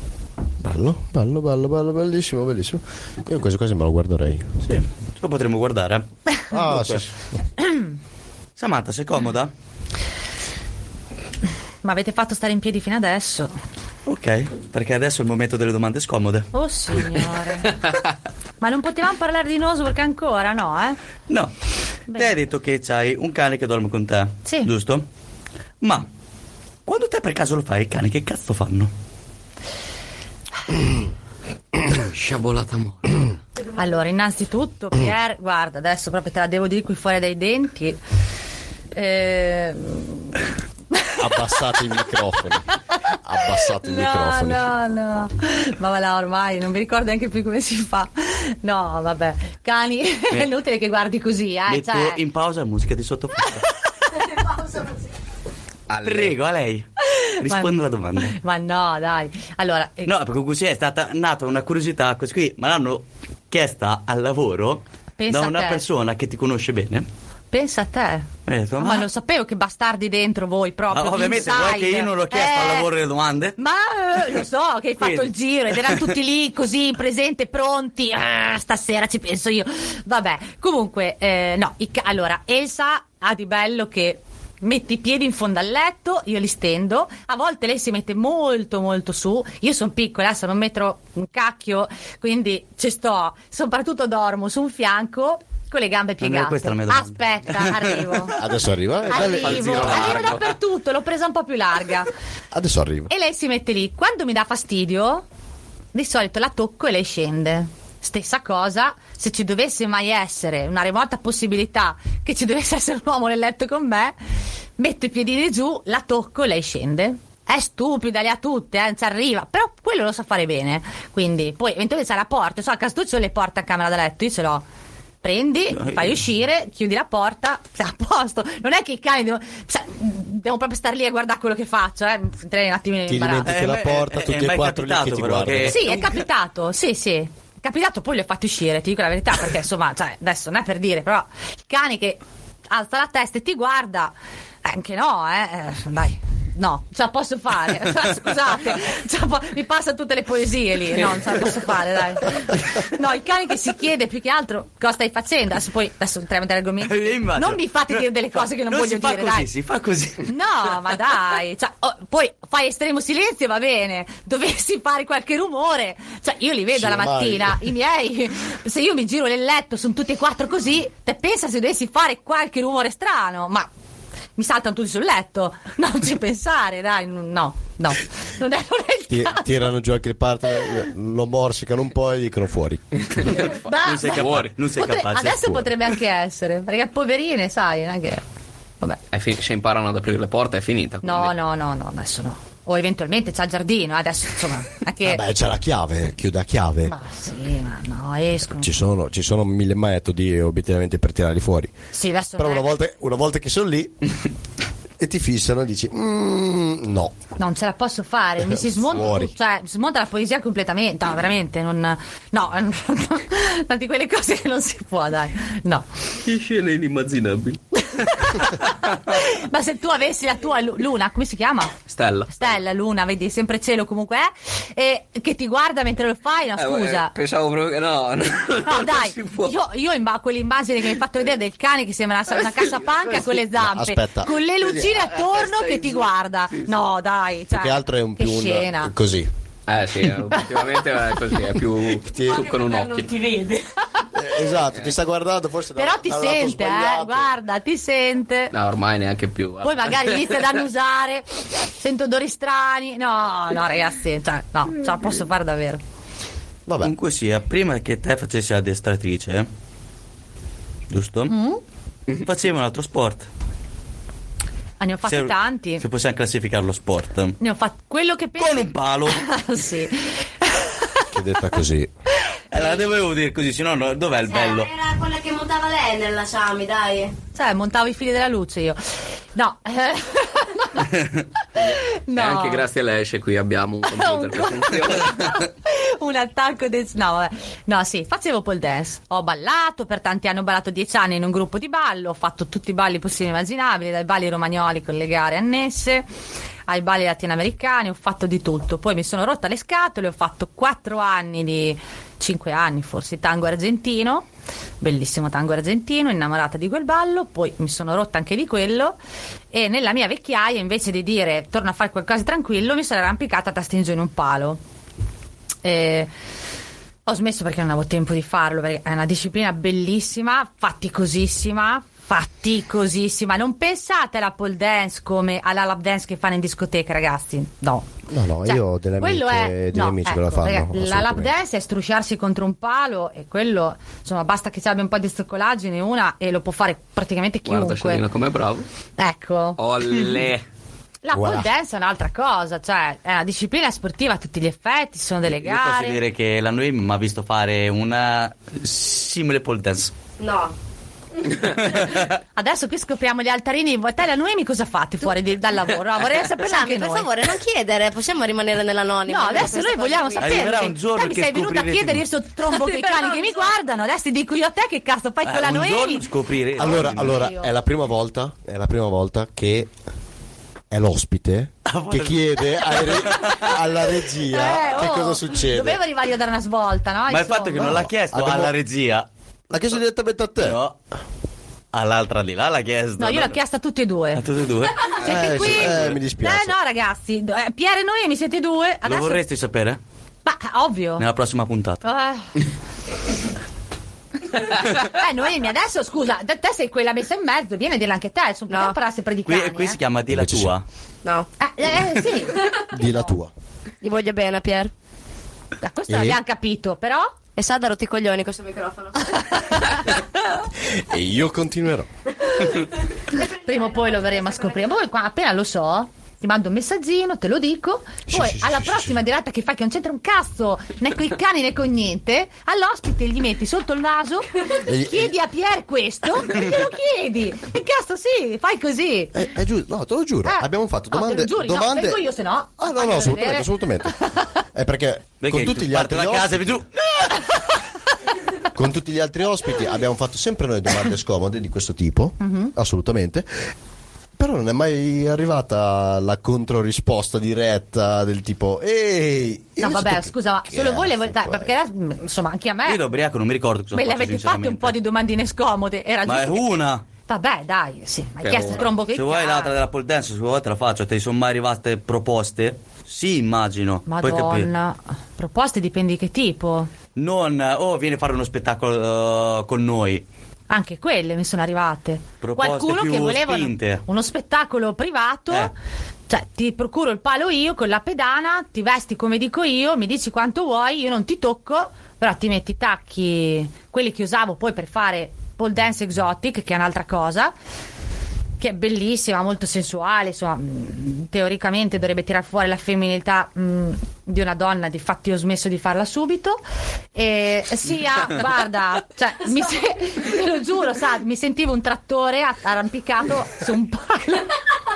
S11: Bello, bello, bello, bello, bellissimo, bellissimo. Io quasi quasi me lo guarderei.
S1: Sì, lo potremmo guardare. eh.
S11: Ah, sì, sì.
S1: Samantha, sei comoda?
S5: Ma avete fatto stare in piedi fino adesso?
S1: Ok, perché adesso è il momento delle domande scomode.
S5: Oh signore! Ma non potevamo parlare di Noswork ancora, no? Eh?
S1: No,
S5: Bene.
S1: te hai detto che c'hai un cane che dorme con te.
S5: Sì.
S1: Giusto? Ma quando te per caso lo fai, i cani che cazzo fanno?
S3: Sciabolata morta.
S5: Allora, innanzitutto,
S1: Mm.
S5: Pier, guarda, adesso proprio te la devo dire qui fuori dai denti. Ehm,
S2: Abbassate i microfoni. Abbassate i
S5: No,
S2: microfoni.
S5: no, no. Ma va là, ormai non mi ricordo neanche più come si fa. No, vabbè. Cani, è inutile che guardi così, eh.
S1: Metto
S5: Cioè,
S1: in pausa musica di sottofondo. Prego, a lei. Rispondo alla domanda.
S5: ma no, dai. Allora, eh,
S1: No, perché così è stata nata una curiosità, così qui, ma l'hanno chiesta al lavoro
S5: Pensa
S1: da
S5: a
S1: una
S5: te.
S1: persona che ti conosce bene.
S5: pensa a te.
S1: Mi ha detto,
S5: Ah, Ma lo sapevo che bastardi dentro voi proprio.
S1: ma ovviamente
S5: inside.
S1: vuoi che io non l'ho chiesto
S5: Eh,
S1: al lavoro le domande?
S5: Ma eh, lo so che hai fatto
S1: Quindi.
S5: il giro ed erano tutti lì così presente, pronti. Ah, stasera ci penso io. Vabbè, comunque, eh, no, i ca- allora, Elsa ha di bello che metti i piedi in fondo al letto, io li stendo, a volte lei si mette molto molto su, io sono piccola, sono un metro un cacchio, quindi ci sto, soprattutto dormo su un fianco con le gambe
S1: Non era
S5: piegate.
S1: questa la mia domanda.
S5: Aspetta, arrivo.
S11: Adesso arriva. eh, dai,
S5: Arrivo,
S3: giro
S5: arrivo
S3: largo.
S5: dappertutto, l'ho presa un po' più larga.
S11: Adesso arriva.
S5: E lei si mette lì. Quando mi dà fastidio, di solito la tocco e lei scende. Stessa cosa, se ci dovesse mai essere una remota possibilità che ci dovesse essere un uomo nel letto con me, metto i piedini giù, la tocco e lei scende. È stupida, le ha tutte, eh, non ci arriva, però quello lo sa fare bene. Quindi, poi eventualmente c'è la porta, so, al castuccio le porta a camera da letto, io ce l'ho. Prendi,
S1: No,
S5: fai
S1: io-
S5: uscire, chiudi la porta, sei a posto. Non è che i cani devono, cioè, devo proprio stare lì a guardare quello che faccio, eh. Entrei un attimino in
S2: Ti
S5: imbarazzo.
S2: dimentichi la
S1: Eh,
S2: porta,
S1: eh,
S2: tutti
S1: eh, ma
S2: e
S1: è
S2: quattro lì che
S1: capitato
S2: ti
S1: però
S2: guardano.
S1: che-
S5: Sì, è capitato, sì, sì. È capitato, poi li ho fatti uscire, ti dico la verità, perché insomma, cioè, adesso non è per dire, però il cane che alza la testa e ti guarda, eh, anche no, eh, eh, dai. No, ce la posso fare. Scusate, ce la po- mi passano tutte le poesie lì. No, non ce la posso fare, dai. No, il cane che si chiede più che altro cosa stai facendo. Adesso poi adesso entriamo nell'argomento.
S1: Eh, immagino.
S5: Non mi fate dire delle cose che non, voglio
S1: si fa
S5: dire,
S1: così,
S5: dai.
S1: Si fa così.
S5: No, ma dai, cioè, oh, poi fai estremo silenzio, va bene. Dovessi fare qualche rumore, cioè, io li vedo
S2: Sì,
S5: la
S2: ormai.
S5: mattina, i miei. Se io mi giro nel letto, sono tutti e quattro così. Te pensa se dovessi fare qualche rumore strano, ma. mi saltano tutti sul letto. Non ci pensare, dai, n- no, no. Non è, non è il
S2: Ti-
S5: caso.
S2: tirano giù anche il partner, lo morsicano un po' e dicono fuori.
S5: Basta.
S1: Non sei capace. Non sei
S5: Potre-
S1: capace.
S5: adesso potrebbe anche essere, perché poverine, sai, non è che... Vabbè.
S3: È fin- se imparano ad aprire le porte è finita.
S5: No,
S3: quindi.
S5: no, no, no, adesso no. O eventualmente c'ha il giardino, eh, adesso insomma, anche...
S2: Vabbè, c'è la chiave, chiuda a chiave.
S5: Ma sì, ma no, escono.
S2: Ci sono, ci sono mille metodi obiettivamente per tirarli fuori.
S5: Sì, adesso
S2: Però
S5: non
S2: una
S5: è-
S2: volta, una volta che sono lì e ti fissano, dici "Mm, no.
S5: Non ce la posso fare, mi si smonta,
S2: Fuori.
S5: tu- cioè, mi si smonta la poesia completamente. No, veramente, non. No, una di quelle cose che non si può, dai. No.
S3: Che scene inimmaginabili.
S5: Ma se tu avessi la tua lu- luna, come si chiama?
S3: Stella.
S5: Stella, luna, vedi, sempre cielo comunque è, e che ti guarda mentre lo fai, no,
S3: Eh, eh,
S5: scusa.
S3: pensavo proprio che no. No,
S5: No,
S3: non
S5: dai,
S3: si può.
S5: io, io in ba- quell'immagine che mi hai fatto vedere del cane che sembra una, una cassapanca con le zampe,
S2: aspetta.
S5: con le
S3: eh,
S5: lucine attorno
S3: testa
S5: che
S3: in
S5: ti
S3: giù.
S5: guarda. No, dai, cioè,
S2: Più che altro è un
S5: che
S2: più un-
S5: scena.
S2: così.
S3: Eh sì, ultimamente è così, è più su con un occhio.
S2: Eh, esatto, ti sta guardando forse da-
S5: Però ti
S2: dal lato
S5: sente, eh,
S2: sbagliato.
S5: guarda, ti sente.
S3: No, ormai neanche più. guarda.
S5: Poi magari inizia ad annusare, sento odori strani. No, no, ragazzi, cioè, no, ce la posso fare davvero.
S2: Vabbè,
S1: Comunque sia, prima che te facessi addestratrice, giusto?
S5: Mm.
S1: Mm-hmm. Facevi un altro sport.
S5: Ah, ne ho fatti
S1: Se-
S5: tanti.
S1: Se possiamo classificare lo sport. Con
S5: Ne ho fatti quello che penso.
S1: un palo.
S5: sì.
S2: che detta così.
S1: Eh, la dovevo dire così, sennò no, dov'è
S5: Eh,
S1: il bello?
S7: Eh, Era quella che montava lei nella Sami, dai.
S5: Cioè, montavo i fili della luce io. No. eh,
S3: E
S5: no.
S3: anche grazie a lei esce qui abbiamo un computer che funziona.
S5: un attacco dance no vabbè. no sì facevo pole dance ho ballato per tanti anni ho ballato dieci anni in un gruppo di ballo ho fatto tutti i balli possibili e immaginabili dai balli romagnoli con le gare annesse ai balli latinoamericani ho fatto di tutto poi mi sono rotta le scatole ho fatto quattro anni di cinque anni forse tango argentino bellissimo tango argentino innamorata di quel ballo poi mi sono rotta anche di quello e nella mia vecchiaia invece di dire torno a fare qualcosa di tranquillo mi sono arrampicata a tastingio in un palo eh, ho smesso perché non avevo tempo di farlo, perché è una disciplina bellissima, faticosissima, faticosissima. Non pensate alla pole dance come alla lap dance che fanno in discoteca, ragazzi. No.
S2: No, no, io ho delle
S5: Cioè, quello
S2: amiche-
S5: è- ecco,
S2: degli amici che la fanno,
S5: la lap
S2: assolutamente.
S5: dance è strusciarsi contro un palo e quello, insomma, basta che ci abbia un po' di stoccolaggine una e lo può fare praticamente
S3: Guarda Oh. Shanina
S5: chiunque.
S3: com'è bravo.
S5: Ecco.
S3: Olle.
S5: La
S2: Voilà.
S5: pole dance è un'altra cosa, cioè è una disciplina sportiva a tutti gli effetti, ci sono delle
S1: Io posso
S5: gare.
S1: dire che la Noemi mi ha visto fare una simile pole dance.
S7: No.
S5: Adesso qui scopriamo gli altarini. Voi- Te la Noemi cosa fate fuori di- dal lavoro? Ah, vorrei sapere
S7: Sami,
S5: anche
S7: per
S5: noi.
S7: favore, non chiedere, possiamo rimanere nell'anonimo.
S5: No, adesso noi vogliamo
S1: cosa qui.
S5: sapere.
S1: Arriverà un giorno
S5: te mi
S1: che
S5: sei venuta a
S1: scoprirete
S5: chiedere
S1: tu.
S5: io sto trombo che i cani che mi guardano. Adesso ti dico io a te che cazzo fai con
S1: Eh,
S5: la
S1: un
S5: Noemi.
S1: giorno scopriremo.
S2: Allora, allora, è la prima volta, è la prima volta che è l'ospite
S1: Ah,
S2: che chiede ai re- alla regia
S5: Eh,
S2: che
S5: oh,
S2: cosa succede.
S5: Dovevo arrivare io a dare una svolta, no?
S1: Ma
S5: Insomma.
S1: il fatto è che non l'ha chiesto
S2: Abbiamo-
S1: alla regia,
S2: L'ha chiesto direttamente a te.
S1: no, all'altra di là l'ha chiesto.
S5: No, io l'ho chiesta a tutti e
S1: A
S5: due.
S1: tutte e due.
S5: Siete
S2: Eh,
S5: qui?
S2: sì, eh, mi dispiace.
S5: Eh, no, ragazzi. do- eh, Pier e Noemi siete due.
S1: Lo
S5: Adesso... Oh.
S1: vorresti sapere?
S5: Ma ovvio.
S1: Nella prossima puntata.
S5: Eh. eh, Noemi, adesso scusa, te te sei quella messa in mezzo, vieni a dirla anche te, insomma,
S7: No.
S5: no. per essere
S1: Qui,
S5: predicata.
S1: qui si chiama Di la
S2: Invece sì.
S1: tua.
S7: No,
S5: Eh, eh, sì,
S2: Di la tua.
S7: gli voglio bene, Pier.
S5: Da questo
S2: Eh?
S5: l'abbiamo capito, però
S7: E sa da rotti i coglioni questo microfono.
S2: E io continuerò.
S5: prima o poi lo verremo a scoprire. Poi qua, appena lo so, ti mando un messaggino, te lo dico.
S2: Sì,
S5: Poi
S2: sì, sì,
S5: alla
S2: sì,
S5: prossima
S2: sì.
S5: diretta che fai che non c'entra un cazzo né coi cani né con niente, all'ospite gli metti sotto il naso,
S2: E-
S5: chiedi a Pier questo e glielo chiedi. Che cazzo sì, fai così.
S2: È, è giusto, no, te lo giuro.
S5: Eh,
S2: Abbiamo fatto
S5: no, te lo
S2: domande.
S5: giuri, no,
S2: domande...
S5: vengo io, se no.
S2: Ah, no, no,
S5: Faglielo
S2: assolutamente,
S5: vedere.
S2: assolutamente. È perché,
S1: Perché
S2: con tutti gli
S1: parto
S2: altri
S1: da casa
S2: ospiti-
S1: e tu.
S5: Eh.
S2: con tutti gli altri ospiti abbiamo fatto sempre noi domande scomode di questo tipo,
S5: Mhm.
S2: assolutamente. Però non è mai arrivata la controrisposta diretta del tipo Ehi! io
S5: No,
S2: so
S5: vabbè,
S2: che
S5: scusa, ma solo
S2: cazzo
S5: voi le volete.
S2: fai?"
S5: Perché adesso, mh, insomma, anche a me.
S1: Io da ubriaco non mi ricordo cosa ho
S5: Me le
S1: fatto,
S5: avete fatte un
S1: sinceramente.
S5: po' di domandine scomode. Era
S1: Ma è
S5: giusto. che-
S1: una.
S5: Vabbè, dai, sì, ma hai
S3: Però-
S5: chiesto il trombo Boh, che
S1: Se vuoi
S5: cazzo.
S1: l'altra della pole dance, se vuoi te la faccio. Te ne sono mai arrivate proposte? Sì, immagino. Poi capire.
S5: Madonna, proposte dipende di che tipo. Ah,
S1: Non, eh, oh, vieni a fare uno spettacolo eh, con noi.
S5: Anche quelle mi sono arrivate.
S1: Proposte
S5: Qualcuno
S1: più
S5: che voleva
S1: spinte.
S5: uno spettacolo privato.
S1: Eh.
S5: Cioè, ti procuro il palo io con la pedana, ti vesti come dico io, mi dici quanto vuoi, io non ti tocco, però ti metti i tacchi, quelli che usavo poi per fare pole dance exotic, che è un'altra cosa, che è bellissima, molto sensuale, insomma, mh, teoricamente dovrebbe tirar fuori la femminilità mh, di una donna, di fatto io ho smesso di farla subito. E sia, guarda, cioè, mi se- te lo giuro, sa, mi sentivo un trattore a- arrampicato su un palo.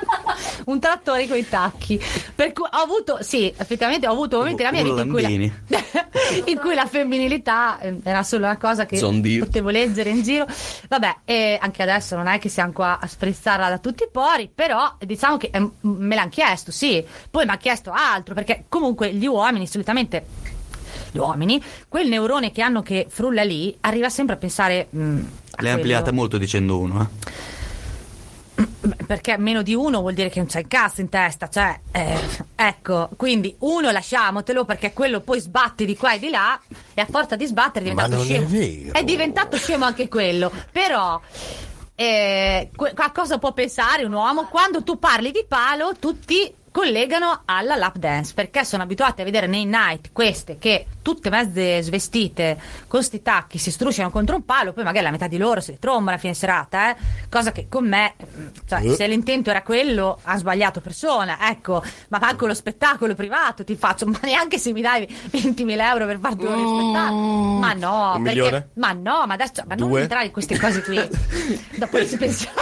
S5: Un trattore con i tacchi. Per cui ho avuto, sì, effettivamente ho avuto momenti nella mia
S1: Uno
S5: vita in cui,
S1: Landini.
S5: la, in cui la femminilità eh, era solo una cosa che
S3: Zondio.
S5: potevo leggere in giro. Vabbè, e anche adesso non è che siamo qua a sprezzarla da tutti i pori, però diciamo che eh, m- me l'hanno chiesto, sì. Poi mi ha chiesto altro, perché comunque gli uomini solitamente gli uomini, quel neurone che hanno che frulla lì arriva sempre a pensare. mm, a
S1: L'hai ampliata
S5: quello.
S1: molto dicendo uno, eh.
S5: Beh, Perché meno di uno vuol dire che non c'è il cazzo in testa, cioè, eh, ecco, quindi uno lasciamotelo perché quello poi sbatte di qua e di là e a forza di sbattere è
S2: Ma
S5: diventato
S2: non
S5: scemo.
S2: è vero.
S5: diventato scemo anche quello, però eh, que- a cosa può pensare un uomo quando tu parli di palo tutti collegano alla lap dance perché sono abituati a vedere nei night queste che tutte mezze svestite con sti tacchi si strusciano contro un palo poi magari la metà di loro si trombano a fine serata eh? cosa che con me mm, cioè,
S1: Eh.
S5: se l'intento era quello ha sbagliato persona ecco ma manco lo spettacolo privato ti faccio ma neanche se mi dai 20.000 euro per farti uno spettacolo ma no
S12: Un
S5: perché-
S12: milione?
S5: ma no ma adesso ma non
S12: Due?
S5: entrare in queste cose qui dopo ci pensiamo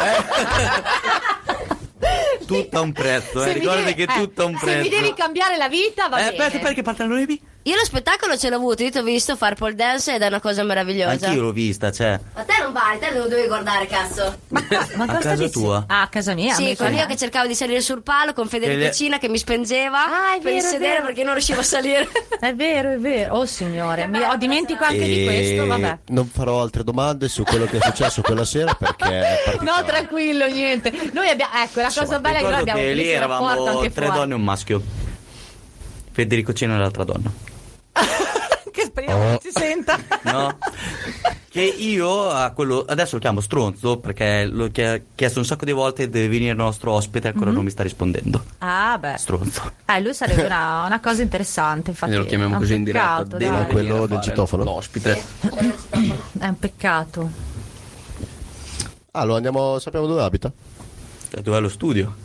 S1: Tutto a un prezzo, eh.
S5: Se mi
S1: Ricordati
S5: devi-
S1: che
S5: eh,
S1: tutto a un
S5: Se
S1: prezzo.
S5: mi devi cambiare la vita, va
S1: eh,
S5: bene.
S1: aspetta, perché parte la Noemi?
S7: Io lo spettacolo ce l'ho avuto, io ti ho visto far pole dance ed è una cosa meravigliosa.
S1: Anch'io l'ho vista, cioè.
S7: Ma te non vai, te lo devi guardare, cazzo.
S5: Ma
S1: a
S5: cosa
S1: casa
S5: dici?
S1: tua?
S5: Ah, a casa mia.
S7: sì,
S5: mi
S7: quello io
S5: ricordo.
S7: che cercavo di salire sul palo con
S1: E
S7: Federico
S1: le-
S7: Cina che mi spengeva
S5: Ah, è
S7: per
S5: vero,
S7: il
S5: è
S7: sedere
S5: vero.
S7: perché non riuscivo a salire.
S5: È vero, è vero. Oh signore, mi ho dimentico anche di questo,
S2: E
S5: vabbè.
S2: Non farò altre domande su quello che è successo quella sera perché è
S5: No,
S2: particolare.
S5: tranquillo, niente. Noi abbiamo ecco, la cosa bella è che noi
S1: Ricordo
S5: abbiamo un
S1: che lì
S5: bellissimo rapporto
S1: eravamo
S5: anche
S1: tre
S5: fuori.
S1: donne e un maschio. Federico Cena è l'altra donna.
S5: che speriamo
S3: Oh.
S5: non si senta.
S1: no? Che io a quello adesso lo chiamo stronzo perché l'ho chie- chiesto un sacco di volte deve venire il nostro ospite e ancora
S5: Mm-hmm.
S1: non mi sta rispondendo.
S5: Ah, beh.
S1: Stronzo.
S5: Eh, lui sarebbe una, una cosa interessante, infatti.
S3: Quindi lo chiamiamo
S5: È un
S3: così in diretta.
S5: peccato,
S3: deve
S5: dai.
S3: venire
S2: Quello
S3: a
S2: del
S3: fare
S2: citofono?
S3: L'ospite.
S5: È un peccato.
S2: Ah, lo andiamo, sappiamo dove abita?
S1: Cioè, Dov'è lo studio?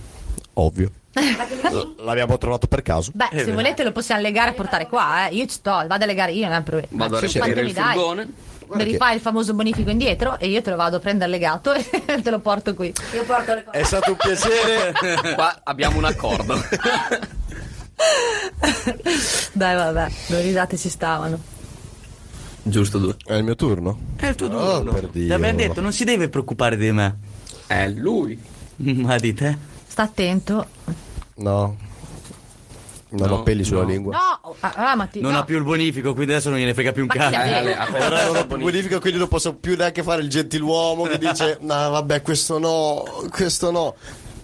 S2: Ovvio. L- L'abbiamo trovato per caso.
S5: Beh, se
S1: vero.
S5: volete lo possiamo legare e portare qua, eh. Io ci sto, vado a legare io, non è un problema.
S3: Vado a
S5: Sì,
S3: reperire
S5: quanto
S3: il
S5: mi dai?
S3: furgone.
S5: Mi rifai il famoso bonifico indietro e io te lo vado a prendere legato e te lo porto qui.
S7: Io porto le cose.
S2: È stato un piacere.
S3: Qua abbiamo un accordo.
S5: Dai, vabbè, due risate ci stavano.
S3: Giusto due.
S2: È il mio turno? È il tuo
S1: No.
S2: turno. Oh, per
S1: Ti
S2: Dio.
S1: abbiamo detto non si deve preoccupare di me,
S3: È lui.
S1: ma di te.
S5: Sta attento.
S2: No. Non
S3: No,
S2: ho peli sulla
S3: no.
S2: lingua.
S5: No, ah, ah, ma ti.
S1: Non
S5: no.
S1: ha più il bonifico, quindi adesso non gliene frega più un
S5: Ma chi
S1: cazzo. Eh,
S5: l'ha detto?
S3: Ale, ha perso
S2: Però non
S3: il
S2: ho più
S3: bonifico.
S2: bonifico, quindi non posso più neanche fare il gentiluomo che dice: No, vabbè, questo no, questo no.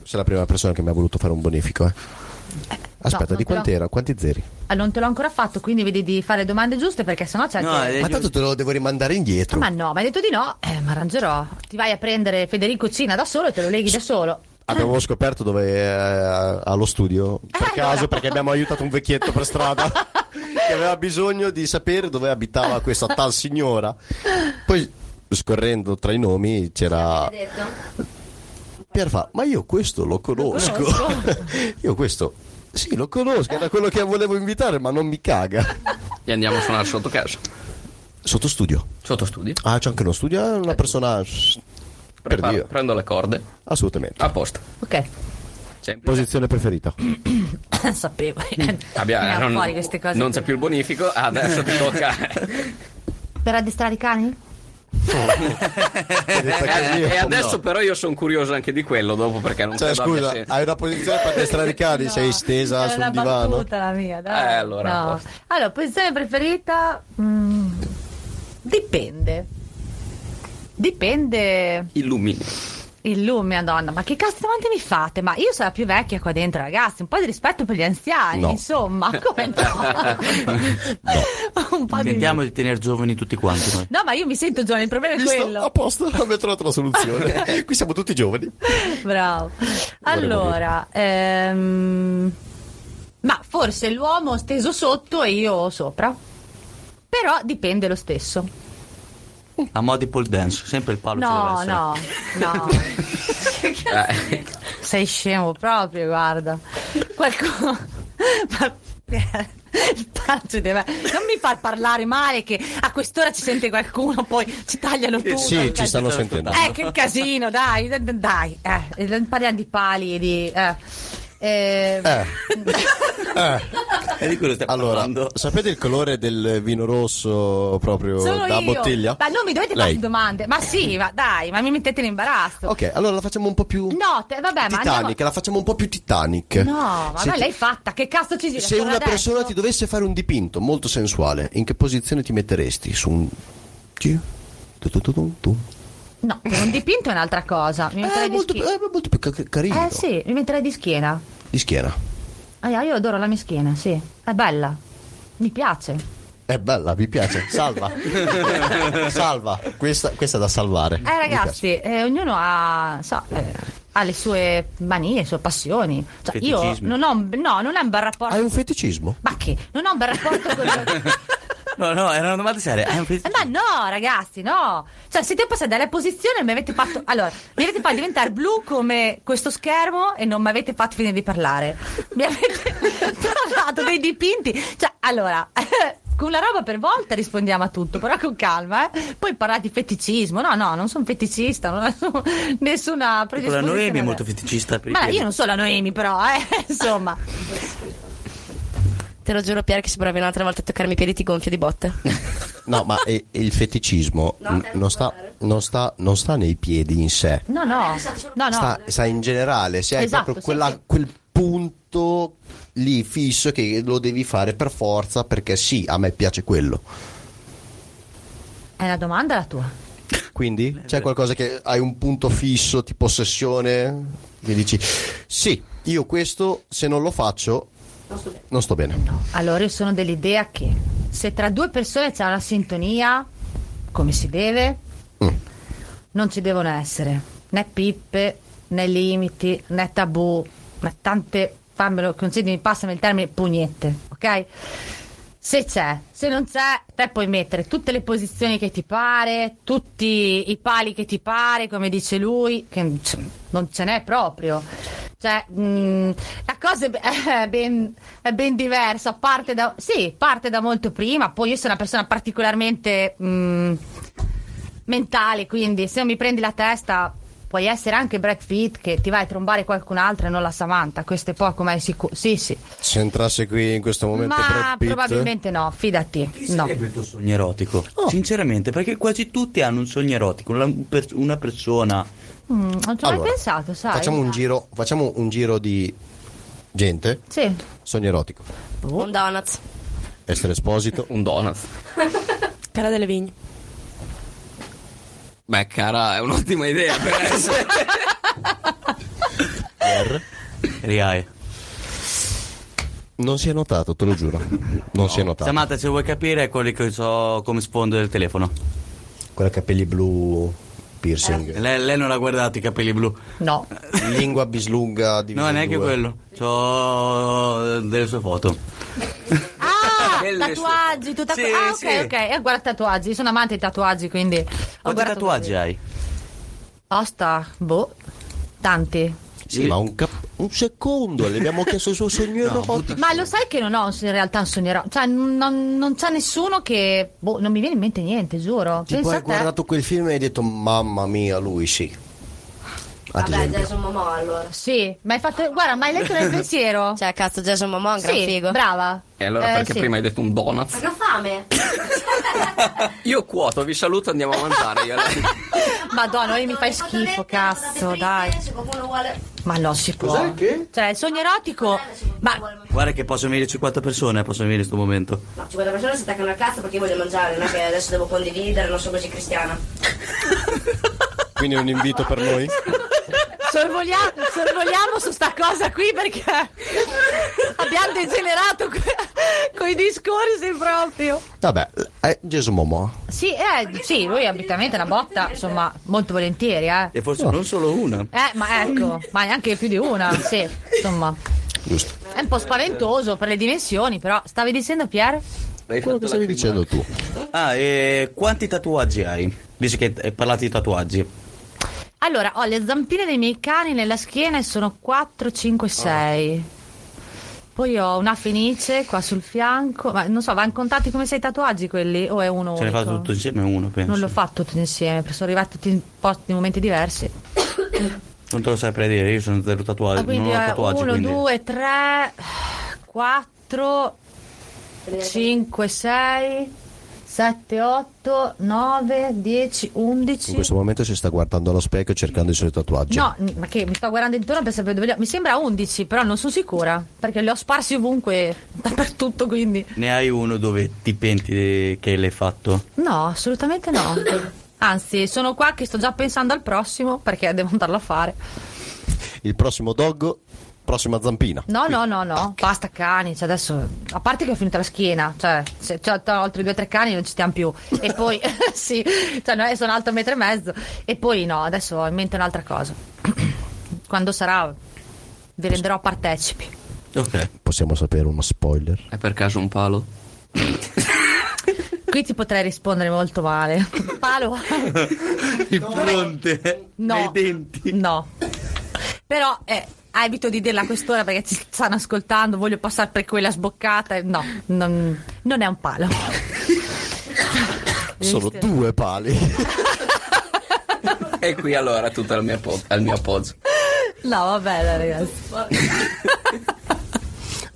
S2: Sei la prima persona che mi ha voluto fare un bonifico, eh. Aspetta,
S5: non
S2: di
S5: te l'ho-
S2: quant'era? Quanti zeri?
S5: Ah, non te l'ho ancora fatto, quindi vedi di fare domande giuste perché sennò c'è.
S1: No,
S5: anche- Ah,
S1: eh,
S2: Ma tanto te lo devo rimandare indietro.
S5: Ma no, mi hai detto di no, eh, ma arrangerò. Ti vai a prendere Federico Cina da solo e te lo leghi da solo.
S2: Abbiamo scoperto dove eh, allo studio per
S5: Eh,
S2: caso
S5: allora.
S2: perché abbiamo aiutato un vecchietto per strada che aveva bisogno di sapere dove abitava questa tal signora. Poi scorrendo tra i nomi c'era Pier fa, ma io questo lo conosco. io questo sì, lo conosco, era quello che volevo invitare, ma non mi caga.
S3: Gli andiamo a suonare sotto casa.
S2: Sotto studio.
S3: Sotto studio.
S2: Ah, c'è anche uno studio, è una persona per
S3: Preparo-
S2: Dio,
S3: Prendo le corde.
S2: assolutamente.
S3: A posto.
S5: Ok,
S3: Semplice.
S2: Posizione preferita.
S3: Eh,
S5: sapevo.
S3: Abbiamo-
S5: Teniamo
S3: Mm. non,
S5: fuori queste cose.
S3: non c'è più il bonifico, ah, adesso ti tocca.
S5: Per addestrare i cani?
S3: Eh, e adesso però io sono curioso anche di quello dopo perché non
S2: Cioè,
S3: credo abbia
S2: scusa,
S3: senso.
S2: hai una posizione per destra di cani? sei stesa
S5: Era
S2: sul
S5: una
S2: divano?
S5: battuta la mia, dai.
S3: Eh, allora,
S5: No.
S3: a posto.
S5: Allora, posizione preferita? Mm, dipende. Dipende.
S3: Illumini.
S5: Il lume, madonna, ma che cazzo davanti mi fate? Ma io sono la più vecchia qua dentro, ragazzi. Un po' di rispetto per gli anziani,
S2: No.
S5: insomma, come no? un po' di.
S1: Tentiamo di tenere giovani tutti quanti noi.
S5: No, ma io mi sento giovane, il problema è
S2: Visto?
S5: quello.
S2: A posto, abbiamo trovato la soluzione. Qui siamo tutti giovani.
S5: Bravo.
S2: Volevo
S5: Allora, ehm, ma forse l'uomo steso sotto e io sopra. Però dipende lo stesso.
S1: A mo' di pole dance, sempre il palo ci deve
S5: No,
S1: essere.
S5: no, no.
S3: Eh,
S5: Sei scemo proprio, guarda. Qualcuno. Ma- Il palo ci deve- Non mi far parlare male che a quest'ora ci sente qualcuno, poi ci tagliano tutto.
S2: Sì, ci stanno sentendo.
S5: Eh, che casino, dai, d- d- dai. Eh, non parliamo di pali e di. eh. Eh,
S2: Eh,
S1: È di quello che stiamo
S2: allora,
S1: parlando.
S2: sapete il colore del vino rosso proprio
S5: Sono
S2: da
S5: io.
S2: bottiglia?
S5: Ma non mi dovete
S2: Lei.
S5: fare domande. Ma sì, ma dai, ma mi mettete in imbarazzo.
S2: Ok, allora la facciamo un po' più
S5: No, te- vabbè, ma
S2: Titanic,
S5: andiamo...
S2: la facciamo un po' più Titanic.
S5: No, ma
S2: Se
S5: ma
S2: ti-
S5: l'hai fatta, che cazzo ci gira?
S2: Se
S5: Solo
S2: una
S5: adesso?
S2: persona ti dovesse fare un dipinto molto sensuale, in che posizione ti metteresti? Su un Chi? Tu, tu, tu, tu, tu.
S5: No, un dipinto è un'altra cosa. Mi metterei
S2: Eh,
S5: di
S2: molto,
S5: schiena.
S2: eh, molto più ca- carino.
S5: Eh sì, mi metterei di schiena.
S2: Di schiena.
S5: Ah, io adoro la mia schiena, sì. È bella. Mi piace. Eh,
S2: È bella, mi piace. Salva. Salva. Questa, questa è da salvare.
S5: Eh
S2: Mi
S5: ragazzi, eh, ognuno ha, so, eh, ha le sue manie, le sue passioni. Cioè, io
S1: Feticismi.
S5: non ho, un- no, non è un bel
S2: piace.
S5: rapporto.
S2: Hai un feticismo?
S5: Ma che? Non ho un bel rapporto con...
S1: No, no, era una domanda seria. È un
S5: Eh, Ma no, ragazzi, no. Cioè, siete passati dalla posizione e mi avete fatto. Allora, mi avete fatto diventare blu come questo schermo e non mi avete fatto finire di parlare. Mi avete trovato dei dipinti. Cioè, allora. Con una roba per volta rispondiamo a tutto, però con calma, eh. Poi parlate di feticismo. No, no, non sono feticista, non ho
S1: Tipo,
S5: nessuna
S1: la
S5: predisposizione.
S1: Noemi è molto feticista per i
S5: Ma
S1: piedi.
S5: io non sono la Noemi, però, eh. Insomma.
S7: Te lo giuro, Pier, che se provi un'altra volta a toccarmi i piedi ti gonfio di botte.
S2: No, ma eh, il feticismo
S7: No,
S2: n-
S5: eh,
S7: dai,
S2: non, sta, non, sta, non sta nei piedi in sé,
S5: No, no. No, no.
S2: sta, sta in generale. Se hai
S5: Esatto,
S2: proprio
S5: sì,
S2: quella-
S5: sì.
S2: quel punto lì fisso che lo devi fare per forza perché sì, a me piace quello.
S5: È una domanda Eh, la tua.
S2: Quindi c'è qualcosa che hai un punto fisso, tipo ossessione, che dici sì, io questo se non lo faccio non sto bene.
S5: Allora io sono dell'idea che se tra due persone c'è una sintonia, come si deve,
S2: Mm.
S5: non ci devono essere né pippe, né limiti, né tabù, ma tante, fammelo, concedimi, passami il termine, pugnette, ok? Se c'è, se non c'è, te puoi mettere tutte le posizioni che ti pare, tutti i pali che ti pare, come dice lui, che cioè, non ce n'è proprio. Cioè, mh, la cosa è be- è ben, è ben diversa, parte da, sì, parte da molto prima, poi io sono una persona particolarmente mm, mh, mentale, quindi se non mi prendi la testa puoi essere anche Brad Pitt che ti vai a trombare qualcun altro e non la Samantha, questo è poco ma è sicuro. Sì, sì.
S2: Se entrasse qui in questo momento
S5: Ma
S2: Brad Pitt-
S5: probabilmente no, fidati. No. Oh.
S1: È questo sogno erotico. Sinceramente, perché quasi tutti hanno un sogno erotico. la- un per- una persona.
S5: Mm, non ci ho mai
S2: Allora,
S5: pensato, sai.
S2: Facciamo un giro, facciamo un giro di gente,
S5: Sì.
S2: sogno erotico,
S7: Un donuts.
S2: essere esposito.
S3: un donut.
S9: Cara delle vigne.
S3: Beh, cara, è un'ottima idea per essere.
S1: Riae.
S2: Non si è notato, te lo giuro. Non si è notato.
S1: Samantha, se vuoi capire, è quelli che so come sfondo del telefono.
S2: Quella capelli blu, piercing,
S1: Lei, lei non ha guardato i capelli blu.
S5: No.
S2: lingua bislunga di
S1: Eh. No, neanche quello. C'ho eh, delle sue foto.
S5: Ah,
S3: Belle
S5: tatuaggi, tutta
S1: Sì,
S5: que- Ah, ok,
S1: sì.
S5: ok. Eh, guarda tatuaggi, io sono amante dei tatuaggi, quindi ho
S1: Quanti
S5: guardato
S1: tatuaggi hai?
S5: così. Osta, boh, tanti.
S2: Sì, ma un, cap- un secondo, le abbiamo chiesto il suo sogno erotico.
S5: Ma lo sai che non ho in realtà un sogno erotico? Cioè, non, non c'è nessuno che. Boh, non mi viene in mente niente, giuro.
S2: Tipo
S5: Pensa
S2: hai
S5: a te.
S2: guardato quel film e hai detto mamma mia, lui sì. Ad esempio.
S7: Jason Momoa allora.
S5: Sì, ma hai fatto. Guarda, ma hai letto nel pensiero?
S7: Cioè, cazzo, Jason Momoa è un gran
S5: sì,
S7: figo.
S5: brava.
S3: E allora
S5: Eh,
S3: perché
S5: sì.
S3: prima hai detto un donut?
S7: che fame!
S3: Io cuoto, vi saluto, andiamo a mangiare. Io
S5: Madonna, io mi fai schifo, cazzo, dai.
S7: Se qualcuno vuole...
S5: Ma no, si può. Cioè, il sogno erotico. Ma
S1: Guarda che possono venire 50 persone, possono venire in questo momento.
S7: No, 50 persone si attaccano al cazzo perché io voglio mangiare, non è che adesso devo condividere, non sono così cristiana.
S2: Quindi è un invito per noi?
S5: sorvoliamo, sorvoliamo su sta cosa qui perché abbiamo degenerato con i discorsi proprio.
S11: Vabbè, è Gesù Momoa.
S5: Sì, eh, sì, lui abitamente una botta, insomma, molto volentieri, eh.
S1: E forse non solo una.
S5: Eh, ma ecco, ma neanche più di una, sì, insomma.
S11: Giusto.
S5: È un po' spaventoso per le dimensioni, però stavi dicendo Pier?
S11: Quello che stavi dicendo tu.
S5: Eh.
S1: Ah, e quanti tatuaggi hai? Dici che hai parlato di tatuaggi.
S5: Allora, ho le zampine dei miei cani nella schiena e sono 4, 5,
S1: Ah.
S5: 6. Poi ho una fenice qua sul fianco, ma non so, vanno contati come sei tatuaggi quelli o è uno
S1: Ce ne fa
S5: unico?
S1: tutto insieme uno, penso.
S5: Non l'ho fatto tutti insieme, perché sono arrivati tutti in, posti, in momenti diversi.
S1: Non te lo saprei dire, io sono zero tatuaggi.
S5: Ah, quindi
S1: non ho
S5: eh,
S1: tatuaggi.
S5: uno,
S1: quindi.
S5: due, tre, quattro, cinque, sei, sette, otto, nove, dieci, undici.
S11: In questo momento si sta guardando allo specchio cercando i suoi tatuaggi.
S5: No, n- ma che mi sto guardando intorno per sapere dove li ho. Mi sembra 11, però non sono sicura. Perché li ho sparsi ovunque, dappertutto, quindi.
S1: Ne hai uno dove ti penti eh, che l'hai fatto?
S5: No, assolutamente no. Anzi, sono qua che sto già pensando al prossimo perché devo andarlo a fare.
S11: Il prossimo doggo, prossima zampina.
S5: No, no, no, no. Basta cani. Cioè adesso, a parte che ho finito la schiena, cioè, se cioè, ho altri due o tre cani non ci stiamo più. E poi, sì, cioè, no, sono alto un metro e mezzo. E poi, no, adesso ho in mente un'altra cosa. Quando sarà, vi renderò partecipi.
S1: Ok.
S11: Possiamo sapere uno spoiler?
S3: È per caso un palo?
S5: Qui ti potrei rispondere molto male. Palo?
S1: Il fronte.
S5: No.
S1: Nei denti.
S5: No. Però eh, evito di dirla a quest'ora perché ci stanno ascoltando, voglio passare per quella sboccata. e No, non, non è un palo.
S11: Sono due pali.
S3: E qui allora tutto al mio, appo- al mio appoggio.
S5: No, vabbè, dai, ragazzi.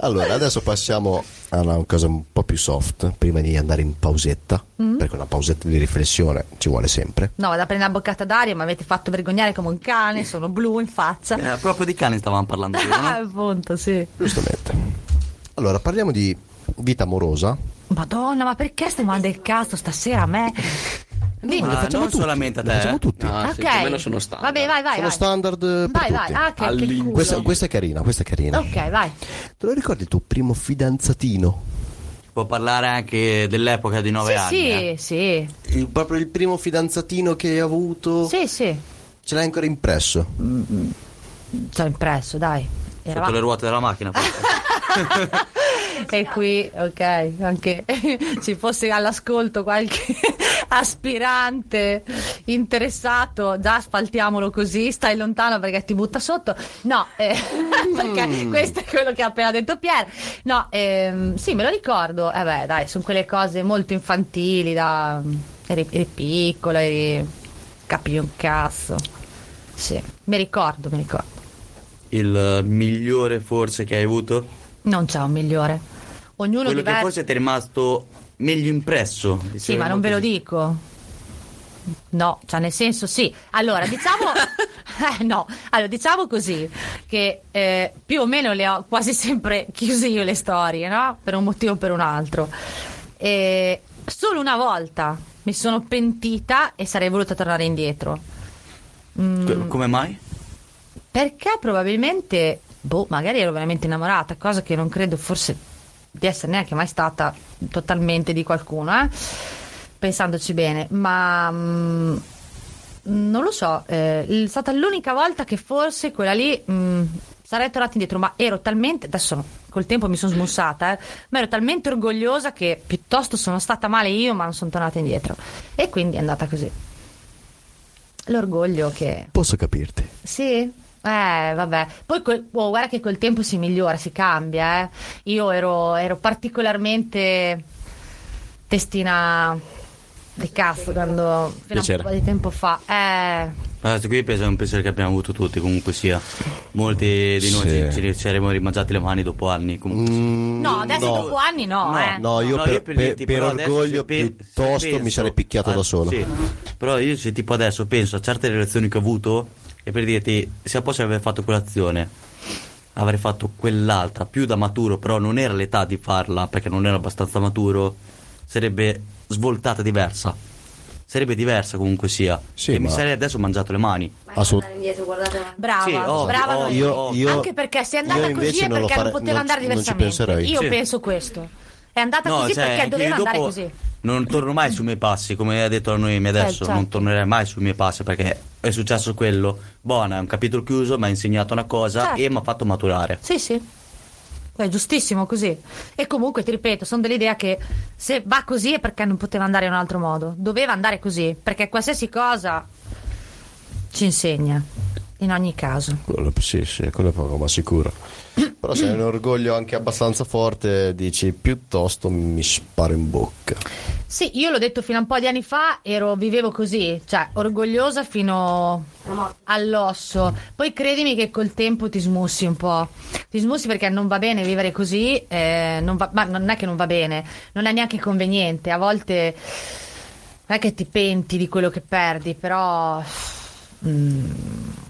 S11: Allora, adesso passiamo a una cosa un po' più soft, prima di andare in pausetta,
S5: Mm-hmm.
S11: perché una pausetta di riflessione ci vuole sempre.
S5: No, vado a prendere una boccata d'aria, mi avete fatto vergognare come un cane, sono blu in faccia.
S1: Eh, proprio di cane stavamo parlando. io,
S5: Ah,
S1: no?
S5: appunto, sì.
S11: Giustamente. Allora, parliamo di vita amorosa.
S5: Madonna, ma perché stai mandando il cazzo stasera a me? Dimmi.
S1: Ma non solamente a
S11: Lo facciamo
S1: te. eh?
S11: tutti.
S3: No,
S5: ok.
S3: Ah, sì, più o meno sono stato.
S5: Vabbè, vai, vai.
S11: Sono
S5: vai.
S11: standard eh, per
S5: Vai,
S11: tutti.
S5: vai. Ah, che, che
S3: All'in-
S5: culo.
S11: Questa, questa è carina, questa è carina.
S5: Ok, vai.
S11: Te lo ricordi il tuo primo fidanzatino?
S1: Può parlare anche dell'epoca di nove anni. eh.
S5: Sì, sì, sì.
S11: Il- proprio il primo fidanzatino che hai avuto?
S5: Sì, sì.
S11: Ce l'hai ancora impresso?
S5: Ci ho impresso, dai.
S1: Sotto le
S5: Eravamo...
S1: ruote della macchina. proprio.
S5: E qui, ok, anche ci fosse all'ascolto qualche aspirante interessato, già spaltiamolo così, stai lontano perché ti butta sotto. No, eh,
S1: Mm.
S5: perché questo è quello che ha appena detto Pier. No, ehm, sì, me lo ricordo. Eh beh, dai, sono quelle cose molto infantili, da... eri, eri piccolo, eri... capivi un cazzo. Sì, mi ricordo, mi ricordo.
S1: Il eh, migliore forse che hai avuto?
S5: Non c'è un migliore. Ognuno
S1: Quello che
S5: diverso.
S1: forse ti è rimasto meglio impresso.
S5: Sì, ma non ve lo dico. No, cioè nel senso sì. Allora, diciamo eh, no. Allora, diciamo così che eh, più o meno le ho quasi sempre chiuse io le storie, no? Per un motivo o per un altro. E solo una volta mi sono pentita e sarei voluta tornare indietro.
S1: Co- Come mai?
S5: Perché probabilmente, boh, magari ero veramente innamorata, cosa che non credo forse di essere neanche mai stata totalmente di qualcuno, eh? pensandoci bene, ma mm, non lo so, eh, è stata l'unica volta che forse quella lì mm, sarei tornata indietro, ma ero talmente, adesso col tempo mi sono smussata, eh, ma ero talmente orgogliosa che piuttosto sono stata male io, ma non sono tornata indietro. E quindi è andata così. L'orgoglio che...
S11: Posso capirti.
S5: Sì. Eh, vabbè. Poi quel- oh, guarda che col tempo si migliora, si cambia, eh. Io ero, ero particolarmente testina di cazzo quando fino a
S11: Piacere.
S5: un po' di tempo fa. Eh,
S1: Ma Questo qui penso è un pensiero che abbiamo avuto tutti, comunque sia. Molti di noi
S11: Sì.
S1: ci, ci saremmo rimangiati le mani dopo anni. Comunque.
S11: Mm,
S5: no, adesso
S11: no.
S5: Eh, dopo anni no,
S1: No,
S5: eh.
S11: No, io
S1: No,
S11: per,
S1: io per
S11: per-
S1: dirti,
S11: per
S1: però adesso
S11: orgoglio
S1: se pe- se
S11: piuttosto mi
S1: penso-
S11: sarei picchiato
S1: ah,
S11: da solo.
S1: Sì. Però io se tipo adesso penso a certe relazioni che ho avuto e per dirti, se posso aver fatto quell'azione, avrei fatto quell'altra, più da maturo, però non era l'età di farla perché non era abbastanza maturo, sarebbe svoltata diversa. sarebbe diversa comunque sia.
S2: Sì,
S1: e mi
S2: ma-
S1: sarei adesso mangiato le mani.
S2: Assolut-
S7: indietro, guardate avanti.
S13: Brava,
S1: Sì, ovvio,
S13: brava
S1: ovvio,
S13: Noemi.
S1: io-
S2: io-
S13: Anche perché se è andata
S2: io
S13: così
S2: invece
S13: è
S2: non lo
S13: perché non
S2: fare-
S13: poteva
S2: non-
S13: andare
S2: non ci
S13: diversamente.
S2: penserei.
S13: Io
S1: Sì.
S13: penso questo. È andata così
S1: cioè,
S13: perché
S1: anche io
S13: doveva andare
S1: dopo
S13: così.
S1: Non torno mai sui miei passi, come ha detto la Noemi adesso,
S13: certo.
S1: non tornerei mai sui miei passi perché è successo quello. Buona, è un capitolo chiuso, mi ha insegnato una cosa
S13: Certo.
S1: e mi ha fatto maturare.
S13: Sì, sì.
S5: È giustissimo così. E comunque ti ripeto, sono dell'idea che se va così è perché non poteva andare in un altro modo. Doveva andare così, perché qualsiasi cosa ci insegna. In ogni caso.
S2: Quello, sì, sì, quello è poco ma sicuro. Però se hai un orgoglio anche abbastanza forte, dici piuttosto mi sparo in bocca.
S5: Sì, io l'ho detto fino a un po' di anni fa, ero, vivevo così, cioè orgogliosa fino all'osso. Poi credimi che col tempo ti smussi un po'. Ti smussi perché non va bene vivere così, eh, non va- ma non è che non va bene, non è neanche conveniente. A volte non è che ti penti di quello che perdi, però mm,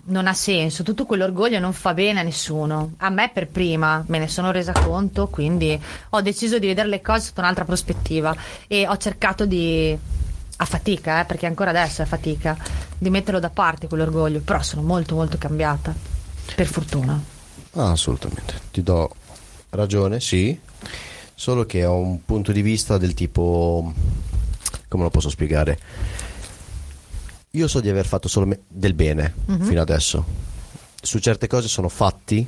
S5: non ha senso. Tutto quell'orgoglio non fa bene a nessuno. A me per prima me ne sono resa conto, quindi ho deciso di vedere le cose sotto un'altra prospettiva e ho cercato di a fatica, eh, perché ancora adesso è fatica di metterlo da parte quell'orgoglio, però sono molto molto cambiata. Per fortuna.
S2: Ah, assolutamente, ti do ragione, sì. Solo che ho un punto di vista del tipo. come lo posso spiegare? Io so di aver fatto solo me- del bene fino adesso. Su certe cose sono fatti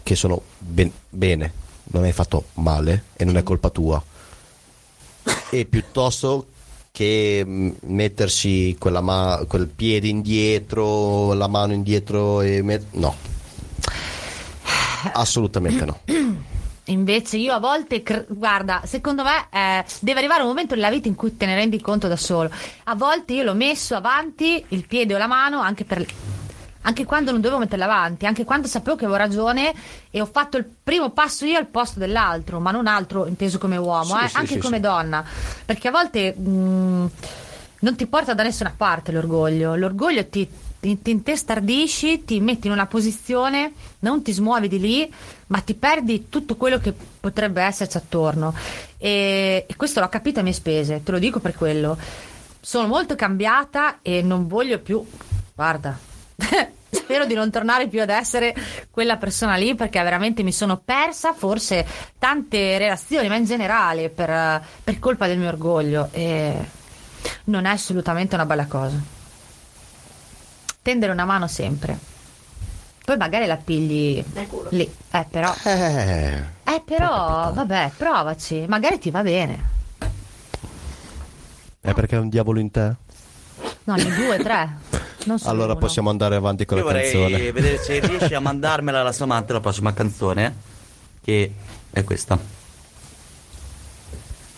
S2: che sono ben- bene, non hai fatto male e non è colpa tua. E piuttosto che mh, mettersi quella ma- quel piede indietro, la mano indietro e met- no. Assolutamente no.
S5: Eh. Invece io a volte, cre- guarda, secondo me eh, deve arrivare un momento nella vita in cui te ne rendi conto da solo. A volte io l'ho messo avanti, il piede o la mano, anche per... Anche quando non dovevo metterla avanti, anche quando sapevo che avevo ragione e ho fatto il primo passo io al posto dell'altro, ma non altro inteso come uomo,
S2: Sì,
S5: eh,
S2: sì,
S5: anche
S2: sì,
S5: come
S2: sì.
S5: donna. Perché a volte mm, mh, non ti porta da nessuna parte l'orgoglio. L'orgoglio ti, ti, ti intestardisci, ti metti in una posizione, non ti smuovi di lì, ma ti perdi tutto quello che potrebbe esserci attorno. E, e questo l'ho capito a mie spese, te lo dico per quello. Sono molto cambiata e non voglio più. Guarda. Spero di non tornare più ad essere quella persona lì perché veramente mi sono persa forse tante relazioni, ma in generale per, per colpa del mio orgoglio. E non è assolutamente una bella cosa. Tendere una mano sempre. Poi magari la pigli lì. Eh però.
S2: Eh,
S5: Eh però, vabbè, provaci. Magari ti va bene.
S2: è Eh, perché è un diavolo in te?
S5: No, ne due, tre. Non solo
S2: Allora
S5: uno.
S2: possiamo andare avanti con
S1: Io
S2: la
S1: vorrei
S2: canzone.
S1: vedere se riesci a mandarmela la Samantha la prossima canzone, che è questa.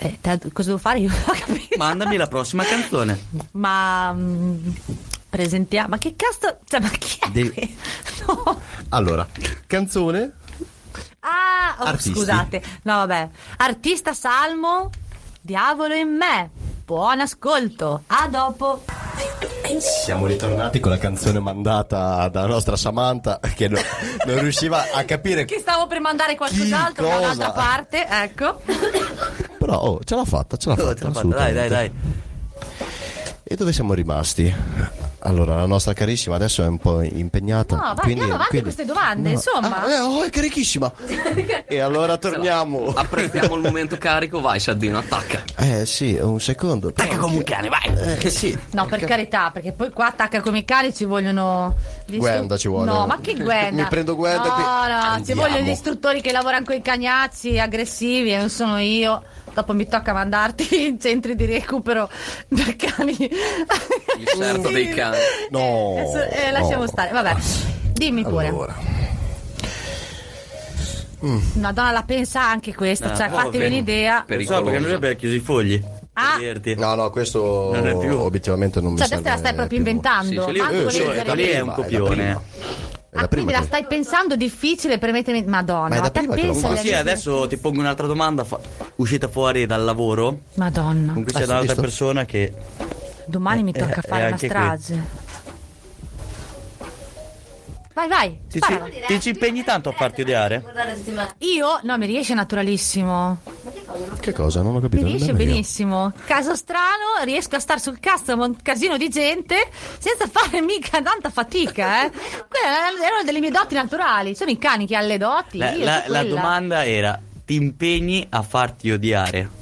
S5: Eh, te- cosa devo fare? Io non ho capito.
S1: Mandami la prossima canzone.
S5: Ma mm, presentiamo. Ma che cazzo? Cioè, ma chi è?
S2: Devi-
S5: che- No.
S2: Allora, canzone?
S5: Ah, oh,
S2: Artisti.
S5: scusate. No, vabbè. Artista Salmo, Diavolo in me. Buon ascolto. A dopo.
S2: Siamo ritornati con la canzone mandata dalla nostra Samantha che no- non riusciva a capire.
S5: Che stavo per mandare qualcos'altro da
S2: cosa?
S5: un'altra parte. Ecco.
S2: Però oh, ce l'ha fatta, ce l'ha
S1: Oh,
S2: fatta.
S1: te l'ho fatta, Dai, dai,
S2: assolutamente.
S1: dai.
S2: E dove siamo rimasti? Allora, la nostra carissima adesso è un po' impegnata.
S5: No, va,
S2: quindi,
S5: andiamo avanti
S2: quindi-
S5: con queste domande, insomma.
S2: Ah, eh, oh, è carichissima. e allora torniamo.
S3: Apprezziamo il momento carico, vai Shaddino, attacca.
S2: Eh sì, un secondo. però-
S3: Attacca come un cane, vai.
S2: Eh sì.
S5: No, per carità, perché poi qua attacca come i cani ci vogliono. gli
S2: Guenda
S5: istru-
S2: ci vuole.
S5: No, ma che Guenda?
S2: Mi prendo Guenda
S5: No,
S2: e ti-
S5: no, ci
S2: Andiamo.
S5: vogliono gli istruttori che lavorano con i cagnazzi aggressivi e non sono io. Dopo mi tocca mandarti in centri di recupero per cani.
S3: Il certo dei cani.
S2: No,
S5: Eh, adesso- eh, lasciamo
S2: no.
S5: stare, vabbè. Dimmi pure.
S2: Allora.
S5: Una donna la pensa anche questa,
S1: Ah,
S3: oh,
S5: cioè
S1: ovvio.
S5: fatemi
S1: Lo so
S5: un'idea.
S1: perché noi
S3: Pericoloso.
S1: abbiamo chiuso i fogli.
S5: Ah.
S1: Per dirti.
S2: No, no, questo
S1: Non è più.
S2: obiettivamente non mi
S5: Cioè,
S2: serve
S5: adesso te la stai proprio
S2: più.
S5: inventando.
S3: Sì, sì, lì-
S5: anche
S2: eh,
S5: con le
S2: sì,
S1: Quello-
S2: è
S5: leggere-
S2: la
S1: lì è
S2: prima,
S1: un
S2: è la
S1: copione.
S2: prima. È la prima
S5: Ah, quindi la
S2: che-
S5: stai pensando difficile per mettermi. Madonna,
S2: Ma è da
S5: te
S2: prima che lo
S5: pensa
S2: fai.
S1: Ma
S5: alle
S1: sì,
S5: altre-
S1: adesso ti pongo un'altra domanda. fa- Uscita fuori dal lavoro,
S5: Madonna,
S1: comunque
S2: Ah,
S1: c'è
S2: sì,
S1: un'altra
S2: visto?
S1: persona che.
S5: domani mi
S1: Mm. Eh,
S5: tocca
S1: eh,
S5: fare una
S1: anche qui.
S5: strage. Vai, vai.
S1: Ti,
S5: spara.
S1: ci, ti ci impegni tanto a farti odiare?
S7: Guardate, settimana.
S5: Io no, mi riesce naturalissimo.
S7: Ma che cosa?
S2: Che cosa? Non ho capito.
S5: Mi riesce
S2: nemmeno io.
S5: benissimo. Caso strano, riesco a star sul cazzo con un casino di gente senza fare mica tanta fatica. Eh. Quella era una delle mie doti naturali. Sono i cani che hanno le doti.
S1: La,
S5: io
S1: la-
S5: sono
S1: la
S5: quella.
S1: domanda era: ti impegni a farti odiare?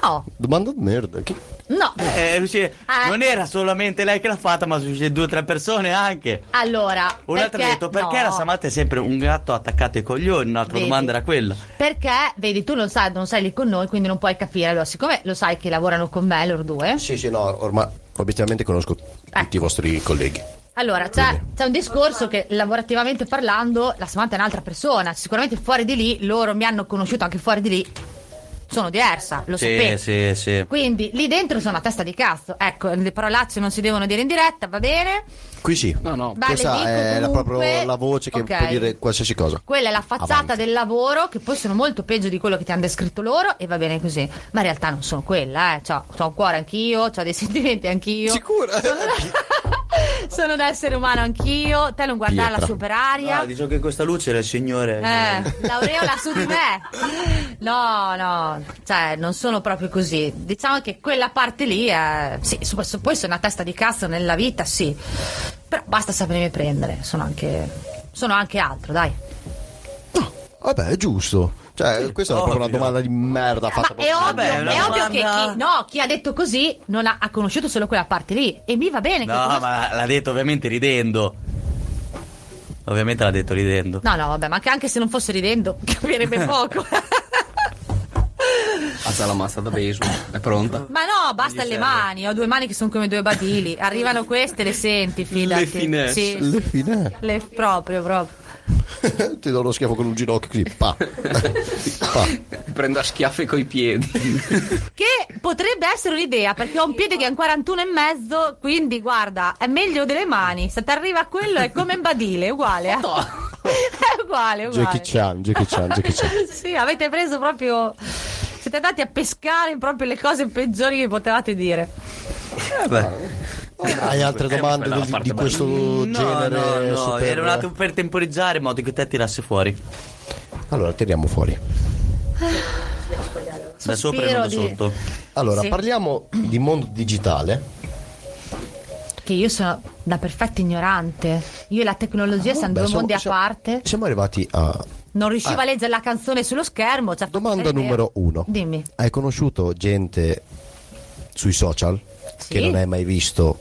S5: No,
S2: Domanda di merda. Chi-
S5: no.
S1: Eh, dice,
S5: Ah.
S1: Non era solamente lei che l'ha fatta, ma sono due o tre persone anche.
S5: Allora,
S1: Un altro ha
S5: perché-
S1: detto perché
S5: no.
S1: la Samata è sempre un gatto attaccato ai coglioni? Un'altra
S5: Vedi.
S1: domanda era quella.
S5: Perché, vedi, tu non sai, non sei lì con noi, quindi non puoi capire. Allora, siccome lo sai che lavorano con me loro due,
S2: Sì, sì, no, ormai obiettivamente conosco
S5: Eh.
S2: tutti i vostri colleghi.
S5: allora c'è, c'è un discorso che lavorativamente parlando, la Samantha è un'altra persona. Sicuramente fuori di lì, loro mi hanno conosciuto anche fuori di lì. Sono diversa, lo
S1: Sì,
S5: sapete.
S1: sì, sì.
S5: Quindi lì dentro sono a testa di cazzo. Ecco, le parolacce non si devono dire in diretta, va bene?
S2: Qui sì.
S3: No, no.
S5: Beh,
S2: Questa
S5: le dico
S2: è la,
S5: comunque-
S2: proprio la voce che
S5: Ok.
S2: può dire qualsiasi cosa.
S5: Quella è la facciata
S2: Avanti.
S5: del lavoro, che poi sono molto peggio di quello che ti hanno descritto loro, e va bene così. Ma in realtà non sono quella, eh. C'ho, c'ho un cuore anch'io, ho dei sentimenti anch'io.
S2: Sicura?
S5: sono un essere umano anch'io. Te non guardarla
S2: Pietra.
S5: su per aria.
S1: Ah, dicevo che questa luce era il signore.
S5: Eh, l'aureola su di me. No, no, cioè non sono proprio così. Diciamo che quella parte lì è... Sì, su- su- poi sono una testa di cazzo nella vita, sì. Però basta sapermi prendere, sono anche... Sono anche altro, dai.
S2: Vabbè, è giusto. Cioè, questa è proprio una
S1: Ovvio.
S2: domanda di merda fatta
S5: Ma è
S2: proprio-
S5: ovvio,
S1: Vabbè, una
S5: è ovvio
S1: domanda-
S5: che chi, no, chi ha detto così non ha, ha conosciuto solo quella parte lì. E mi va bene. che
S1: No,
S5: conosco-
S1: ma l'ha detto ovviamente ridendo. Ovviamente l'ha detto ridendo.
S5: No, no, vabbè, ma che anche se non fosse ridendo, capirebbe poco.
S3: Alza la massa da baseball. È pronta.
S5: Ma no, basta le mani, ho due mani che sono come due badili. Arrivano queste, le senti, fidati.
S3: Le finesse.
S5: Sì,
S2: Le fine.
S5: le- proprio, proprio.
S2: Ti do uno schiaffo con un ginocchio così. Pa. Pa.
S3: Prendo a schiaffi coi piedi.
S5: Che potrebbe essere un'idea, perché ho un piede che è un 41 e mezzo, quindi guarda, è meglio delle mani. Se ti arriva a quello è come un badile, è uguale. eh. è uguale, è
S2: Jackie
S5: uguale.
S2: Chan, Jackie Chan, Jackie Chan.
S5: sì, avete preso proprio... Siete andati a pescare proprio le cose peggiori che potevate dire.
S1: Eh, beh.
S2: Hai altre domande
S3: Eh, quella è la
S2: del-
S3: parte
S2: di
S3: bella.
S2: questo genere?
S1: no, no,
S2: super-
S1: era un attimo per temporizzare in modo che te tirasse fuori.
S2: Allora, tiriamo fuori.
S1: Da sopra e non da
S5: di-
S1: sotto.
S2: Allora,
S5: Sì.
S2: parliamo di mondo digitale.
S5: Che io sono da perfetta ignorante. Io e la tecnologia siamo
S2: Ah, Beh,
S5: due
S2: siamo-
S5: mondi
S2: siamo-
S5: a parte.
S2: Siamo arrivati a
S5: Non riuscivo a leggere la canzone sullo schermo. cioè-
S2: domanda
S5: eh,
S2: numero uno.
S5: Dimmi.
S2: Hai conosciuto gente sui social
S5: Sì.
S2: che non hai mai visto?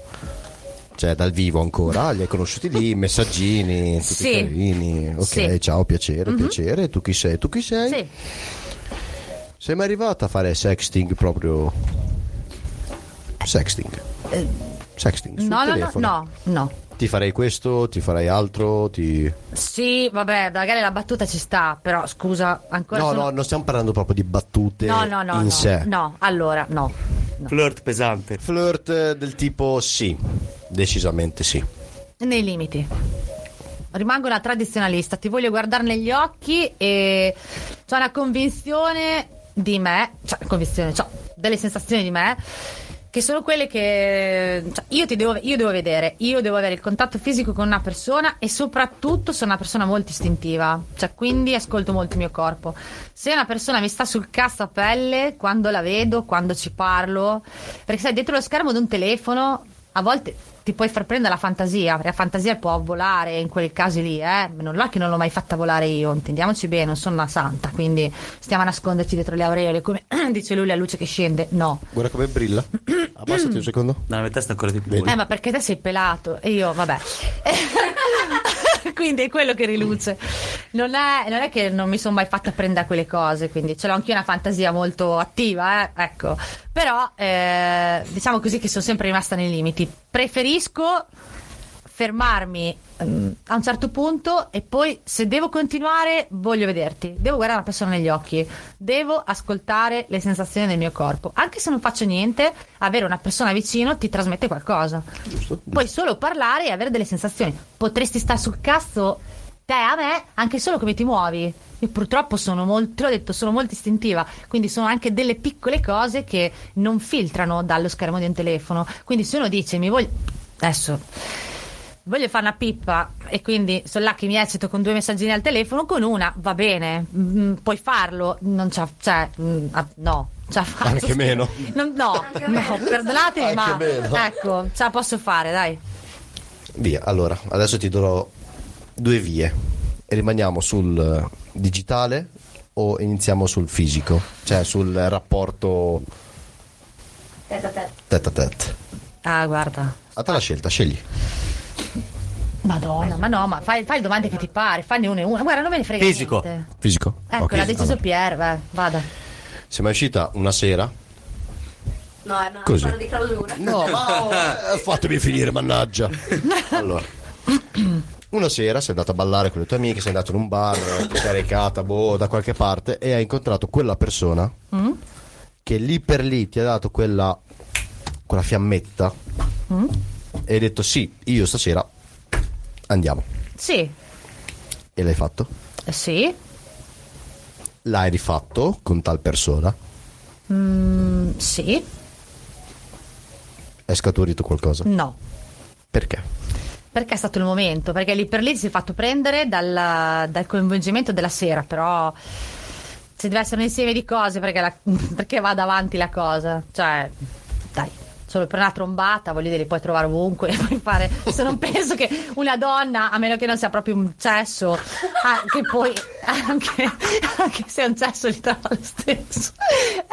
S2: Cioè, dal vivo ancora, li hai conosciuti lì, messaggini, tutti
S5: Sì.
S2: carini. Ok,
S5: Sì. Mhm.
S2: ciao, piacere, piacere. Tu chi sei? Tu chi sei?
S5: Sì.
S2: Sei mai arrivata a fare sexting proprio? Sexting. Sexting. Sul
S5: Eh, No, no, no,
S2: telefono.
S5: no, no.
S2: Ti farei questo, ti farei altro, ti...
S5: Sì, vabbè, magari la battuta ci sta, però scusa, ancora
S2: No,
S5: sono-
S2: no, non stiamo parlando proprio di battute
S5: no, no, no,
S2: in
S5: no,
S2: sé.
S5: no, allora, no. no.
S1: Flirt pesante.
S2: Flirt eh, del tipo sì, decisamente sì.
S5: Nei limiti. Rimango una tradizionalista, ti voglio guardare negli occhi e ho una convinzione di me, cioè convinzione, ho delle sensazioni di me che sono quelle che cioè, io ti devo, io devo vedere, io devo avere il contatto fisico con una persona e soprattutto sono una persona molto istintiva, cioè quindi ascolto molto il mio corpo. Se una persona mi sta sul cazzo a pelle, quando la vedo, quando ci parlo, perché sai, dietro lo schermo di un telefono a volte ti puoi far prendere la fantasia, perché la fantasia può volare in quei casi lì, eh. Non è che non l'ho mai fatta volare io, intendiamoci bene, non sono una santa, quindi stiamo a nasconderci dietro le aureole, come dice lui la luce che scende. No.
S2: Guarda come brilla. Abbassati un secondo.
S1: Nella mia testa ancora di più.
S2: Vedi.
S5: Eh, ma perché te sei pelato? E io, vabbè. quindi è quello che riluce. Non è, non è che non mi sono mai fatta prendere a quelle cose, quindi ce l'ho anch'io una fantasia molto attiva, eh, ecco. Però eh, diciamo così che sono sempre rimasta nei limiti. Preferisco fermarmi ehm, a un certo punto e poi se devo continuare voglio vederti, devo guardare la persona negli occhi, devo ascoltare le sensazioni del mio corpo, anche se non faccio niente, avere una persona vicino ti trasmette qualcosa. Puoi solo parlare e avere delle sensazioni. Potresti stare sul cazzo te a me anche solo come ti muovi. Io purtroppo sono molto, te l'ho detto, sono molto istintiva, quindi sono anche delle piccole cose che non filtrano dallo schermo di un telefono. Quindi se uno dice mi voglio adesso voglio fare una pippa e quindi sono là che mi eccito con due messaggini al telefono, con una va bene, mm, puoi farlo, non c'è, cioè, mm, ah, no. Cioè, faccio-
S14: Anche meno.
S5: Non- no, no,
S2: Anche
S5: perdonatemi, ma
S2: meno.
S5: ecco, ce la posso fare, dai.
S2: Via, allora, adesso ti darò due vie. Rimaniamo sul eh, digitale o iniziamo sul fisico? Cioè sul rapporto tête a tête.
S5: Ah, guarda.
S2: A te la scelta, scegli.
S5: Madonna, ma no, ma fai, fai le domande che ti pare, fanne una e una. Guarda, non me ne frega
S1: Fisico.
S5: niente.
S2: Fisico?
S5: Ecco,
S2: Ok.
S5: l'ha deciso
S2: Allora,
S5: Pier, vai, vada.
S2: Sei mai uscita una sera?
S7: No, no,
S2: Così.
S7: parlo di clausura.
S2: No, ma eh, fatemi finire, mannaggia. Allora. Una sera sei andata a ballare con le tue amiche, sei andato in un bar, eh, ti sei recata boh, da qualche parte e hai incontrato quella persona che lì per lì ti ha dato quella, quella fiammetta Mm? e hai detto sì, io stasera andiamo.
S5: Sì,
S2: E l'hai fatto?
S5: eh, sì,
S2: L'hai rifatto con tal persona?
S5: mm, sì,
S2: È scaturito qualcosa?
S5: no.
S2: Perché?
S5: Perché è stato il momento? Perché lì per lì si è fatto prendere dal, dal coinvolgimento della sera, però ci deve essere un insieme di cose perché, la- perché vada avanti la cosa. Cioè, dai, solo per una trombata, voglio dire, li puoi trovare ovunque, li puoi fare. Se non penso che una donna, a meno che non sia proprio un cesso, ah, che poi anche, anche se è un cesso li trova lo stesso.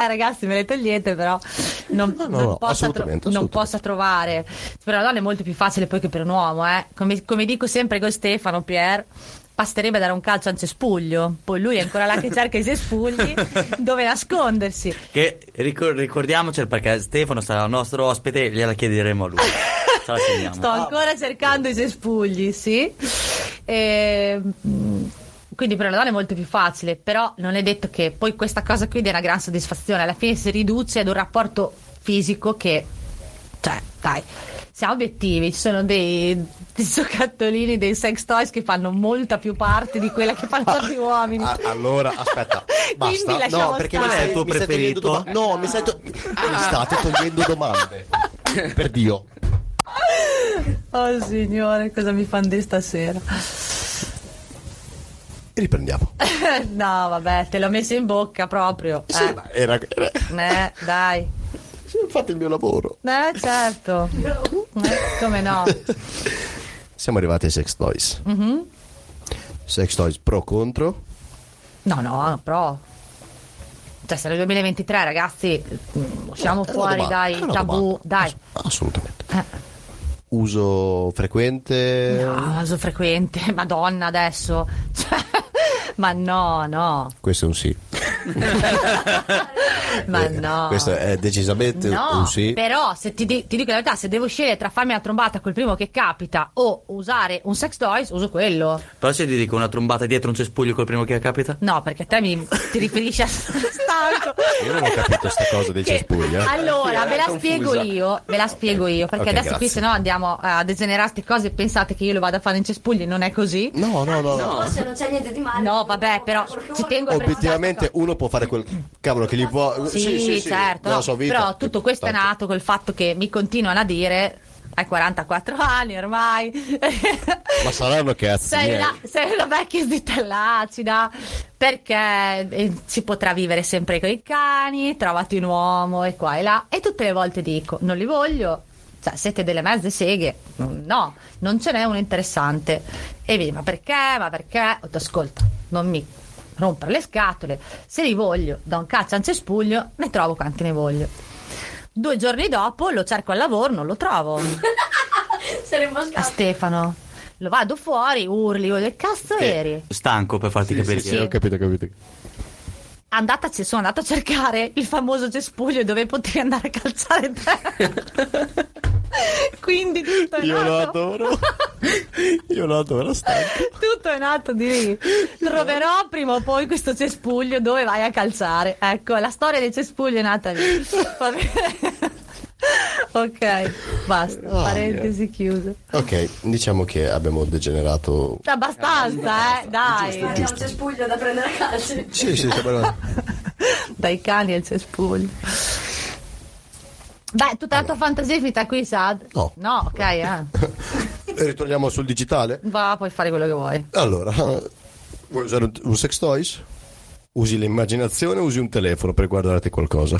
S5: Eh ragazzi, me le togliete, però non,
S2: No, no,
S5: non
S2: no,
S5: possa tro-
S2: assolutamente,
S5: non
S2: assolutamente.
S5: possa trovare. Per una donna è molto più facile poi che per un uomo, eh. Come, come dico sempre con Stefano, Pier, basterebbe dare un calcio al cespuglio. Poi lui è ancora là che cerca i cespugli dove nascondersi.
S1: Che ricor- ricordiamocelo perché Stefano sarà il nostro ospite e gliela chiederemo a lui. Ce la segniamo.
S5: Sto ancora cercando i cespugli, sì. E, mm, quindi per una donna è molto più facile, però non è detto che poi questa cosa qui dia una gran soddisfazione. Alla fine si riduce ad un rapporto fisico che, cioè, dai, siamo obiettivi, ci sono dei, dei giocattolini, dei sex toys che fanno molta più parte di quella che fanno gli uomini.
S2: Ah, allora, aspetta,
S5: Quindi
S2: basta.
S5: lasciamo
S2: no, perché
S5: stare.
S2: mi
S1: Qual è
S2: stai-
S1: il tuo
S2: mi stai togliendo Ah.
S1: preferito?
S2: doma- no, mi stai to- mi state togliendo domande. per Dio.
S5: Oh signore, cosa mi fanno di stasera?
S2: Riprendiamo.
S5: Eh. no, vabbè, te l'ho messo in bocca proprio.
S2: Sì,
S5: Eh,
S2: ma era- era-
S5: eh, dai.
S2: sì, fate il mio lavoro.
S5: Eh, certo. Eh, come no?
S2: Siamo arrivati ai sex toys.
S5: Mm-hmm.
S2: Sex toys pro contro.
S5: No, no, però. Cioè, se nel 2023, ragazzi, mm, usciamo
S2: Era una
S5: fuori
S2: domanda,
S5: dai
S2: era una
S5: tabù,
S2: domanda.
S5: dai.
S2: Ass- assolutamente.
S5: Eh.
S2: Uso frequente.
S5: No, uso Ah, frequente, madonna adesso. Cioè, ma no, no,
S2: Questo è un sì.
S5: ma
S2: Eh,
S5: no.
S2: Questo è decisamente
S5: No,
S2: un sì.
S5: però se ti, di- ti dico la verità, se devo scegliere tra farmi la trombata col primo che capita o usare un sex toys, uso quello.
S1: Però se ti dico una trombata dietro un cespuglio col primo che capita?
S5: No, perché te mi ti riferisci a stanco.
S2: Io non ho capito sta cosa dei
S5: Che-
S2: cespugli, eh.
S5: Allora, ve la spiego io, ve la spiego io, perché
S2: Ok,
S5: adesso
S2: grazie.
S5: qui se no andiamo a degenerare queste cose e pensate che io lo vado a fare in cespugli, non è così.
S2: No, no, no. no.
S7: Forse non c'è niente di male.
S5: No, vabbè, però ci tengo a precisare
S2: Obiettivamente uno può fare quel cavolo che gli vuole.
S5: Sì, certo.
S2: nella
S5: no,
S2: sua vita.
S5: però tutto questo è
S2: Tanto.
S5: nato col fatto che mi continuano a dire hai 44 anni ormai.
S2: Ma saranno cazzi.
S5: Sei
S2: miei.
S5: una, sei una vecchia sditella acida perché eh, si potrà vivere sempre con i cani, trovati un uomo e qua e là. E tutte le volte dico: non li voglio, cioè siete delle mezze seghe. No, non ce n'è uno interessante. E vedi, ma perché? Ma perché? Ho detto, ascolta, non mi rompere le scatole. Se li voglio, da un caccia a un cespuglio, ne trovo quanti ne voglio. Due giorni dopo lo cerco al lavoro, non lo trovo.
S7: Saremmo
S2: Ah,
S5: A Stefano. Lo vado fuori, urli, voglio che cazzo eri?
S1: Stanco per farti capire.
S5: sì.
S1: che-
S14: Ho capito, ho capito.
S5: Andata, ci sono andata a cercare il famoso cespuglio dove potevi andare a calzare te. Quindi tutto è
S14: Io lo
S5: nato.
S14: adoro. Io lo adoro, stanco.
S5: Tutto è nato di lì. Troverò prima o poi questo cespuglio dove vai a calzare. Ecco, la storia del cespuglio è nata lì. Va bene. ok, basta. Parentesi chiuse. Cioè,
S2: Ok, diciamo che abbiamo degenerato.
S5: Abbastanza, eh, dai.
S7: Abbiamo un cespuglio da prendere a calcio.
S2: Sì, sì,
S5: dai cani al cespuglio. Beh, tutta la tua fantasia è finita qui, Sad?
S2: No.
S5: No, ok, eh.
S2: Ritorniamo sul digitale.
S5: Va, puoi fare quello che vuoi.
S2: Allora, vuoi usare un, un sex toys? Usi l'immaginazione o usi un telefono per guardarti qualcosa?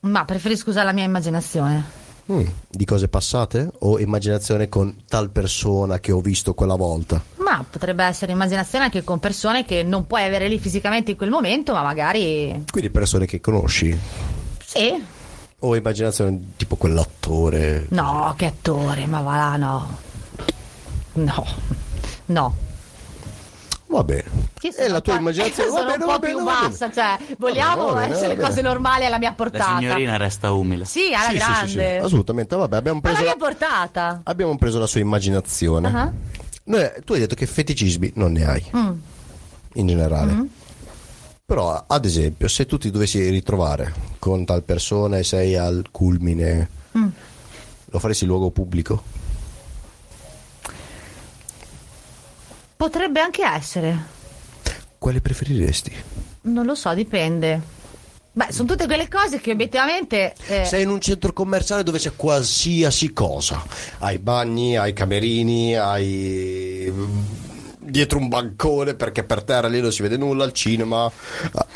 S5: Ma preferisco usare la mia immaginazione.
S2: Mm, Di cose passate o immaginazione con tal persona che ho visto quella volta?
S5: Ma potrebbe essere immaginazione anche con persone che non puoi avere lì fisicamente in quel momento, ma magari.
S2: Quindi persone che conosci
S5: Sì.
S2: o immaginazione tipo quell'attore.
S5: No, che attore, ma va là, no. No. No.
S2: Va bene.
S5: Io sono
S2: E Eh, la tua
S5: un po'-
S2: immaginazione
S5: sono
S2: va bene,
S5: un po'
S2: va bene,
S5: più
S2: va bene.
S5: bassa, cioè, vogliamo
S2: va bene,
S5: essere
S2: va bene.
S5: cose normali alla mia
S1: La
S5: portata.
S1: signorina resta umile.
S5: Sì, alla
S2: Sì, sì, sì,
S5: grande.
S2: sì, Assolutamente, vabbè, abbiamo
S5: alla
S2: preso,
S5: mia
S2: la,
S5: portata.
S2: abbiamo preso la sua immaginazione.
S5: Ah. Mm.
S2: Noi- tu hai detto che feticismi non ne hai, in generale.
S5: Mm-hmm.
S2: Però, ad esempio, se tu ti dovessi ritrovare con tal persona e sei al culmine,
S5: Mm.
S2: lo faresti in luogo pubblico?
S5: Potrebbe anche essere.
S2: Quale preferiresti?
S5: Non lo so, dipende. Beh, sono tutte quelle cose che obiettivamente. eh,
S2: Sei in un centro commerciale dove c'è qualsiasi cosa. Hai bagni, hai camerini, hai mm, dietro un bancone perché per terra lì non si vede nulla, al cinema.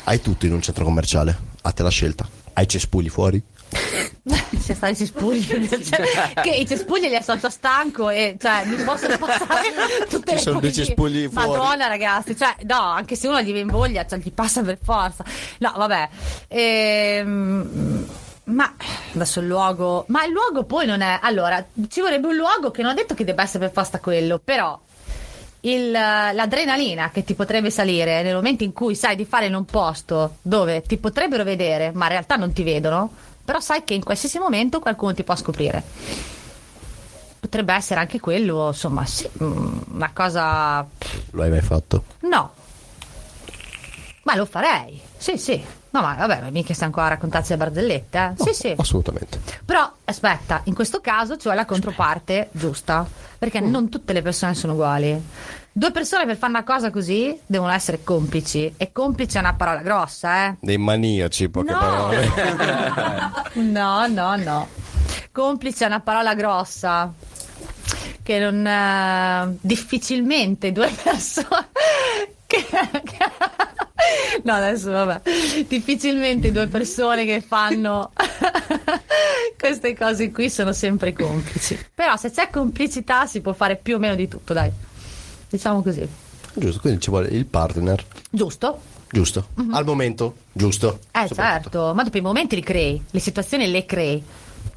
S2: Hai tutto in un centro commerciale. A te la scelta. Hai cespugli fuori?
S5: Se stai cespugli, cioè, che i cespugli li associo a stanco e cioè mi possono passare tutte
S2: Ci
S5: le
S2: sono dei
S5: cose.
S2: cespugli fuori.
S5: Madonna, ragazzi, cioè, no, anche se uno gli viene voglia, cioè, gli passa per forza. No, vabbè, Ehm, ma adesso il luogo, ma il luogo poi non è. Allora, ci vorrebbe un luogo che non ho detto che debba essere per forza quello, però. il- l'adrenalina che ti potrebbe salire nel momento in cui sai di fare in un posto dove ti potrebbero vedere, ma in realtà non ti vedono, però sai che in qualsiasi momento qualcuno ti può scoprire. Potrebbe essere anche quello, insomma, sì, mm, una cosa.
S2: Lo hai mai fatto?
S5: No. Ma lo farei. Sì, sì. No, ma vabbè, ma mica stiamo qua a raccontarci le barzellette. eh. Sì, sì.
S2: Assolutamente.
S5: Però aspetta, in questo caso c'è la controparte giusta, perché non tutte le persone sono uguali. Due persone per fare una cosa così devono essere complici e complice è una parola grossa, eh.
S2: Dei maniaci, poche
S5: No.
S2: parole.
S5: No, no, no. Complice è una parola grossa che non eh, difficilmente due persone che- che- No, adesso vabbè. Difficilmente due persone che fanno queste cose qui sono sempre complici. Però se c'è complicità si può fare più o meno di tutto, dai. Diciamo così.
S2: Giusto, quindi ci vuole il partner.
S5: Giusto?
S2: Giusto.
S5: Mhm.
S2: Al momento, giusto.
S5: Eh
S2: Soprattutto.
S5: certo, ma dopo i momenti li crei, le situazioni le crei.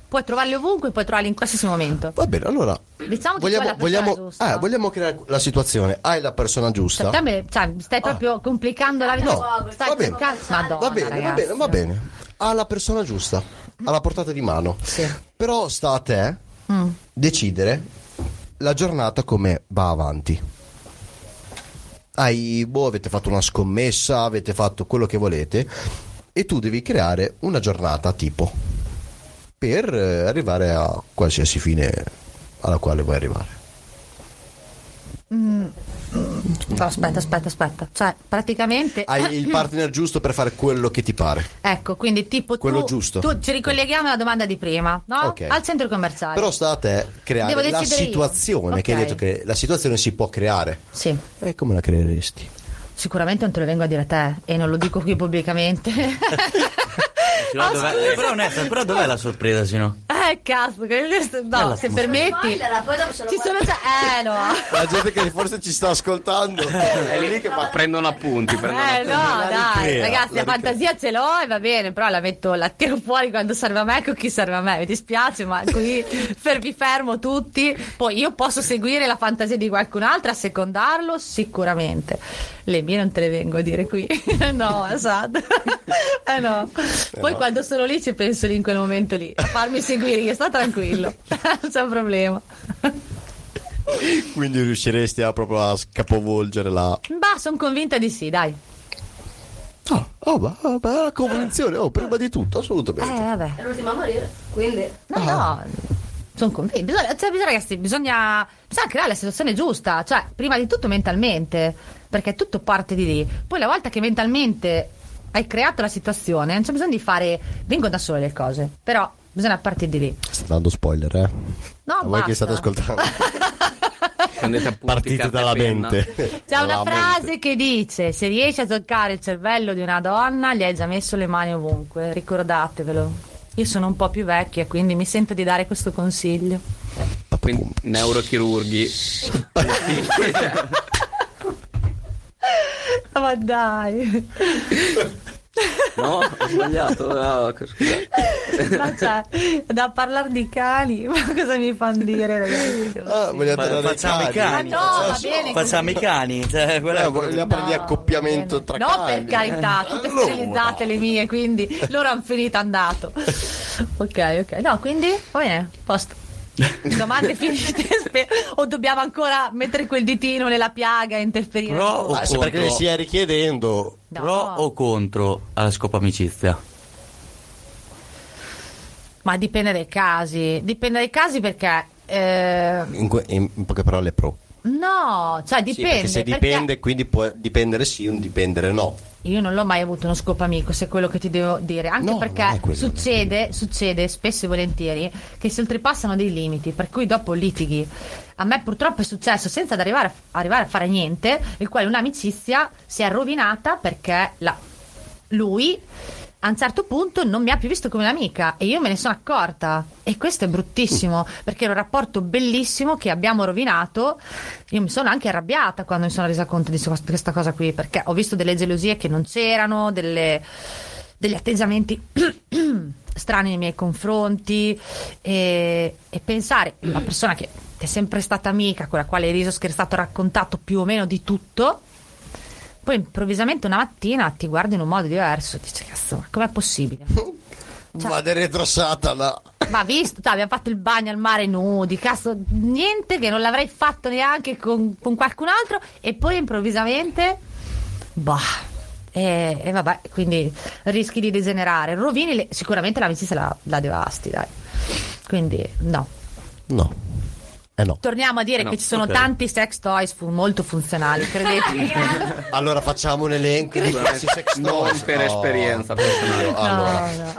S5: Puoi trovarli ovunque, puoi trovarli in qualsiasi momento.
S2: Va bene, allora.
S5: Diciamo che tu hai la persona
S2: vogliamo,
S5: giusta.
S2: ah, vogliamo creare la situazione. Hai la persona giusta.
S5: Cioè, te me- cioè, stai proprio complicando la vita.
S2: Ah. No,
S5: stai
S2: va bene.
S5: cercando- Madonna,
S2: va bene, va
S5: ragazzi.
S2: bene, va bene. Alla persona giusta, alla portata di mano.
S5: Sì. Mm.
S2: Però sta a te decidere la giornata come va avanti. Hai, boh, avete fatto una scommessa, avete fatto quello che volete e tu devi creare una giornata tipo per eh, arrivare a qualsiasi fine alla quale vuoi arrivare.
S5: No, aspetta, aspetta, aspetta. Cioè, praticamente eh,
S2: Hai il partner giusto per fare quello che ti pare.
S5: ecco, quindi tipo
S2: Quello
S5: tu,
S2: giusto.
S5: tu ci ricolleghiamo alla domanda di prima, no?
S2: Ok.
S5: Ah, Al centro commerciale.
S2: Però sta a te
S5: Devo
S2: creare la
S5: decidere io.
S2: situazione, che hai
S5: Ok.
S2: detto che la situazione si può creare.
S5: Sì.
S2: E come la creeresti?
S5: Sicuramente non te lo vengo a dire a te e non lo dico qui pubblicamente. Ah,
S1: Però, dov'è, però, onesta, però dov'è la sorpresa, se no?
S5: eh, cazzo, questo- no, se permetti. Ci sono già eh no.
S2: La gente che forse ci sta ascoltando è lì che fa
S3: Prendono appunti. Prendono
S5: Eh
S3: appunti.
S5: no, dai,
S2: ricrea,
S5: ragazzi, la,
S2: la
S5: fantasia ce l'ho e va bene, però la metto, la tiro fuori quando serve a me, con chi serve a me, mi dispiace, ma così fer- vi fermo tutti. Poi io posso seguire la fantasia di qualcun altro, assecondarlo sicuramente. Le mie non te le vengo a dire qui, no, esatto. eh no. Poi quando sono lì ci penso lì in quel momento lì, a farmi seguire, io sto tranquillo, non c'è un problema.
S2: Quindi riusciresti a proprio a capovolgere la.
S5: Ma sono convinta di sì, dai.
S2: Oh, oh, ma, oh, ma la convinzione, oh, prima di tutto,
S5: Eh,
S2: assolutamente.
S5: vabbè.
S7: È l'ultima a morire, quindi...
S5: No, no. Sono convinta. Ah. Bisogna, cioè, bisogna- ragazzi, bisogna, bisogna creare la situazione giusta. Cioè, prima di tutto mentalmente, perché tutto parte di lì. Poi, la volta che mentalmente hai creato la situazione, non c'è bisogno di fare. Vengono da sole le cose. Però Bisogna partire di lì.
S2: Sto dando spoiler, eh.
S5: No,
S2: A voi che
S5: basta.
S2: state ascoltando,
S3: Prendete appunti,
S2: partite
S3: carta e
S2: dalla
S3: penna.
S2: mente.
S5: C'è una
S2: Dalla
S5: frase
S2: mente.
S5: che dice: Se riesci a toccare il cervello di una donna, gli hai già messo le mani ovunque. Ricordatevelo. Io sono un po' più vecchia, quindi mi sento di dare questo consiglio.
S3: Quindi, neurochirurghi.
S5: Ma dai,
S3: No, ho sbagliato. no, scusa.
S5: ma cioè, da parlare di cani, ma cosa mi fanno dire? ragazzi?
S2: Ah, vogliate
S1: Fa-
S2: dare
S1: facciamo i cani.
S5: Ma no, va bene
S1: Facciamo i cani. Cioè, quella è
S2: Eh, vogliamo parlare di accoppiamento tra
S5: no, per
S2: cani. Eh,
S5: carità, tutte
S2: Allora.
S5: sterilizzate le mie, quindi loro hanno finito andato. Ok, ok. No, quindi va bene, posto. Domande finite Spe- o dobbiamo ancora mettere quel ditino nella piaga e interferire?
S1: Pro
S5: ancora?
S1: o
S2: Ah, se perché
S1: contro?
S2: le stia richiedendo.
S5: No.
S1: Pro o contro alla scopa amicizia?
S5: Ma dipende dai casi, dipende dai casi perché eh,
S2: In, que- in- in poche parole, pro.
S5: no, cioè dipende.
S2: perché se
S5: perché-
S2: dipende, quindi può dipendere sì, un dipendere no.
S5: Io non l'ho mai avuto uno scopo amico, se è quello che ti devo dire. Anche
S2: No, non
S5: perché
S2: è quello.
S5: succede, succede spesso e volentieri che si oltrepassano dei limiti, per cui dopo litighi. A me purtroppo è successo senza ad arrivare, a- arrivare a fare niente, il quale un'amicizia si è rovinata perché la- lui a un certo punto non mi ha più visto come un'amica e io me ne sono accorta e questo è bruttissimo perché era un rapporto bellissimo che abbiamo rovinato io mi sono anche arrabbiata quando mi sono resa conto di so- questa cosa qui perché ho visto delle gelosie che non c'erano delle- degli atteggiamenti strani nei miei confronti e, e pensare la persona che che è sempre stata amica con la quale hai riso, scherzato, raccontato più o meno di tutto poi improvvisamente una mattina ti guardi in un modo diverso e dici cazzo ma com'è possibile Cioè.
S2: Vado retro Satana.
S5: ma visto cioè, abbiamo fatto il bagno al mare nudi cazzo niente che non l'avrei fatto neanche con, con qualcun altro e poi improvvisamente bah e, e vabbè quindi rischi di degenerare rovini le- sicuramente l'amicizia la, la devasti dai quindi no
S2: No. Eh no.
S5: torniamo a dire
S3: No,
S5: che ci sono
S3: ok.
S5: tanti sex toys fu- molto funzionali credetemi
S2: Allora facciamo un elenco di questi sex
S3: Non
S2: toys.
S3: per
S2: No.
S3: esperienza personale.
S2: Io, allora,
S5: no.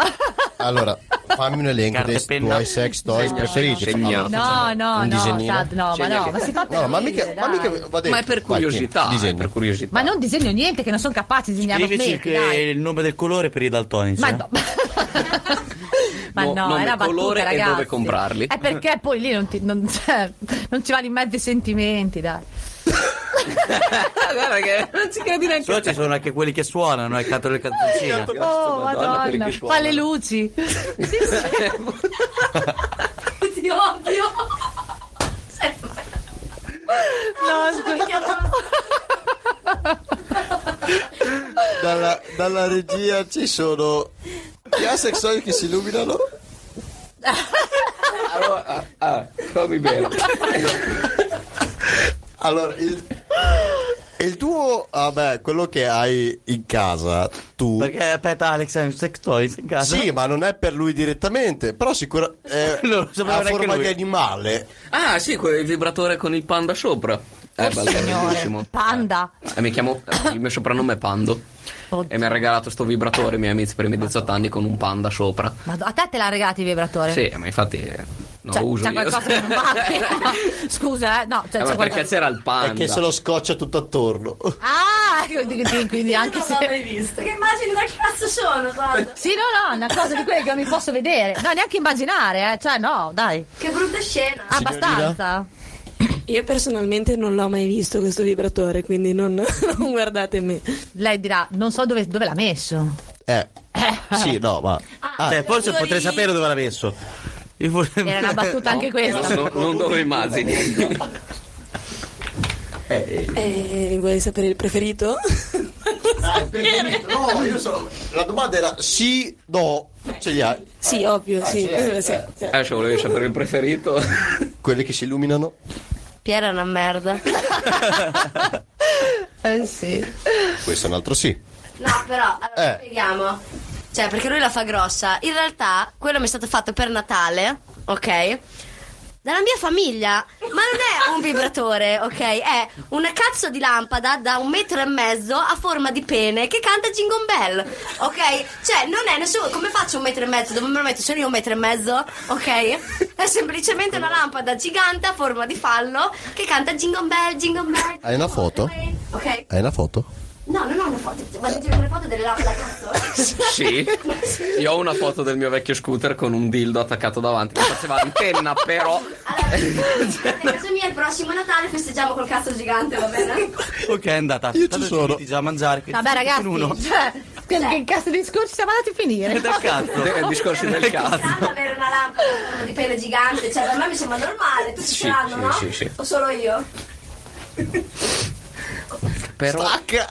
S2: allora, fammi un elenco
S1: Carta e
S2: dei
S1: penna.
S2: tuoi sex toys
S3: Segna,
S2: preferiti.
S3: segna.
S2: Allora,
S5: No, no,
S2: un
S5: no,
S2: disegnino.
S5: Sad, no, ma
S3: Scegli
S5: no,
S3: che-
S5: ma si fa per
S2: Cioè, No, ma mica,
S5: ridere,
S2: ma
S5: dai.
S2: mica va detto.
S3: Ma è per
S2: Vai,
S3: curiosità.
S2: tieni,
S3: è
S2: disegna.
S3: per curiosità.
S5: Ma non disegno niente che non sono capace di disegnare
S1: Scrivici
S5: smetti,
S1: che
S5: dai.
S1: il nome del colore per i daltonici.
S5: Ma
S1: eh.
S5: no. Ma
S3: No,
S5: no,
S3: nome,
S5: è una battuta,
S3: colore e
S5: ragazzi.
S3: dove comprarli.
S5: È perché poi lì non, ti- non- cioè, non ci vanno in mezzo i sentimenti, dai.
S3: Guarda che non ci credi neanche
S1: Solo ci sono anche quelli che suonano e cantano le canzoncine.
S5: Oh,
S3: Madonna, quelli
S5: madonna,
S3: che
S5: fa le
S3: suonano.
S5: luci.
S15: Ti odio.
S2: Dalla, dalla regia ci sono gli sex toys che si illuminano.
S3: Allora, ah, ah, fammi bene.
S2: Allora, il, il tuo, vabbè, quello che hai in casa, tu.
S1: Perché aspetta, Alex, hai un sex toys in casa?
S2: Sì, ma non è per lui direttamente, però sicuramente è
S1: Non lo sapeva
S2: ha
S1: neanche
S2: forma
S1: lui.
S2: di animale.
S3: Ah, sì, quel vibratore con il panda sopra. Eh, bello, bellissimo.
S5: Oh, Signore, panda.
S3: Eh, mi chiamo, eh, il mio soprannome è Pando.
S5: Oddio.
S3: E mi ha regalato sto vibratore, i miei amici per i miei 18 anni, con un panda sopra.
S5: Ma a te te l'ha regalato il vibratore?
S3: Sì, ma infatti eh, non
S5: Cioè,
S3: lo uso
S5: c'è
S3: io.
S5: qualcosa che non va Scusa, eh. No, cioè,
S3: Eh,
S5: c'è
S3: ma perché
S5: qualcosa.
S3: c'era il panda.
S2: È che se lo scoccia tutto attorno.
S5: Ah, quindi anche
S15: Non
S5: se
S15: l'avrei visto. Che immagini da cazzo sono, guarda.
S5: Sì, no, no, una cosa di quelle che non mi posso vedere. No, neanche immaginare, eh. Cioè, no, dai.
S15: Che brutta scena.
S5: Ah, Abbastanza.
S9: Io personalmente non l'ho mai visto questo vibratore, quindi non, non guardate me.
S5: Lei dirà, non so dove, dove l'ha messo.
S2: Eh. Sì, no, ma
S15: Ah,
S1: Cioè, forse
S15: signori,
S1: potrei sapere dove l'ha messo. Io for-
S5: Era una battuta anche questa.
S3: No, non dove immagini.
S9: Eh, vuoi sapere il preferito?
S2: No, io so. La domanda era sì, no. cioè Ce li hai
S9: sì, ovvio, sì. Eh, sì, sì.
S3: Eh, se volevi sapere il preferito.
S2: quelli che si illuminano?
S7: Piera è una merda.
S5: Eh sì.
S2: Questo è un altro sì.
S7: No, però, allora
S2: Eh.
S7: spieghiamo. Cioè, perché lui la fa grossa. In realtà, quello mi è stato fatto per Natale, ok? dalla mia famiglia, ma non è un vibratore, ok? È una cazzo di lampada da un metro e mezzo a forma di pene che canta Jingle Bell, ok? Cioè, non è nessuno. Come faccio un metro e mezzo? Dove me lo metto? Sono io un metro e mezzo, ok? È semplicemente una lampada gigante a forma di fallo che canta Jingle Bell, Jingle Bell.
S2: Hai una foto?
S7: Ok?
S2: Hai una foto?
S7: No, non ho una foto. Ma ti le foto delle lampade, cazzo?
S3: Sì, io ho una foto del mio vecchio scooter con un dildo attaccato davanti che faceva antenna, però.
S7: Allora, adesso mia il prossimo Natale festeggiamo col cazzo gigante, va bene?
S1: Ok, è andata. Io ci sono. già a mangiare. che
S5: Vabbè,
S1: sono
S5: ragazzi,
S1: uno.
S5: cioè, che, che cazzo di discorsi siamo andati a finire?
S1: Del cazzo.
S3: De- discorsi del cazzo.
S7: Strano avere una lampada di pene gigante, cioè per me mi sembra normale, tutti
S3: Sì,
S7: ce l'hanno,
S3: sì,
S7: no?
S3: sì, sì.
S7: O solo io?
S3: Però. Stacca!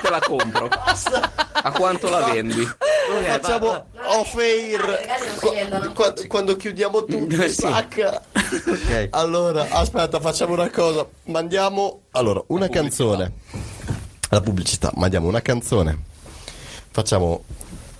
S3: te la compro. A quanto la vendi?
S2: Facciamo off
S7: Ah,
S2: air.
S7: magari non si
S2: Qua-
S7: vendono.
S2: qua- quando chiudiamo tutto, sacca. Allora, aspetta, facciamo una cosa. Mandiamo allora una canzone. La pubblicità, mandiamo una canzone. Facciamo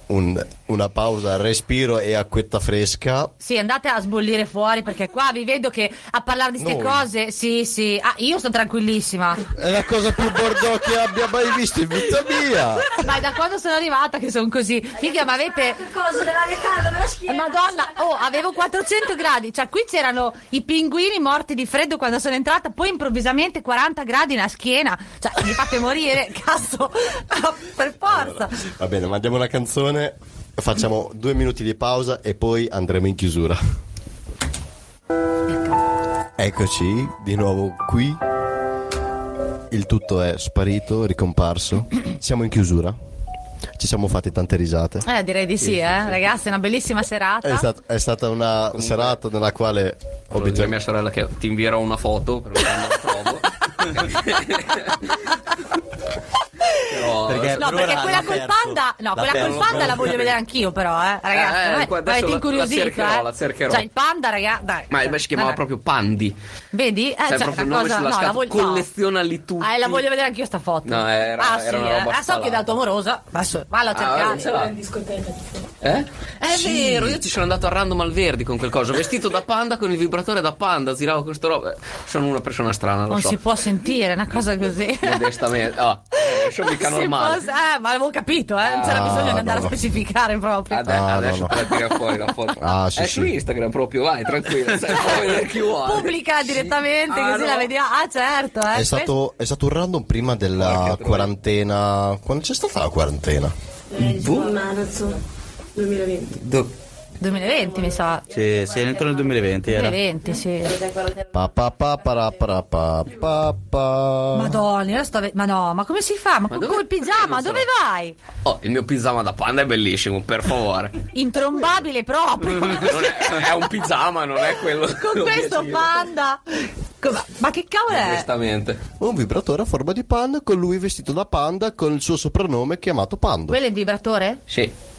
S2: un- una pausa, respiro e acquetta fresca.
S5: Sì, andate a sbollire fuori perché qua vi vedo che a parlare di queste
S2: Noi.
S5: cose. Sì, sì. Ah, io sono tranquillissima.
S2: È la cosa più bordò che abbia mai visto in vita mia.
S5: Ma è da quando sono arrivata che sono così. Figa, ma avete.
S16: Che cosa dell'aria calda, me la schiena.
S5: Madonna, oh, avevo 400 gradi, cioè qui c'erano i pinguini morti di freddo quando sono entrata, poi improvvisamente 40 gradi in schiena, cioè mi fate morire, cazzo, per forza.
S2: Va bene, mandiamo una canzone. Facciamo due minuti di pausa e poi andremo in chiusura. Eccoci di nuovo qui. Il tutto è sparito, ricomparso. Siamo in chiusura. Ci siamo fatti tante risate.
S5: Eh, direi di sì, Esatto. eh, ragazzi, una bellissima serata.
S2: È, stat- è stata una serata nella quale ho
S3: Ho a
S2: bisogno.
S3: mia sorella che ti invierò una foto per quando la trovo. Però-
S1: Perché-
S5: No,
S1: Per
S5: perché
S1: ora
S5: quella
S1: l'ha
S5: col
S1: perso.
S5: panda, no,
S1: L'ha
S5: quella col
S1: perso.
S5: panda la voglio vedere anch'io però, eh,
S3: Eh,
S5: ragazzi,
S3: qua
S5: eh,
S3: adesso la-
S5: avete
S3: la
S5: incuriosito,
S3: cercherò,
S5: eh.
S3: la cercherò.
S5: Cioè il panda, ragazzi, dai.
S3: Ma invece si chiamava
S5: Dai, dai.
S3: proprio Pandi.
S5: Vedi? Eh,
S3: Sai,
S5: cioè,
S3: proprio il
S5: una
S3: nome
S5: cosa,
S3: sulla
S5: no, la
S3: scatola.
S5: voglio
S3: Collezionali tutti.
S5: Eh, la voglio vedere anch'io sta foto.
S3: No, era-
S5: ah,
S3: era
S5: sì,
S3: una
S5: eh.
S3: roba
S5: Ah, so
S3: strana.
S5: che è da tua amorosa. Adesso, valla a
S3: Ah, non ce
S5: cercare.
S3: l'ha. Eh? È vero, io ci sono andato a random al Verdi con quel coso, vestito da panda con il vibratore da panda, giravo questo roba. Sono una persona strana, lo
S5: non
S3: so.
S5: si può sentire una cosa così.
S3: Modestamente. Ah, eh, sono mica
S5: Si
S3: normale. Ah,
S5: può- eh, ma avevo capito, eh. Non c'era bisogno di andare a specificare proprio.
S3: Ade-
S2: Ah,
S3: adesso
S2: no, no.
S3: te la tira fuori la foto.
S2: Ah, sì,
S3: è
S2: sì.
S3: su Instagram proprio, vai, tranquillo. Sai, puoi vedere chi vuole.
S5: Pubblica direttamente,
S3: Ah,
S5: così
S3: no.
S5: la vediamo. Ah, certo, eh.
S2: È stato, è stato un random prima
S3: Porca
S2: della
S3: troia.
S2: quarantena. Quando c'è stata la quarantena?
S1: Do-
S5: 2020, mi sa.
S1: Sì, sì, entro nel 2020 era.
S5: 2020,
S2: Eh.
S5: sì.
S2: Pa pa pa pa pa pa pa pa.
S5: Madonna, io sto ve- ma no, ma come si fa? Ma,
S3: dove-
S5: col pigiama, dove vai?
S3: Oh, il mio pizzama da panda è bellissimo, per favore.
S5: Intrombabile proprio.
S3: Non è, è un pizzama, non è quello.
S5: Con questo
S3: l'obiettivo.
S5: panda. Com- Ma che cavolo è?
S3: Onestamente.
S2: un vibratore a forma di panda con lui vestito da panda con il suo soprannome chiamato Pando.
S5: Quello è il vibratore?
S3: Sì.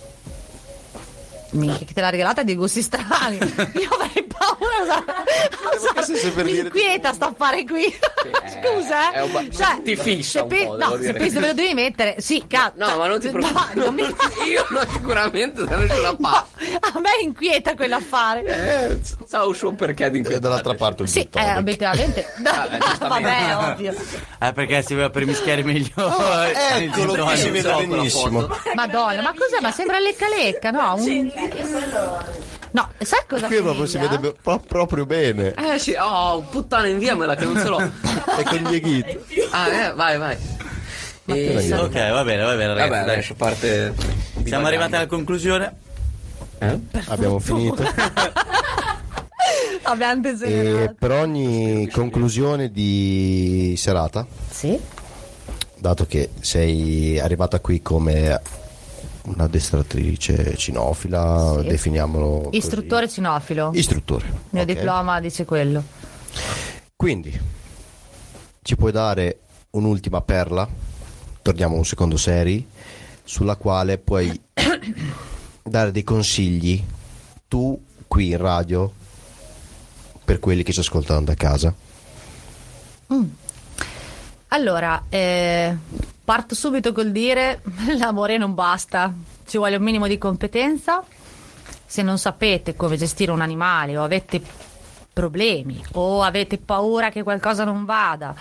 S5: Minchia, che te l'ha regalata dei gusti strani. Io avrei paura. sa- sa-
S2: stesse per
S5: mi
S2: dire-
S5: inquieta sta affare qui. Scusa, eh.
S3: è un ba- ti fissa
S5: se
S3: un
S5: pe-
S3: po',
S5: no,
S3: devo
S5: se
S3: dire.
S5: pensi me lo devi mettere, sì, cazzo.
S3: No, ma non ti preoccupare.
S5: No, non mi-
S3: Io no, sicuramente da nessuna parte.
S5: a me inquieta quell'affare.
S3: Eh, sa un suo perché di
S2: E dall'altra parte un
S5: Sì,
S2: gin
S5: eh,
S2: tonic.
S5: obiettivamente. No,
S3: Ah, giustamente.
S5: vabbè, ovvio.
S1: Eh, perché si voleva per mischiare meglio. eh,
S2: Oh, Eccolo
S1: il
S2: qui, si
S1: gin
S2: vede
S1: tonic.
S2: benissimo.
S5: Madonna, ma cos'è? Ma sembra lecca lecca, no? Un- No, sai cosa
S2: Qui proprio si
S5: somiglia?
S2: vede pro- proprio bene.
S3: Eh sì, oh, puttana inviamela che non ce l'ho.
S2: E con gli eghiti.
S3: Ah, eh, vai, vai. E-
S2: ragazzi.
S3: Vabbè,
S1: Ok, va bene, va bene, ragazzi. dai.
S3: adesso parte.
S1: Siamo arrivati alla conclusione.
S3: Eh?
S2: Abbiamo finito.
S5: Abbiamo
S2: E
S5: desiderato.
S2: per ogni conclusione di serata,
S5: Sì.
S2: dato che sei arrivata qui come una addestratrice cinofila,
S5: Sì.
S2: definiamolo così.
S5: Istruttore cinofilo. Il
S2: Istruttore.
S5: mio
S2: ok.
S5: diploma dice quello.
S2: Quindi, ci puoi dare un'ultima perla? Torniamo un secondo seri, sulla quale puoi dare dei consigli tu qui in radio per quelli che ci ascoltano da casa.
S5: Allora, eh, parto subito col dire l'amore non basta, ci vuole un minimo di competenza. Se non sapete come gestire un animale o avete problemi o avete paura che qualcosa non vada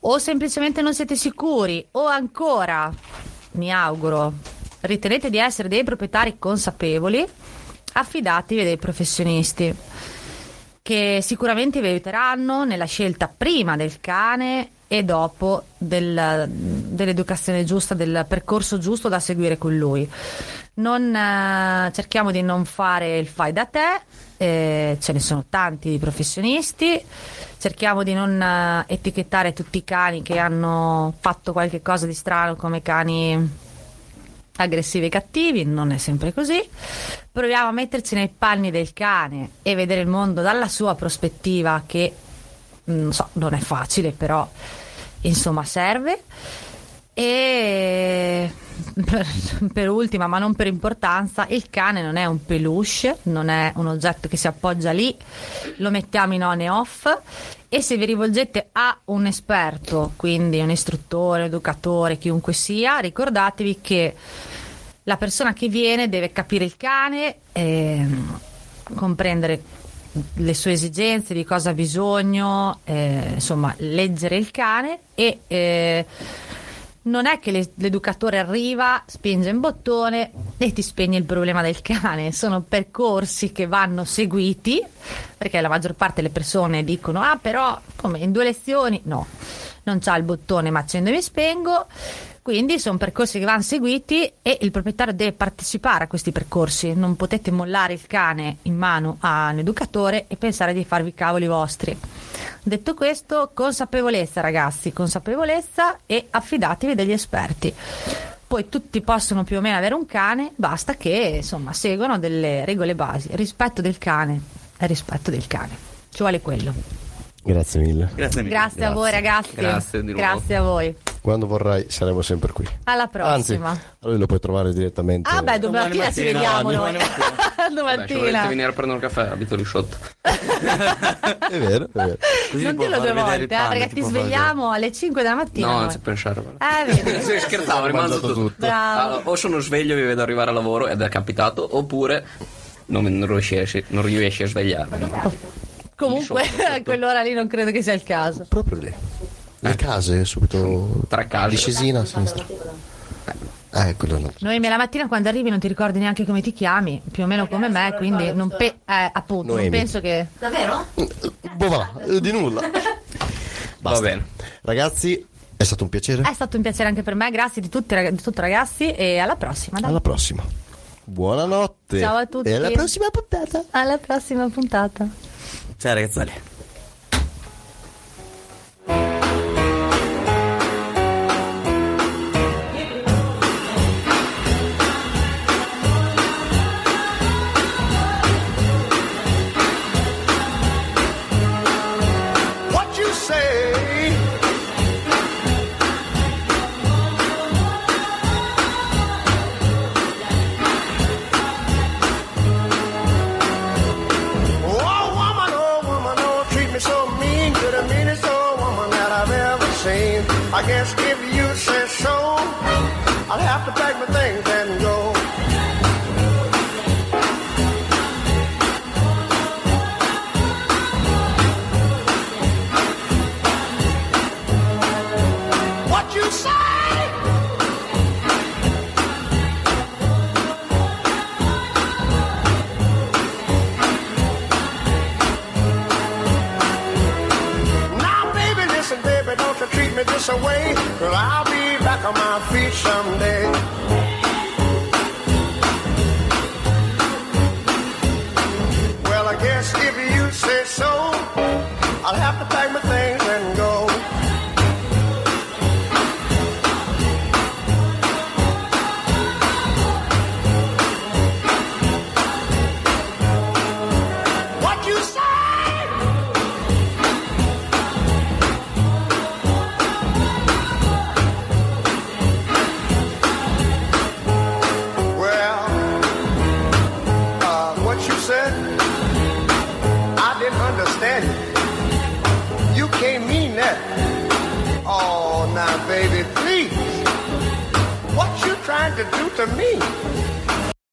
S5: o semplicemente non siete sicuri o ancora, mi auguro, ritenete di essere dei proprietari consapevoli, affidatevi a dei professionisti che sicuramente vi aiuteranno nella scelta prima del cane e dopo del- dell'educazione giusta, del percorso giusto da seguire con lui. Non, eh, cerchiamo di non fare il fai da te, eh, ce ne sono tanti di professionisti, cerchiamo di non eh, etichettare tutti i cani che hanno fatto qualche cosa di strano come cani aggressivi e cattivi, non è sempre così. Proviamo a metterci nei panni del cane e vedere il mondo dalla sua prospettiva, che mm, non so, non è facile, però insomma serve. E per, per ultima, ma non per importanza, il cane non è un peluche, non è un oggetto che si appoggia lì, lo mettiamo in on e off. E se vi rivolgete a un esperto, quindi un istruttore, un educatore, chiunque sia, ricordatevi che la persona che viene deve capire il cane, ehm, comprendere le sue esigenze, di cosa ha bisogno, eh, insomma, leggere il cane e eh, non è che le- l'educatore arriva, spinge un bottone e ti spegne il problema del cane, sono percorsi che vanno seguiti, perché la maggior parte delle persone dicono "Ah, però come in due lezioni?" No. Non c'ha il bottone, ma accendo e mi spengo. Quindi sono percorsi che vanno seguiti e il proprietario deve partecipare a questi percorsi. Non potete mollare il cane in mano a un educatore e pensare di farvi i cavoli vostri. Detto questo, consapevolezza ragazzi, consapevolezza e affidatevi degli esperti. Poi tutti possono più o meno avere un cane, basta che insomma seguano delle regole basi. Rispetto del cane è rispetto del cane. Ci vuole quello.
S11: Grazie mille.
S1: Grazie
S5: Grazie,
S1: mille.
S5: a voi ragazzi.
S3: Grazie di nuovo.
S5: Grazie a voi.
S11: Quando vorrai saremo sempre qui.
S5: Alla prossima.
S11: Anzi, lui lo puoi trovare direttamente.
S5: Ah beh, domattina
S1: Domani
S5: ci
S1: mattina,
S5: vediamo noi.
S1: domani mattina.
S3: Vabbè, se volete
S5: domattina.
S3: venire a prendere un caffè, abito lì sotto.
S11: È vero, è vero.
S1: Così
S5: non
S1: può
S5: dirlo
S1: far vedere
S5: due
S1: il
S5: volte, eh,
S1: pane,
S5: perché ti
S1: può far vedere.
S5: svegliamo alle 5 della mattina.
S3: No,
S5: noi.
S3: non si può lasciare.
S5: Eh, vedi.
S3: Se scherzavo, rimango
S11: mangiato
S3: tutto.
S11: tutto.
S5: Bravo.
S3: Allora, o sono sveglio e vi vedo arrivare al lavoro ed è capitato, oppure non, non riesci, non riesci a svegliarmi.
S5: Comunque, a quell'ora lì non credo che sia il caso.
S11: Proprio lì. Le case subito.
S3: Tre case.
S11: Discesina a sinistra.
S2: Ah,
S11: Eh,
S2: ecco,
S11: quello no.
S5: Noemi, la mattina quando arrivi non ti ricordi neanche come ti chiami, più o meno come me, quindi non, pe- eh, appunto, non
S11: Noemi.
S5: penso che...
S7: Davvero?
S11: Boh, va, eh, di nulla.
S3: Va bene.
S11: Ragazzi, è stato un piacere.
S5: È stato un piacere anche per me, grazie di, tutti, rag- di tutto ragazzi e alla prossima. dai.
S11: Alla prossima. Buonanotte.
S5: Ciao a tutti.
S11: E alla prossima puntata.
S5: alla prossima puntata.
S1: Ciao ragazzale.
S17: what you say. Oh, woman, oh, woman, oh, treat me so mean. You're the meanest old woman that I've ever seen. I guess if you say so, I'll have to pack my things and go. what you say. Now, baby, listen, baby, don't you treat me this away. Cause I'll be back on my feet someday. Well, I guess if you say so, I'll have to pack my things and go. What you say? Well, uh, what you said, I didn't understand it. You can't mean that. Oh, now, baby, please. What you trying to do to me?